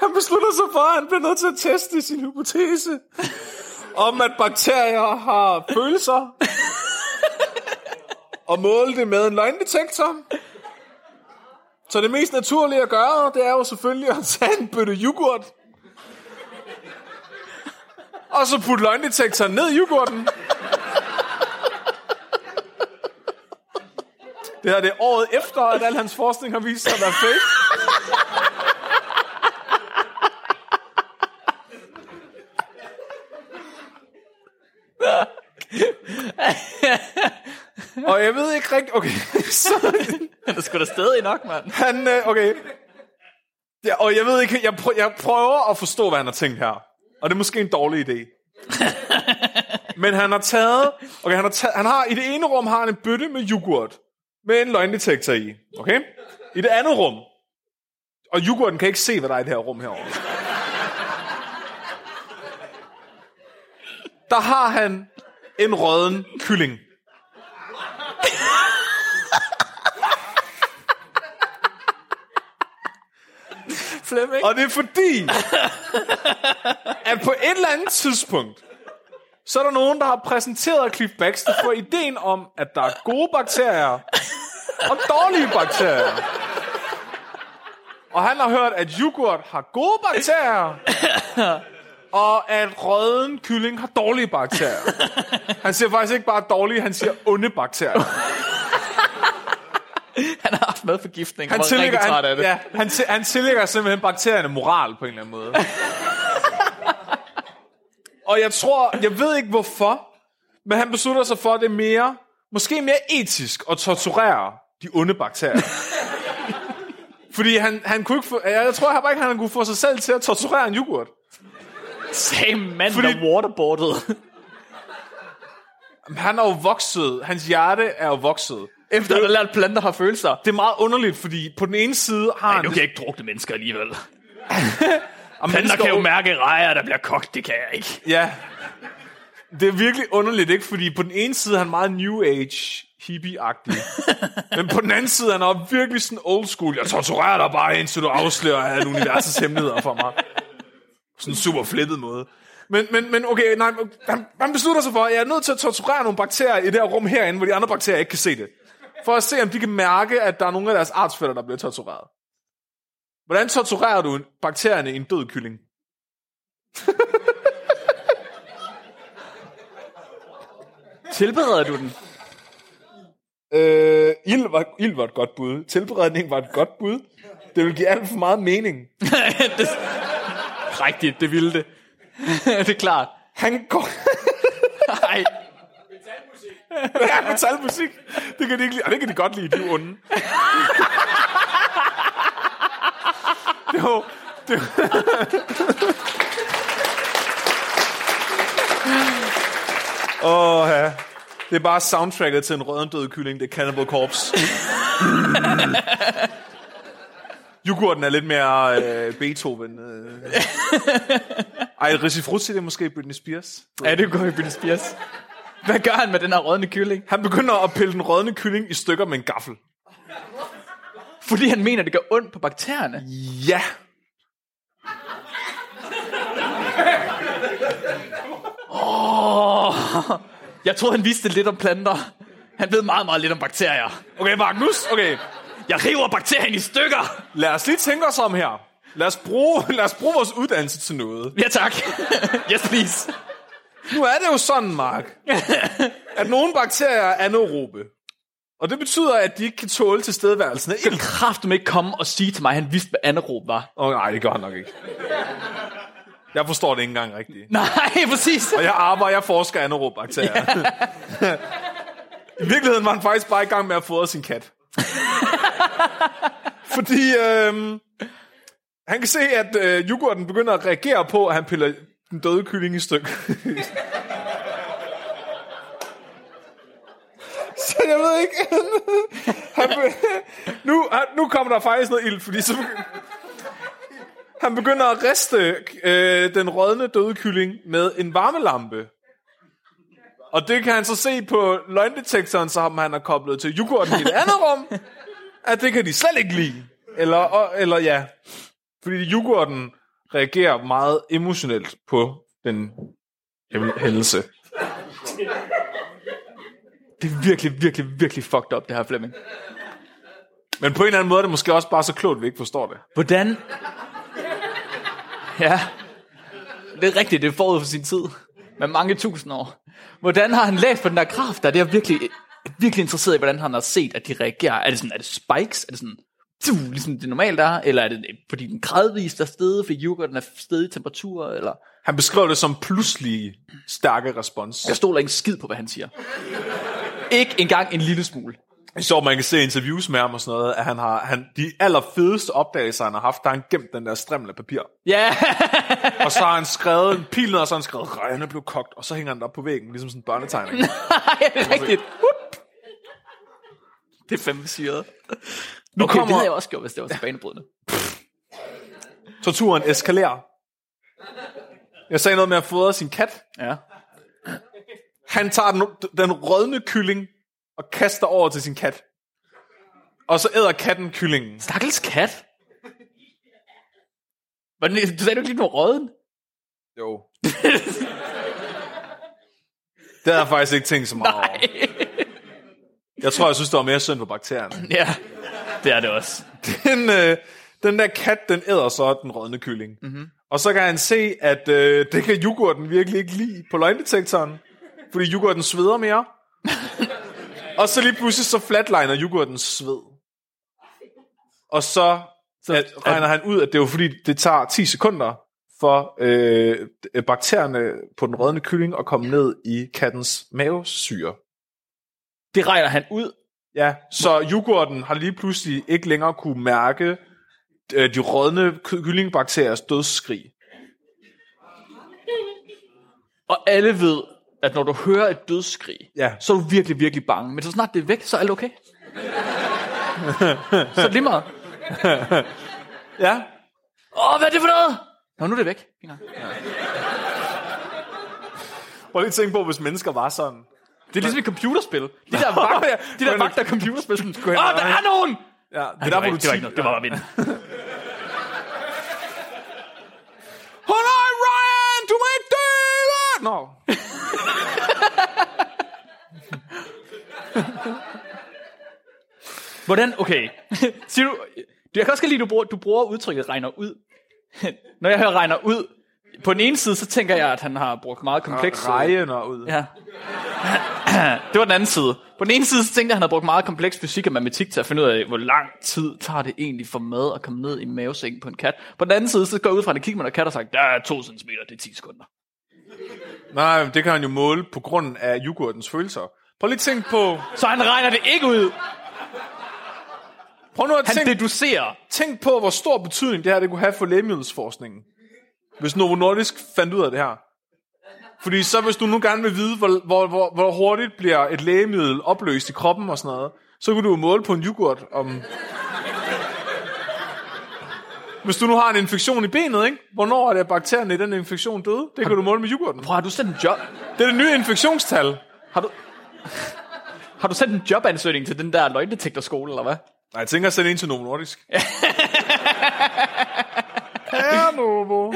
[SPEAKER 2] han beslutter sig for, at han bliver nødt til at teste sin hypotese om, at bakterier har følelser. og måle det med en løgndetektor. Så det mest naturlige at gøre, det er jo selvfølgelig at tage en bøtte yoghurt. Og så putte løgndetektoren ned i yoghurten. Det her det er året efter, at al hans forskning har vist sig at være fake. Og jeg ved ikke rigtigt... Okay, så
[SPEAKER 1] Han er sgu da stadig nok, mand.
[SPEAKER 2] han... øh, Okay. Ja, og jeg ved ikke... Jeg, prø- jeg prøver at forstå, hvad han har tænkt her. Og det er måske en dårlig idé. Men han har taget... Okay, han har, taget, han har... I det ene rum har han en bøtte med yoghurt. Med en løgndetektor i. Okay? I det andet rum... Og yoghurten kan ikke se, hvad der er i det her rum herovre. Der har han en rødden kylling.
[SPEAKER 1] Flemming.
[SPEAKER 2] Og det er fordi, at på et eller andet tidspunkt, så er der nogen, der har præsenteret Cliff Baxter for ideen om, at der er gode bakterier og dårlige bakterier. Og han har hørt, at yoghurt har gode bakterier, og at rødden kylling har dårlige bakterier. Han siger faktisk ikke bare dårlige, han siger onde bakterier.
[SPEAKER 1] Han har haft madforgiftning.
[SPEAKER 2] Han
[SPEAKER 1] og var rigtig
[SPEAKER 2] tillægger,
[SPEAKER 1] træt
[SPEAKER 2] han,
[SPEAKER 1] af det.
[SPEAKER 2] Ja, han, til, han tillægger simpelthen bakterierne moral på en eller anden måde. og jeg tror, jeg ved ikke hvorfor, men han beslutter sig for, at det er mere, måske mere etisk at torturere de onde bakterier. Fordi han, han kunne ikke få, jeg, jeg tror bare ikke, han kunne få sig selv til at torturere en yoghurt.
[SPEAKER 1] Sagde mand,
[SPEAKER 2] Fordi-
[SPEAKER 1] Fordi... der waterboardede.
[SPEAKER 2] Han er jo vokset, hans hjerte er jo vokset.
[SPEAKER 1] Efter at have lært planter har følelser.
[SPEAKER 2] Det er meget underligt, fordi på den ene side har
[SPEAKER 1] Nu
[SPEAKER 2] han...
[SPEAKER 1] kan jeg ikke drukne mennesker alligevel.
[SPEAKER 2] og
[SPEAKER 1] Planter
[SPEAKER 2] mennesker
[SPEAKER 1] kan
[SPEAKER 2] er
[SPEAKER 1] jo mærke rejer, der bliver kogt. Det kan jeg ikke.
[SPEAKER 2] Ja. Det er virkelig underligt, ikke? Fordi på den ene side er han meget new age, hippie-agtig. Men på den anden side er han også virkelig sådan old school. Jeg torturerer dig bare, indtil du afslører alle universets hemmeligheder for mig. Sådan en super flippet måde. Men, men, men okay, nej, han, han beslutter sig for, at jeg er nødt til at torturere nogle bakterier i det her rum herinde, hvor de andre bakterier ikke kan se det. For at se, om de kan mærke, at der er nogle af deres artsfælder, der bliver tortureret. Hvordan torturerer du en- bakterierne i en død kylling?
[SPEAKER 1] Tilbereder du den?
[SPEAKER 2] Øh, ild, var, ild var et godt bud. Tilberedning var et godt bud. Det ville give alt for meget mening.
[SPEAKER 1] det... Rigtigt, det ville det. det er klart.
[SPEAKER 2] Han går...
[SPEAKER 1] Ej.
[SPEAKER 4] Black metal musik. Det kan de ikke lide. Og det kan de godt lide, de er onde. jo,
[SPEAKER 2] Åh, ja. Det er bare soundtracket til en rødendød kylling, det er Cannibal Corpse. Yoghurten er lidt mere øh, Beethoven. Øh. Ej, Risifruzzi, det er måske Britney Spears.
[SPEAKER 1] Ja, det går i Britney Spears. Hvad gør han med den her rådne kylling?
[SPEAKER 2] Han begynder at pille den rødne kylling i stykker med en gaffel.
[SPEAKER 1] Fordi han mener, det gør ondt på bakterierne.
[SPEAKER 2] Ja.
[SPEAKER 1] Jeg troede, han vidste lidt om planter. Han ved meget, meget lidt om bakterier.
[SPEAKER 2] Okay, Magnus. Okay,
[SPEAKER 1] Jeg river bakterien i stykker!
[SPEAKER 2] lad os lige tænke os om her. Lad os bruge, lad os bruge vores uddannelse til noget.
[SPEAKER 1] Ja, tak. yes, please.
[SPEAKER 2] Nu er det jo sådan, Mark, at nogle bakterier er anaerobe. Og det betyder, at de ikke kan tåle tilstedeværelsen af ild.
[SPEAKER 1] Kraft ikke komme og sige til mig, at han vidste, hvad anaerob var.
[SPEAKER 2] Åh, oh, nej, det gør han nok ikke. Jeg forstår det ikke engang rigtigt.
[SPEAKER 1] Nej, præcis.
[SPEAKER 2] Og jeg arbejder, jeg forsker anaerob bakterier. I virkeligheden var han faktisk bare i gang med at fodre sin kat. Fordi øhm, han kan se, at øh, yoghurten begynder at reagere på, at han piller den døde kylling i styk. Så jeg ved ikke... han be- nu, han, nu kommer der faktisk noget ild, fordi så begy- han begynder at riste øh, den rådne døde kylling med en varmelampe. Og det kan han så se på løgndetektoren, som han har koblet til yoghurten i et andet rum, at det kan de slet ikke lide. Eller, og, eller ja, fordi yoghurten reagerer meget emotionelt på den hændelse.
[SPEAKER 1] Det er virkelig, virkelig, virkelig fucked up, det her Flemming.
[SPEAKER 2] Men på en eller anden måde er det måske også bare så klogt, at vi ikke forstår det.
[SPEAKER 1] Hvordan? Ja. Det er rigtigt, det er forud for sin tid. Med mange tusind år. Hvordan har han læst på den der kraft der? Det er jeg virkelig, virkelig interesseret i, hvordan han har set, at de reagerer. Er det sådan, er det spikes? Er det sådan, du, ligesom det normalt er? Eller er det, fordi den gradvist er stedet, fordi yoghurten er stedet i temperatur? Eller?
[SPEAKER 2] Han beskrev det som pludselig stærke respons.
[SPEAKER 1] Jeg stoler ikke en skid på, hvad han siger. Ikke engang en lille smule.
[SPEAKER 2] Så man kan se interviews med ham og sådan noget, at han har, han, de allerfedeste opdagelser, han har haft, der har han gemt den der strimmel af papir.
[SPEAKER 1] Ja,
[SPEAKER 2] Og så har han skrevet en pil ned, og så har han skrevet, røgerne blev kogt, og så hænger han den op på væggen, ligesom sådan en børnetegning.
[SPEAKER 1] nej, det er rigtigt. Whoop. Det er fandme syret. Nu okay, kommer... det
[SPEAKER 2] kommer-
[SPEAKER 1] havde jeg også gjort, hvis det var så banebrydende.
[SPEAKER 2] Torturen eskalerer. Jeg sagde noget med at fodre sin kat.
[SPEAKER 1] Ja.
[SPEAKER 2] Han tager den, den rødne kylling og kaster over til sin kat. Og så æder katten kyllingen.
[SPEAKER 1] Stakkels kat. Var den, du sagde du ikke lige, den var råden?
[SPEAKER 2] Jo. Det har jeg faktisk ikke tænkt så meget over. Jeg tror, jeg synes, det var mere synd for bakterierne.
[SPEAKER 1] Ja, det er det også.
[SPEAKER 2] den, øh, den der kat, den æder så den rådne kylling. Mm-hmm. Og så kan han se, at øh, det kan yoghurten virkelig ikke lide på løgndetektoren. Fordi yoghurten sveder mere. og så lige pludselig så flatliner yoghurten sved. Og så, så at, regner han ud, at det er jo fordi, det tager 10 sekunder for øh, d- bakterierne på den rødne kylling at komme ned i kattens mavesyre.
[SPEAKER 1] Det regner han ud.
[SPEAKER 2] Ja, så yoghurten har lige pludselig ikke længere kunne mærke øh, de rådne ky- kyllingbakteriers dødsskrig.
[SPEAKER 1] Og alle ved, at når du hører et dødsskrig,
[SPEAKER 2] Ja.
[SPEAKER 1] så er du virkelig, virkelig bange. Men så snart det er væk, så er alt okay. så er det lige meget.
[SPEAKER 2] Ja.
[SPEAKER 1] Åh, hvad er det for noget? Nå, nu er det væk. Fint nok.
[SPEAKER 2] Prøv lige at tænke på, hvis mennesker var sådan.
[SPEAKER 1] Det er ligesom et computerspil. De der vagter, de der vagter computerspil. sådan, Åh,
[SPEAKER 2] hen og-
[SPEAKER 1] der er nogen!
[SPEAKER 2] Ja, det,
[SPEAKER 1] Det,
[SPEAKER 2] der,
[SPEAKER 1] var,
[SPEAKER 2] hvor du
[SPEAKER 1] ikke, det var ikke noget, det var bare vind.
[SPEAKER 2] Hold on, Ryan! Du må ikke dø! Nå.
[SPEAKER 1] Hvordan, okay. Siger du, jeg kan også godt lide, at du bruger, du bruger udtrykket regner ud. Når jeg hører regner ud, på den ene side, så tænker jeg, at han har brugt meget komplekse...
[SPEAKER 2] Regner ud.
[SPEAKER 1] Ja. Det var den anden side. På den ene side, så tænkte jeg, at han har brugt meget kompleks fysik og matematik til at finde ud af, hvor lang tid tager det egentlig for mad at komme ned i mavesækken på en kat. På den anden side, så går jeg ud fra, at han kigger på en kat og siger, der er to centimeter, det er 10 sekunder.
[SPEAKER 2] Nej, men det kan han jo måle på grund af yoghurtens følelser.
[SPEAKER 4] Prøv lige at tænke på...
[SPEAKER 1] Så han regner det ikke ud.
[SPEAKER 4] Prøv nu at
[SPEAKER 1] Han
[SPEAKER 4] tænke,
[SPEAKER 1] deducerer.
[SPEAKER 2] Tænk på, hvor stor betydning det her det kunne have for lægemiddelforskningen. Hvis Novo Nordisk fandt ud af det her. Fordi så hvis du nu gerne vil vide, hvor, hvor, hvor, hvor hurtigt bliver et lægemiddel opløst i kroppen og sådan noget, så kunne du jo måle på en yoghurt om... Hvis du nu har en infektion i benet, ikke? hvornår er det, at bakterierne i den infektion døde? Det kan du måle med yoghurten.
[SPEAKER 1] Prøv, har du sendt en job?
[SPEAKER 2] Det er det nye infektionstal.
[SPEAKER 1] Har du... Har du sendt en jobansøgning til den der løgndetektorskole, eller hvad?
[SPEAKER 2] Nej, jeg tænker at sende en til Novo Nordisk. Kære Novo,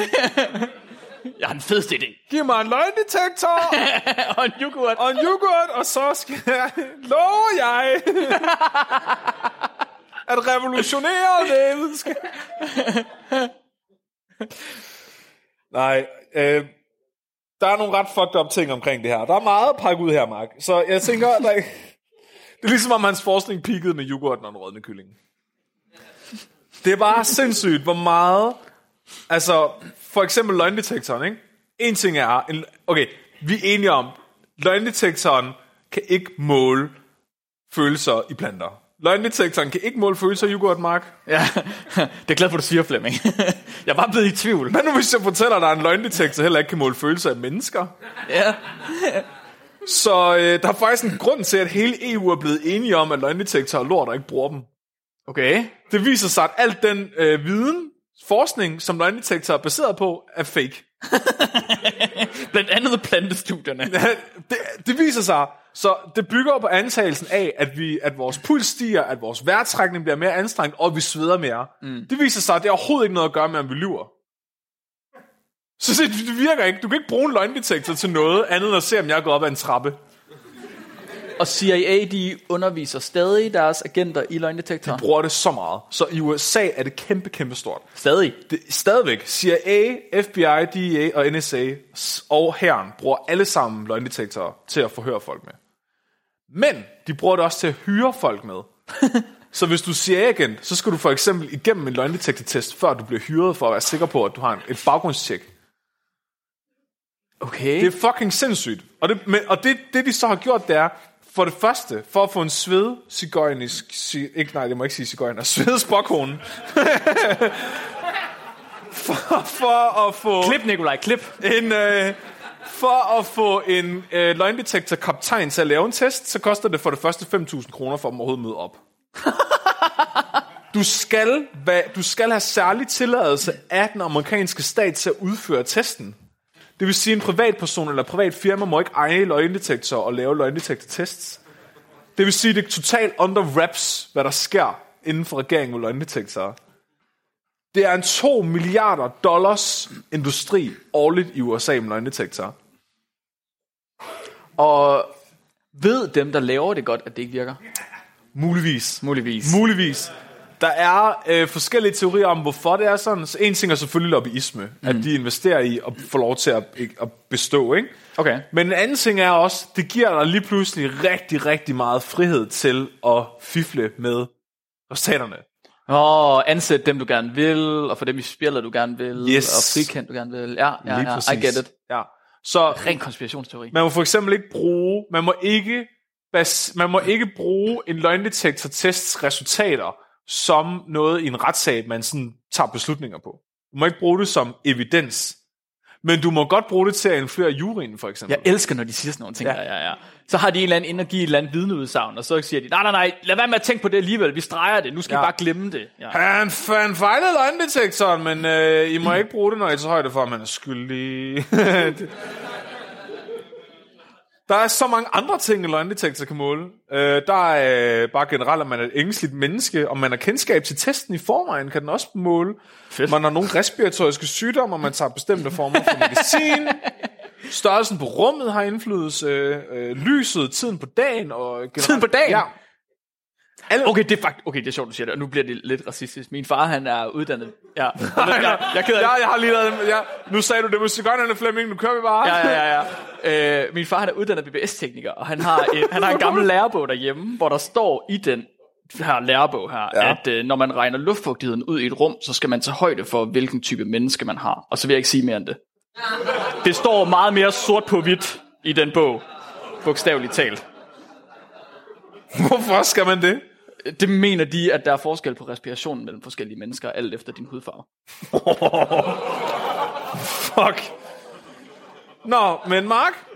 [SPEAKER 1] Jeg har den fedeste idé.
[SPEAKER 2] giv mig en løgndetektor!
[SPEAKER 1] Og en yoghurt.
[SPEAKER 2] og en yoghurt, og så skal jeg, lover jeg, at revolutionere lægevidenskab. Nej, øh, der er nogle ret fucked up ting omkring det her. Der er meget at pakke ud her, Mark. Så jeg tænker, der er... det er ligesom om hans forskning pikkede med yoghurten og den rødne kylling. Det er bare sindssygt, hvor meget... Altså, for eksempel løgndetektoren, ikke? En ting er... En, okay, vi er enige om, løgndetektoren kan ikke måle følelser i planter. Løgndetektoren kan ikke måle følelser i yoghurt, Mark.
[SPEAKER 1] Ja, det er glad for, du siger, Flemming. Jeg var blevet i tvivl.
[SPEAKER 2] Hvad nu, hvis jeg fortæller dig, at en løgndetektor heller ikke kan måle følelser af mennesker?
[SPEAKER 1] Ja.
[SPEAKER 2] Så øh, der er faktisk en grund til, at hele EU er blevet enige om, at løgndetektorer er lort og ikke bruger dem.
[SPEAKER 1] Okay.
[SPEAKER 2] Det viser sig, at al den øh, viden, forskning, som løgndetektorer er baseret på, er fake.
[SPEAKER 1] Blandt andet plantestudierne.
[SPEAKER 2] det, det viser sig, så det bygger jo på antagelsen af, at, vi, at vores puls stiger, at vores vejrtrækning bliver mere anstrengt, og at vi sveder mere. Mm. Det viser sig, at det har overhovedet ikke noget at gøre med, om vi lyver. Så det, det virker ikke. Du kan ikke bruge en løgndetektor til noget andet end at se, om jeg går op ad en trappe.
[SPEAKER 1] Og CIA, de underviser stadig deres agenter i løgndetektorer.
[SPEAKER 2] Bruger det så meget. Så i USA er det kæmpe, kæmpe stort.
[SPEAKER 1] Stadig.
[SPEAKER 2] Det, stadigvæk, CIA, FBI, DEA E og NSA s- og herren bruger alle sammen løgndetektorer til at forhøre folk med. Men de bruger det også til at hyre folk med. så hvis du er CIA-agent, så skal du for eksempel igennem en løgndetektortest, før du bliver hyret for at være sikker på, at du har en, et baggrundstjek.
[SPEAKER 1] Okay.
[SPEAKER 2] Det er fucking sindssygt. Og, det, men, og det, det, de så har gjort, det er, for det første, for at få en sved cigøjnisk... Si, ikke, nej, det må jeg ikke sige cigøjner. Sved spokhonen. for, for at få
[SPEAKER 1] Klip, Nikolaj, klip.
[SPEAKER 2] en... Øh, for at få en øh, løgndetektor kaptajn til at lave en test, så koster det for det første 5.000 kroner for at overhovedet møde op. Du skal, hvad, du skal have særlig tilladelse af den amerikanske stat til at udføre testen. Det vil sige, at en privatperson eller privat firma må ikke eje løgndetektorer og lave løgndetektortests. Det vil sige, at det er totalt under wraps, hvad der sker inden for regeringen med løgndetektorer. Det er en 2 milliarder dollars industri årligt i USA med løgndetektorer.
[SPEAKER 1] Og ved dem, der laver det godt, at det ikke virker?
[SPEAKER 2] Muligvis.
[SPEAKER 1] Muligvis.
[SPEAKER 2] Muligvis. Der er øh, forskellige teorier om, hvorfor det er sådan. Så en ting er selvfølgelig lobbyisme, mm. at de investerer i at få lov til at, ikke- at bestå. Ikke?
[SPEAKER 1] Okay.
[SPEAKER 2] Men en anden ting er også, det giver dig lige pludselig rigtig, rigtig meget frihed til at fifle med resultaterne.
[SPEAKER 1] Og ansæt dem, du gerne vil, og få dem i spillet, du gerne vil,
[SPEAKER 2] Yes.
[SPEAKER 1] og frikendt, du gerne vil. Ja, ja,
[SPEAKER 2] Lige
[SPEAKER 1] ja, I get it.
[SPEAKER 2] Ja. Så
[SPEAKER 1] Ren konspirationsteori.
[SPEAKER 2] man må for eksempel ikke bruge, man må ikke, bas, man må ikke bruge en løgndetektor tests resultater som noget i en retssag, man sådan tager beslutninger på. Du må ikke bruge det som evidens. Men du må godt bruge det til at influere juryen, for eksempel.
[SPEAKER 1] Jeg elsker, når de siger sådan nogle ting. Ja. Ja, ja, ja. Så har de en eller anden ind og giver et eller andet vidneudsagn, og så siger de, nej, nej, nej, lad være med at tænke på det alligevel, vi streger det, nu skal ja.
[SPEAKER 2] Ja.
[SPEAKER 1] I bare glemme det. Ja.
[SPEAKER 2] Han, han fejlede løgndetektoren, men øh, I må ikke bruge det, når I tager højde for, at man er skyldig. der er så mange andre ting, en løgndetektor kan måle. Øh, der er øh, bare generelt, om man er et ængstligt menneske, om man har kendskab til testen i forvejen, kan den også måle. Fedt. Man har nogle respiratoriske sygdomme, og man tager bestemte former for medicin. Størrelsen på rummet har indflydelse. Øh, øh, lyset, tiden på dagen. Og generelt,
[SPEAKER 1] Tiden på dagen?
[SPEAKER 2] Ja.
[SPEAKER 1] Okay, det er fakt- okay, det er sjovt, du siger det, og nu bliver det lidt racistisk. Min far, han er uddannet. Ja. Jeg, jeg, jeg, keder,
[SPEAKER 2] Ja, jeg har lige lavet... Ja, nu sagde du det med cigøjnerne, Flemming. Nu kører vi bare.
[SPEAKER 1] Ja, ja, ja. ja. Øh, min far han er uddannet BBS-tekniker, og han har, en, han har en gammel lærebog derhjemme, hvor der står i den her lærebog her, ja. at øh, når man regner luftfugtigheden ud i et rum, så skal man tage højde for, hvilken type menneske man har. Og så vil jeg ikke sige mere end det. Det står meget mere sort på hvidt i den bog, bogstaveligt talt.
[SPEAKER 2] Hvorfor skal man det?
[SPEAKER 1] Det mener de, at der er forskel på respirationen mellem forskellige mennesker, alt efter din hudfarve.
[SPEAKER 2] Fuck. Nå, men Mark?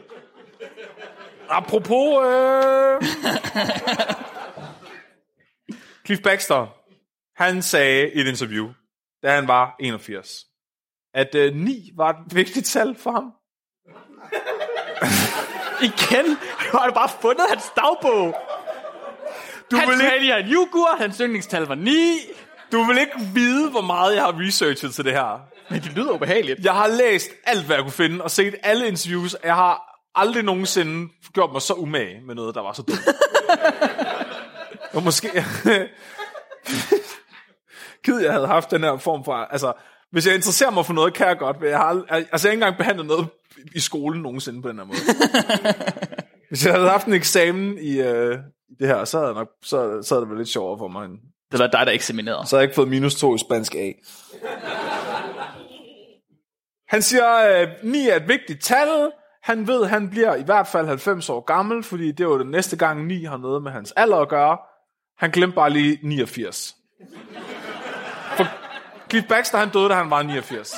[SPEAKER 2] Apropos... Øh...
[SPEAKER 4] Cliff Baxter, han sagde i et interview, da han var 81, at øh, 9 var et vigtigt tal for ham.
[SPEAKER 1] Igen har du bare fundet hans dagbog. Du han
[SPEAKER 4] vil ikke-
[SPEAKER 1] vil ikke... en yoghurt, hans yndlingstal var 9.
[SPEAKER 4] Du vil ikke vide, hvor meget jeg har researchet til det her.
[SPEAKER 1] Men det lyder ubehageligt.
[SPEAKER 4] Jeg har læst alt, hvad jeg kunne finde, og set alle interviews, og jeg har aldrig nogensinde gjort mig så umage med noget, der var så dumt. og måske...
[SPEAKER 2] Gid, jeg havde haft den her form for... Altså, hvis jeg interesserer mig for noget, kan jeg godt, men jeg har, ald- altså, jeg har ikke engang behandlet noget i skolen nogensinde på den her måde. hvis jeg havde haft en eksamen i øh, i det her, så havde, jeg nok, så, så havde det været lidt sjovere for mig. end-
[SPEAKER 1] Det var dig, der eksaminerede.
[SPEAKER 2] Så har jeg ikke fået minus 2 i spansk A. Han siger, øh, 9 er et vigtigt tal. Han ved, han bliver i hvert fald 90 år gammel, fordi det var den næste gang 9 har noget med hans alder at gøre. Han glemte bare lige 89. For Cliff Baxter, han døde, da han var 89.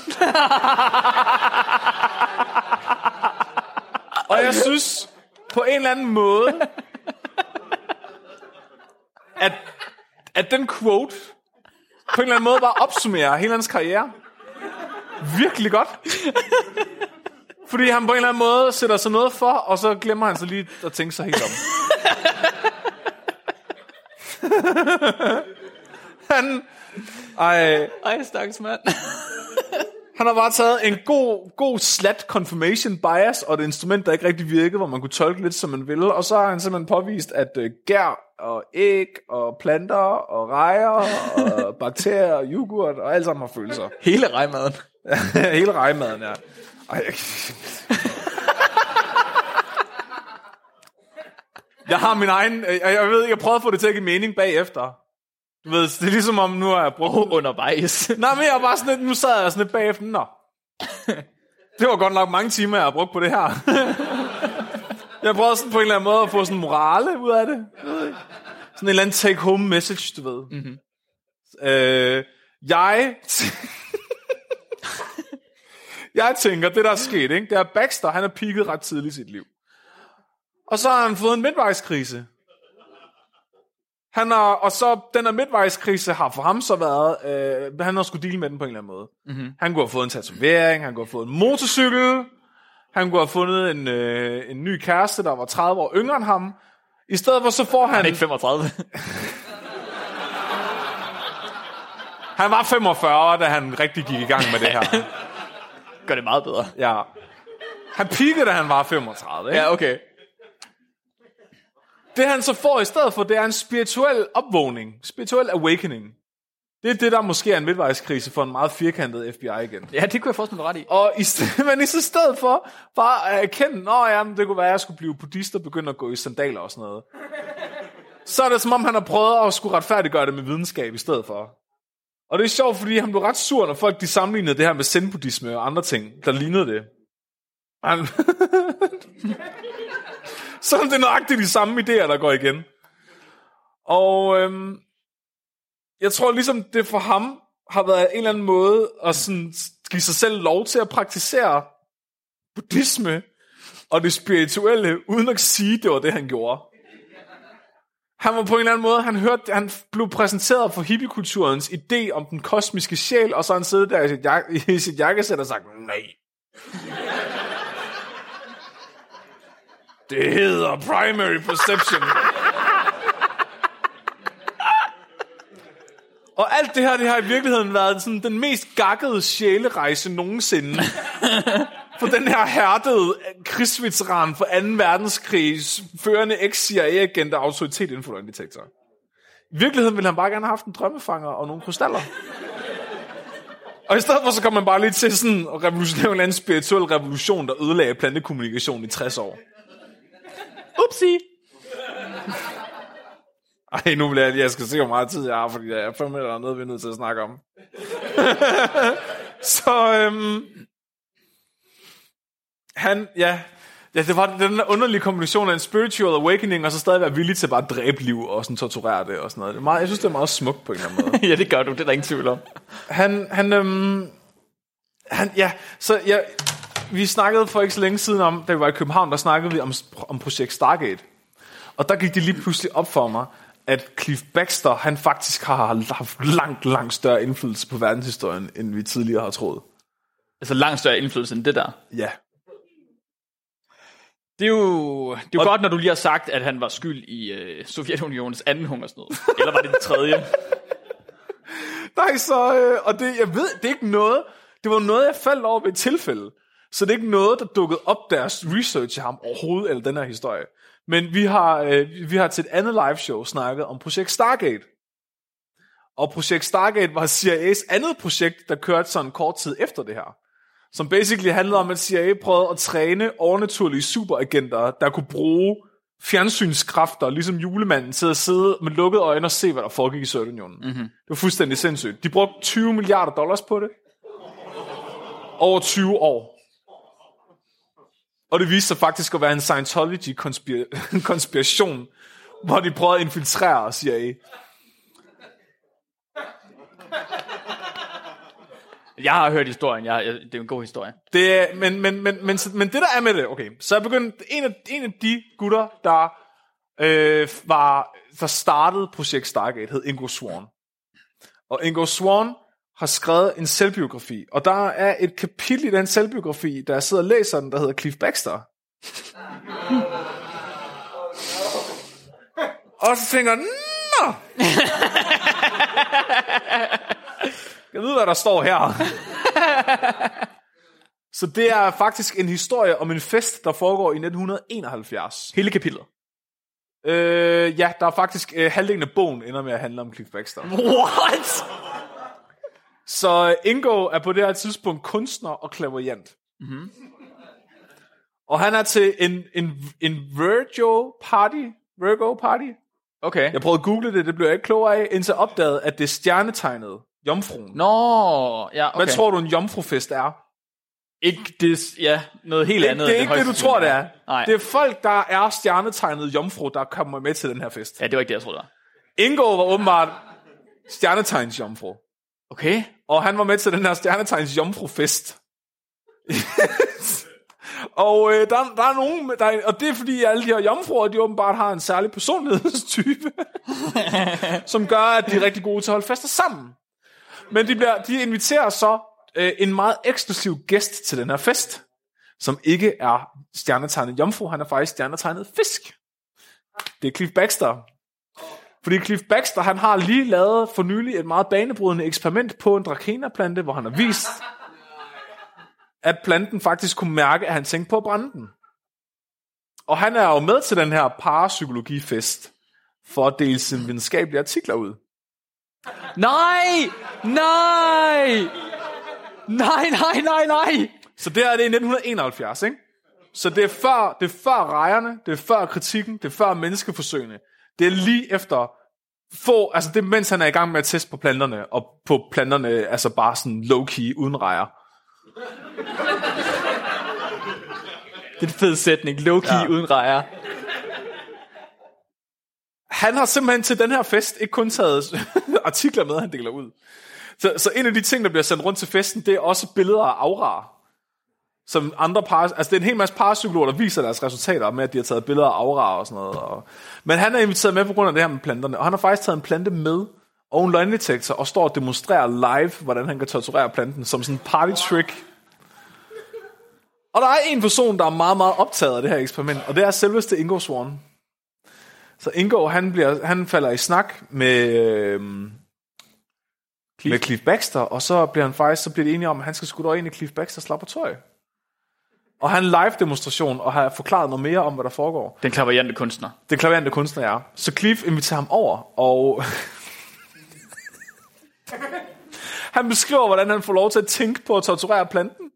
[SPEAKER 2] Og jeg synes, på en eller anden måde, at, at den quote på en eller anden måde bare opsummerer hele hans karriere. Virkelig godt. Fordi han på en eller anden måde sætter sig noget for, og så glemmer han så lige at tænke sig helt om. han, ej,
[SPEAKER 1] Ej, stakkels mand.
[SPEAKER 2] han har bare taget en god, god slat confirmation bias, og et instrument, der ikke rigtig virkede, hvor man kunne tolke lidt, som man ville. Og så har han simpelthen påvist, at øh, gær og æg og planter og rejer og bakterier og yoghurt og alt sammen har følelser.
[SPEAKER 1] Hele rejmaden.
[SPEAKER 2] Hele rejmaden, ja. Ej, jeg-
[SPEAKER 4] jeg har min egen... øh, Jeg, jeg ved ikke, jeg prøvede at få det til at give mening bagefter. Du ved, det er ligesom om nu har jeg brugt...
[SPEAKER 1] Og undervejs.
[SPEAKER 4] Nej, men jeg var sådan lidt, nu sad jeg sådan lidt bagefter, nå. Det var godt nok mange timer, jeg har brugt på det her. Jeg prøvede sådan på en eller anden måde at få sådan en morale ud af det. Jeg ved ikke. Sådan en eller anden take-home message, du ved. Mm-hmm. Øh, jeg... jeg tænker, det der er sket, ikke? det er Baxter, han er peaked ret tidligt i sit liv. Og så har han fået en midtvejskrise.
[SPEAKER 2] Han har, og så den her midtvejskrise har for ham så været, øh, han har skulle dele med den på en eller anden måde. Mm-hmm. Han kunne have fået en tatovering, han kunne have fået en motorcykel, han kunne have fundet en, øh, en ny kæreste, der var 30 år yngre end ham. I stedet for så får han,
[SPEAKER 1] Han er ikke 35.
[SPEAKER 2] han var 45, da han rigtig gik i gang med det her.
[SPEAKER 1] Gør det meget bedre.
[SPEAKER 2] Ja. Han peakede, da han var 35. Ikke? Ja.
[SPEAKER 1] okay.
[SPEAKER 2] Det han så får i stedet for, det er en spirituel opvågning, spirituel awakening. Det er det, der måske er en midtvejskrise for en meget firkantet FBI igen.
[SPEAKER 1] Ja, det kunne jeg forstå mig ret i.
[SPEAKER 2] Og i stedet, men i så stedet for bare at erkende, nå ja, men det kunne være, at jeg skulle blive buddhist og begynde at gå i sandaler og sådan noget. Så er det som om, han har prøvet at skulle retfærdiggøre det med videnskab i stedet for. Og det er sjovt, fordi han blev ret sur, når folk de sammenlignede det her med zen-buddhisme og andre ting, der lignede det. Han... Sådan det er nøjagtigt de samme idéer, der går igen. Og øhm, jeg tror ligesom, det for ham har været en eller anden måde at sådan give sig selv lov til at praktisere buddhisme og det spirituelle, uden at sige, det var det, han gjorde. Han var på en eller anden måde, han, hørte, han blev præsenteret for hippiekulturens idé om den kosmiske sjæl, og så har han siddet der i sit, jak- i sit jakkesæt og sagt, nej. Det hedder primary perception. Og alt det her, det har i virkeligheden været sådan den mest gakkede sjælerejse nogensinde. For den her hærdede krigsveteran for 2. verdenskrigs førende ex-CIA-agent og autoritet inden for løgndetektor. I virkeligheden ville han bare gerne have haft en drømmefanger og nogle krystaller. Og i stedet for, så kom man bare lige til sådan at revolutionere en eller anden spirituel revolution, der ødelagde plantekommunikation i 60 år.
[SPEAKER 1] Upsi.
[SPEAKER 2] Ej, nu bliver jeg lige, jeg skal se, hvor meget tid jeg har, fordi der er fem minutter noget, vi er nødt til at snakke om. så, øhm, han, ja, Ja, det var den der underlige kombination af en spiritual awakening, og så stadig være villig til bare at dræbe liv og sådan torturere det og sådan noget. Det er meget, jeg synes, det er meget smukt på en eller anden måde.
[SPEAKER 1] ja, det gør du. Det er der ingen tvivl om.
[SPEAKER 2] Han, han, øhm, han, ja, så ja, vi snakkede for ikke så længe siden om, da vi var i København, der snakkede vi om, om projekt Stargate. Og der gik det lige pludselig op for mig, at Cliff Baxter, han faktisk har haft langt, langt større indflydelse på verdenshistorien, end vi tidligere har troet.
[SPEAKER 1] Altså langt større indflydelse end det der.
[SPEAKER 2] Ja.
[SPEAKER 1] Det er jo, det er jo godt, når du lige har sagt, at han var skyld i øh, Sovjetunionens anden hungersnød. Eller var det den tredje?
[SPEAKER 2] Nej, så, øh, og det, jeg ved, det er ikke noget, det var noget, jeg faldt over ved et tilfælde. Så det er ikke noget, der dukkede op deres research af ham overhovedet, eller den her historie. Men vi har, øh, vi har til et andet live show snakket om projekt Stargate. Og projekt Stargate var CIA's andet projekt, der kørte sådan kort tid efter det her. Som basically handlede om, at CIA prøvede at træne overnaturlige superagenter, der kunne bruge fjernsynskræfter, ligesom julemanden, til at sidde med lukkede øjne og se, hvad der foregik i Sovjetunionen. Mm-hmm. Det var fuldstændig sindssygt. De brugte 20 milliarder dollars på det. Over 20 år. Og det viste sig faktisk at være en Scientology-konspiration, hvor de prøvede at infiltrere CIA.
[SPEAKER 1] Jeg har hørt historien. Jeg, jeg, det er jo en god historie.
[SPEAKER 2] Det er, men, men, men, men, men det der er med det, okay, så jeg begyndte, en af, en af de gutter, der, øh, var, der startede projekt Stargate, hed Ingo Swan. Og Ingo Swan har skrevet en selvbiografi, og der er et kapitel i den selvbiografi, der jeg sidder og læser den, der hedder Cliff Baxter. og så tænker jeg, nå! Jeg ved, hvad der står her. Så det er faktisk en historie om en fest, der foregår i 1971.
[SPEAKER 1] Hele kapitlet.
[SPEAKER 2] Øh, ja, der er faktisk øh, halvdelen af bogen ender med at handle om Cliff Baxter.
[SPEAKER 1] What?
[SPEAKER 2] Så øh, Ingo er på det her tidspunkt kunstner og klaverjant. Mm-hmm. Og han er til en, en, en Virgo party. Virgo party.
[SPEAKER 1] Okay.
[SPEAKER 2] Jeg prøvede at google det, det blev jeg ikke klogere af, indtil jeg opdagede, at det er stjernetegnet. Jomfruen.
[SPEAKER 1] Nå, ja, okay.
[SPEAKER 2] Hvad tror du, en jomfrufest er?
[SPEAKER 1] Ikke det, ja, noget helt andet.
[SPEAKER 2] Det, det er
[SPEAKER 1] end
[SPEAKER 2] ikke det, du
[SPEAKER 1] højst
[SPEAKER 2] tror, det er.
[SPEAKER 1] Nej,
[SPEAKER 2] Det er folk, der er stjernetegnet jomfru, der kommer med til den her fest.
[SPEAKER 1] ja, det var ikke det, jeg troede, det var.
[SPEAKER 2] Ingo var åbenbart stjernetegns jomfru.
[SPEAKER 1] Okay.
[SPEAKER 2] Og han var med til den her stjernetegns jomfrufest. og øh, der, der er nogen, der er, og det er fordi alle de her jomfruer, de åbenbart har en særlig personlighedstype, som gør, at de er rigtig gode til at holde fester sammen. Men de, bliver, de inviterer så øh, en meget eksklusiv gæst til den her fest, som ikke er stjernetegnet jomfru, han er faktisk stjernetegnet fisk. Det er Cliff Baxter, fordi Cliff Baxter, han har lige lavet for nylig et meget banebrydende eksperiment på en drakena-plante, hvor han har vist, at planten faktisk kunne mærke, at han tænkte på at brænde den. Og han er jo med til den her parapsykologifest for at dele sine videnskabelige artikler ud.
[SPEAKER 1] Nej! Nej! Nej, nej, nej, nej!
[SPEAKER 2] Så det her det er i 1971, ikke? Så det er, før, det er før rejerne, det er før kritikken, det er før menneskeforsøgene. Det er lige efter få, altså det er mens han er i gang med at teste på planterne, og på planterne altså bare sådan low-key uden rejer.
[SPEAKER 1] Det er en fed sætning. Low-key ja. uden rejer.
[SPEAKER 2] Han har simpelthen til den her fest ikke kun taget artikler med, han deler ud. Så, så en af de ting, der bliver sendt rundt til festen, det er også billeder af auraer. Som andre par, altså det er en hel masse parapsykologer, der viser deres resultater med, at de har taget billeder af auraer og sådan noget. Og, men han er inviteret med på grund af det her med planterne, og han har faktisk taget en plante med og en løgndetektor, og står og demonstrerer live, hvordan han kan torturere planten, som sådan en party trick. Og der er en person, der er meget, meget optaget af det her eksperiment, og det er selveste Ingo Swan. Så Ingo, han, bliver, han falder i snak med, øhm, Cliff. med Cliff Baxter, og så bliver han faktisk, så bliver de enige om, at han skal skulle ind i Cliff Baxters laboratorium. Og han live demonstration, og har forklaret noget mere om, hvad der foregår.
[SPEAKER 1] Den klaverjante kunstner.
[SPEAKER 2] Det klaverende kunstner er. Så Cliff inviterer ham over, og... han beskriver, hvordan han får lov til at tænke på at torturere planten.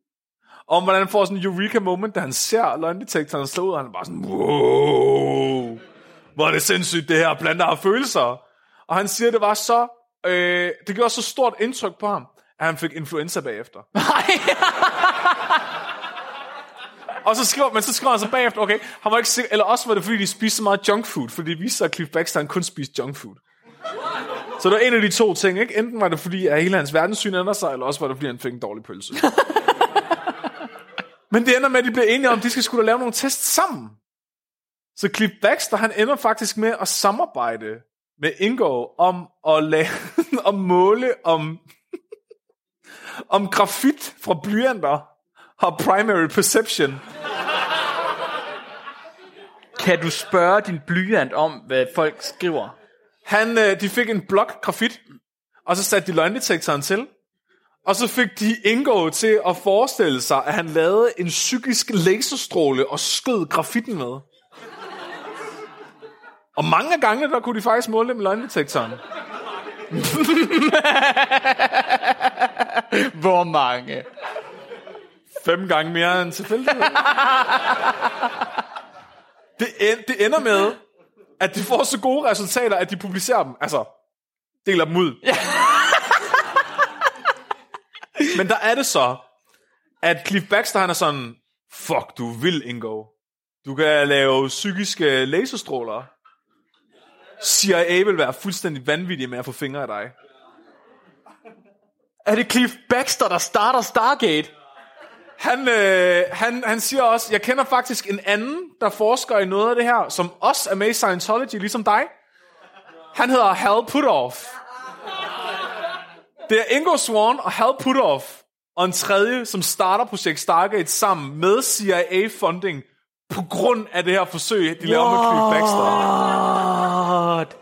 [SPEAKER 2] Og om, hvordan han får sådan en eureka moment, da han ser løgndetektoren slå ud, og han er bare sådan, wow, hvor er det sindssygt, det her, planter har følelser. Og han siger, det var så, øh, det gjorde så stort indtryk på ham, at han fik influenza bagefter.
[SPEAKER 1] Nej!
[SPEAKER 2] Og så skriver, men så skriver han så bagefter, okay, han var ikke sikker, eller også var det, fordi de spiste så meget junk food, fordi det viste sig, at Cliff Baxter han kun spiste junk food. Så det var en af de to ting, ikke? Enten var det, fordi at hele hans verdenssyn ændrede sig, eller også var det, fordi han fik en dårlig pølse. men det ender med, at de bliver enige om, at de skal skulle lave nogle tests sammen. Så Cliff Baxter, han ender faktisk med at samarbejde med Ingo om at, lave, at måle om, om grafit fra blyanter og primary perception.
[SPEAKER 1] Kan du spørge din blyant om, hvad folk skriver?
[SPEAKER 2] Han, øh, de fik en blok grafit, og så satte de løgndetektoren til. Og så fik de Ingo til at forestille sig, at han lavede en psykisk laserstråle og skød grafitten med. Og mange af gangene, der kunne de faktisk måle det med løgndetektoren.
[SPEAKER 1] Hvor mange?
[SPEAKER 2] Fem gange mere end tilfældighed. det, en, det ender med, at de får så gode resultater, at de publicerer dem. Altså, deler dem ud. Men der er det så, at Cliff Baxter han er sådan, fuck, du vil Ingo. Du kan lave psykiske laserstråler. CIA vil være fuldstændig vanvittig med at få fingre af dig.
[SPEAKER 1] Er det Cliff Baxter, der starter Stargate?
[SPEAKER 2] Han, øh, han, han siger også, jeg kender faktisk en anden, der forsker i noget af det her, som også er med i Scientology, ligesom dig. Han hedder Hal Putoff. Det er Ingo Swan og Hal Putoff, og en tredje, som starter projekt Stargate sammen med CIA-funding, på grund af det her forsøg, de laver med Cliff Baxter.
[SPEAKER 1] What?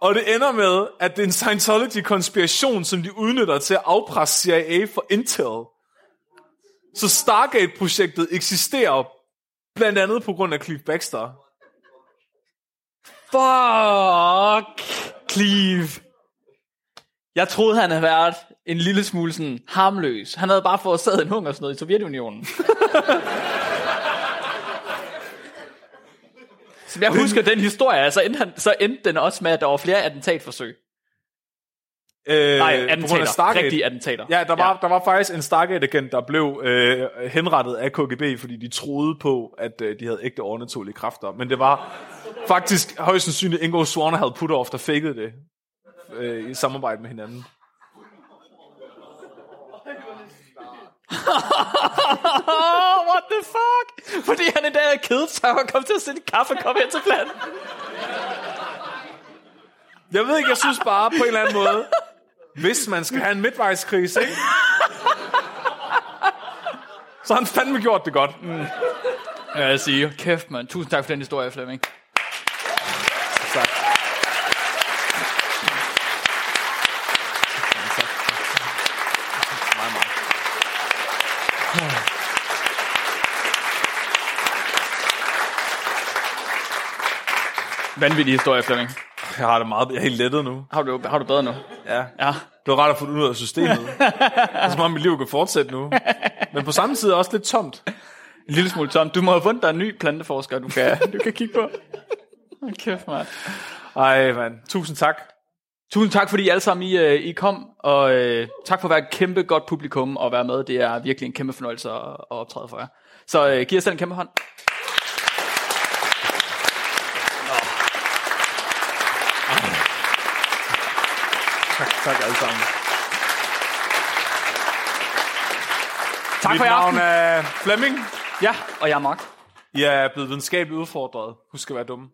[SPEAKER 2] Og det ender med, at det er en Scientology-konspiration, som de udnytter til at afpresse CIA for Intel. Så Stargate-projektet eksisterer blandt andet på grund af Cliff Baxter.
[SPEAKER 1] Fuck, Cleve. Jeg troede, han havde været en lille smule sådan harmløs. Han havde bare forårsaget en hungersnød i Sovjetunionen. Som jeg husker den historie, så endte, han, så endte den også med, at der var flere attentatforsøg.
[SPEAKER 2] Øh,
[SPEAKER 1] Nej,
[SPEAKER 2] på grund af
[SPEAKER 1] attentater.
[SPEAKER 2] Stargate.
[SPEAKER 1] Rigtige attentater.
[SPEAKER 2] Ja, der var, ja. der var faktisk en Stargate-agent, der blev øh, henrettet af KGB, fordi de troede på, at øh, de havde ægte overnaturlige kræfter. Men det var faktisk højst sandsynligt Ingo Swan havde Putoff, der fakede det øh, i samarbejde med hinanden.
[SPEAKER 1] Oh, what the fuck? Fordi han en dag havde kedet sig og kom til at sætte en kaffekop hen til planten.
[SPEAKER 2] Jeg ved ikke, jeg synes bare på en eller anden måde, hvis man skal have en midtvejskris, ikke? Så har han fandme gjort det godt. Mm.
[SPEAKER 1] Ja, jeg siger. Kæft, mand. Tusind tak for den historie, Flemming.
[SPEAKER 2] Tak. Meget, meget.
[SPEAKER 1] Vanvittig historie, Flemming.
[SPEAKER 2] Jeg har det meget, jeg er helt lettet nu.
[SPEAKER 1] Har du, har du bedre nu?
[SPEAKER 2] Ja.
[SPEAKER 1] Ja.
[SPEAKER 2] Det var rart at få det ud af systemet. det er som om, mit liv kan fortsætte nu. Men på samme tid også lidt tomt.
[SPEAKER 1] En lille smule tom. Du må have fundet dig en ny planteforsker, du kan, du kan kigge på. Hold Kæft, mand.
[SPEAKER 2] Ej, mand. Tusind tak.
[SPEAKER 1] Tusind tak, fordi I alle sammen I, øh, I kom, og øh, tak for at være et kæmpe godt publikum og være med. Det er virkelig en kæmpe fornøjelse at, at optræde for jer. Så øh, giv jer selv en kæmpe hånd.
[SPEAKER 2] Tak, tak alle sammen.
[SPEAKER 1] Tak
[SPEAKER 2] Mit
[SPEAKER 1] for i
[SPEAKER 2] navn
[SPEAKER 1] aften.
[SPEAKER 2] er Flemming.
[SPEAKER 1] Ja, og jeg er Mark.
[SPEAKER 2] Jeg er blevet videnskabeligt udfordret. Husk at være dumme.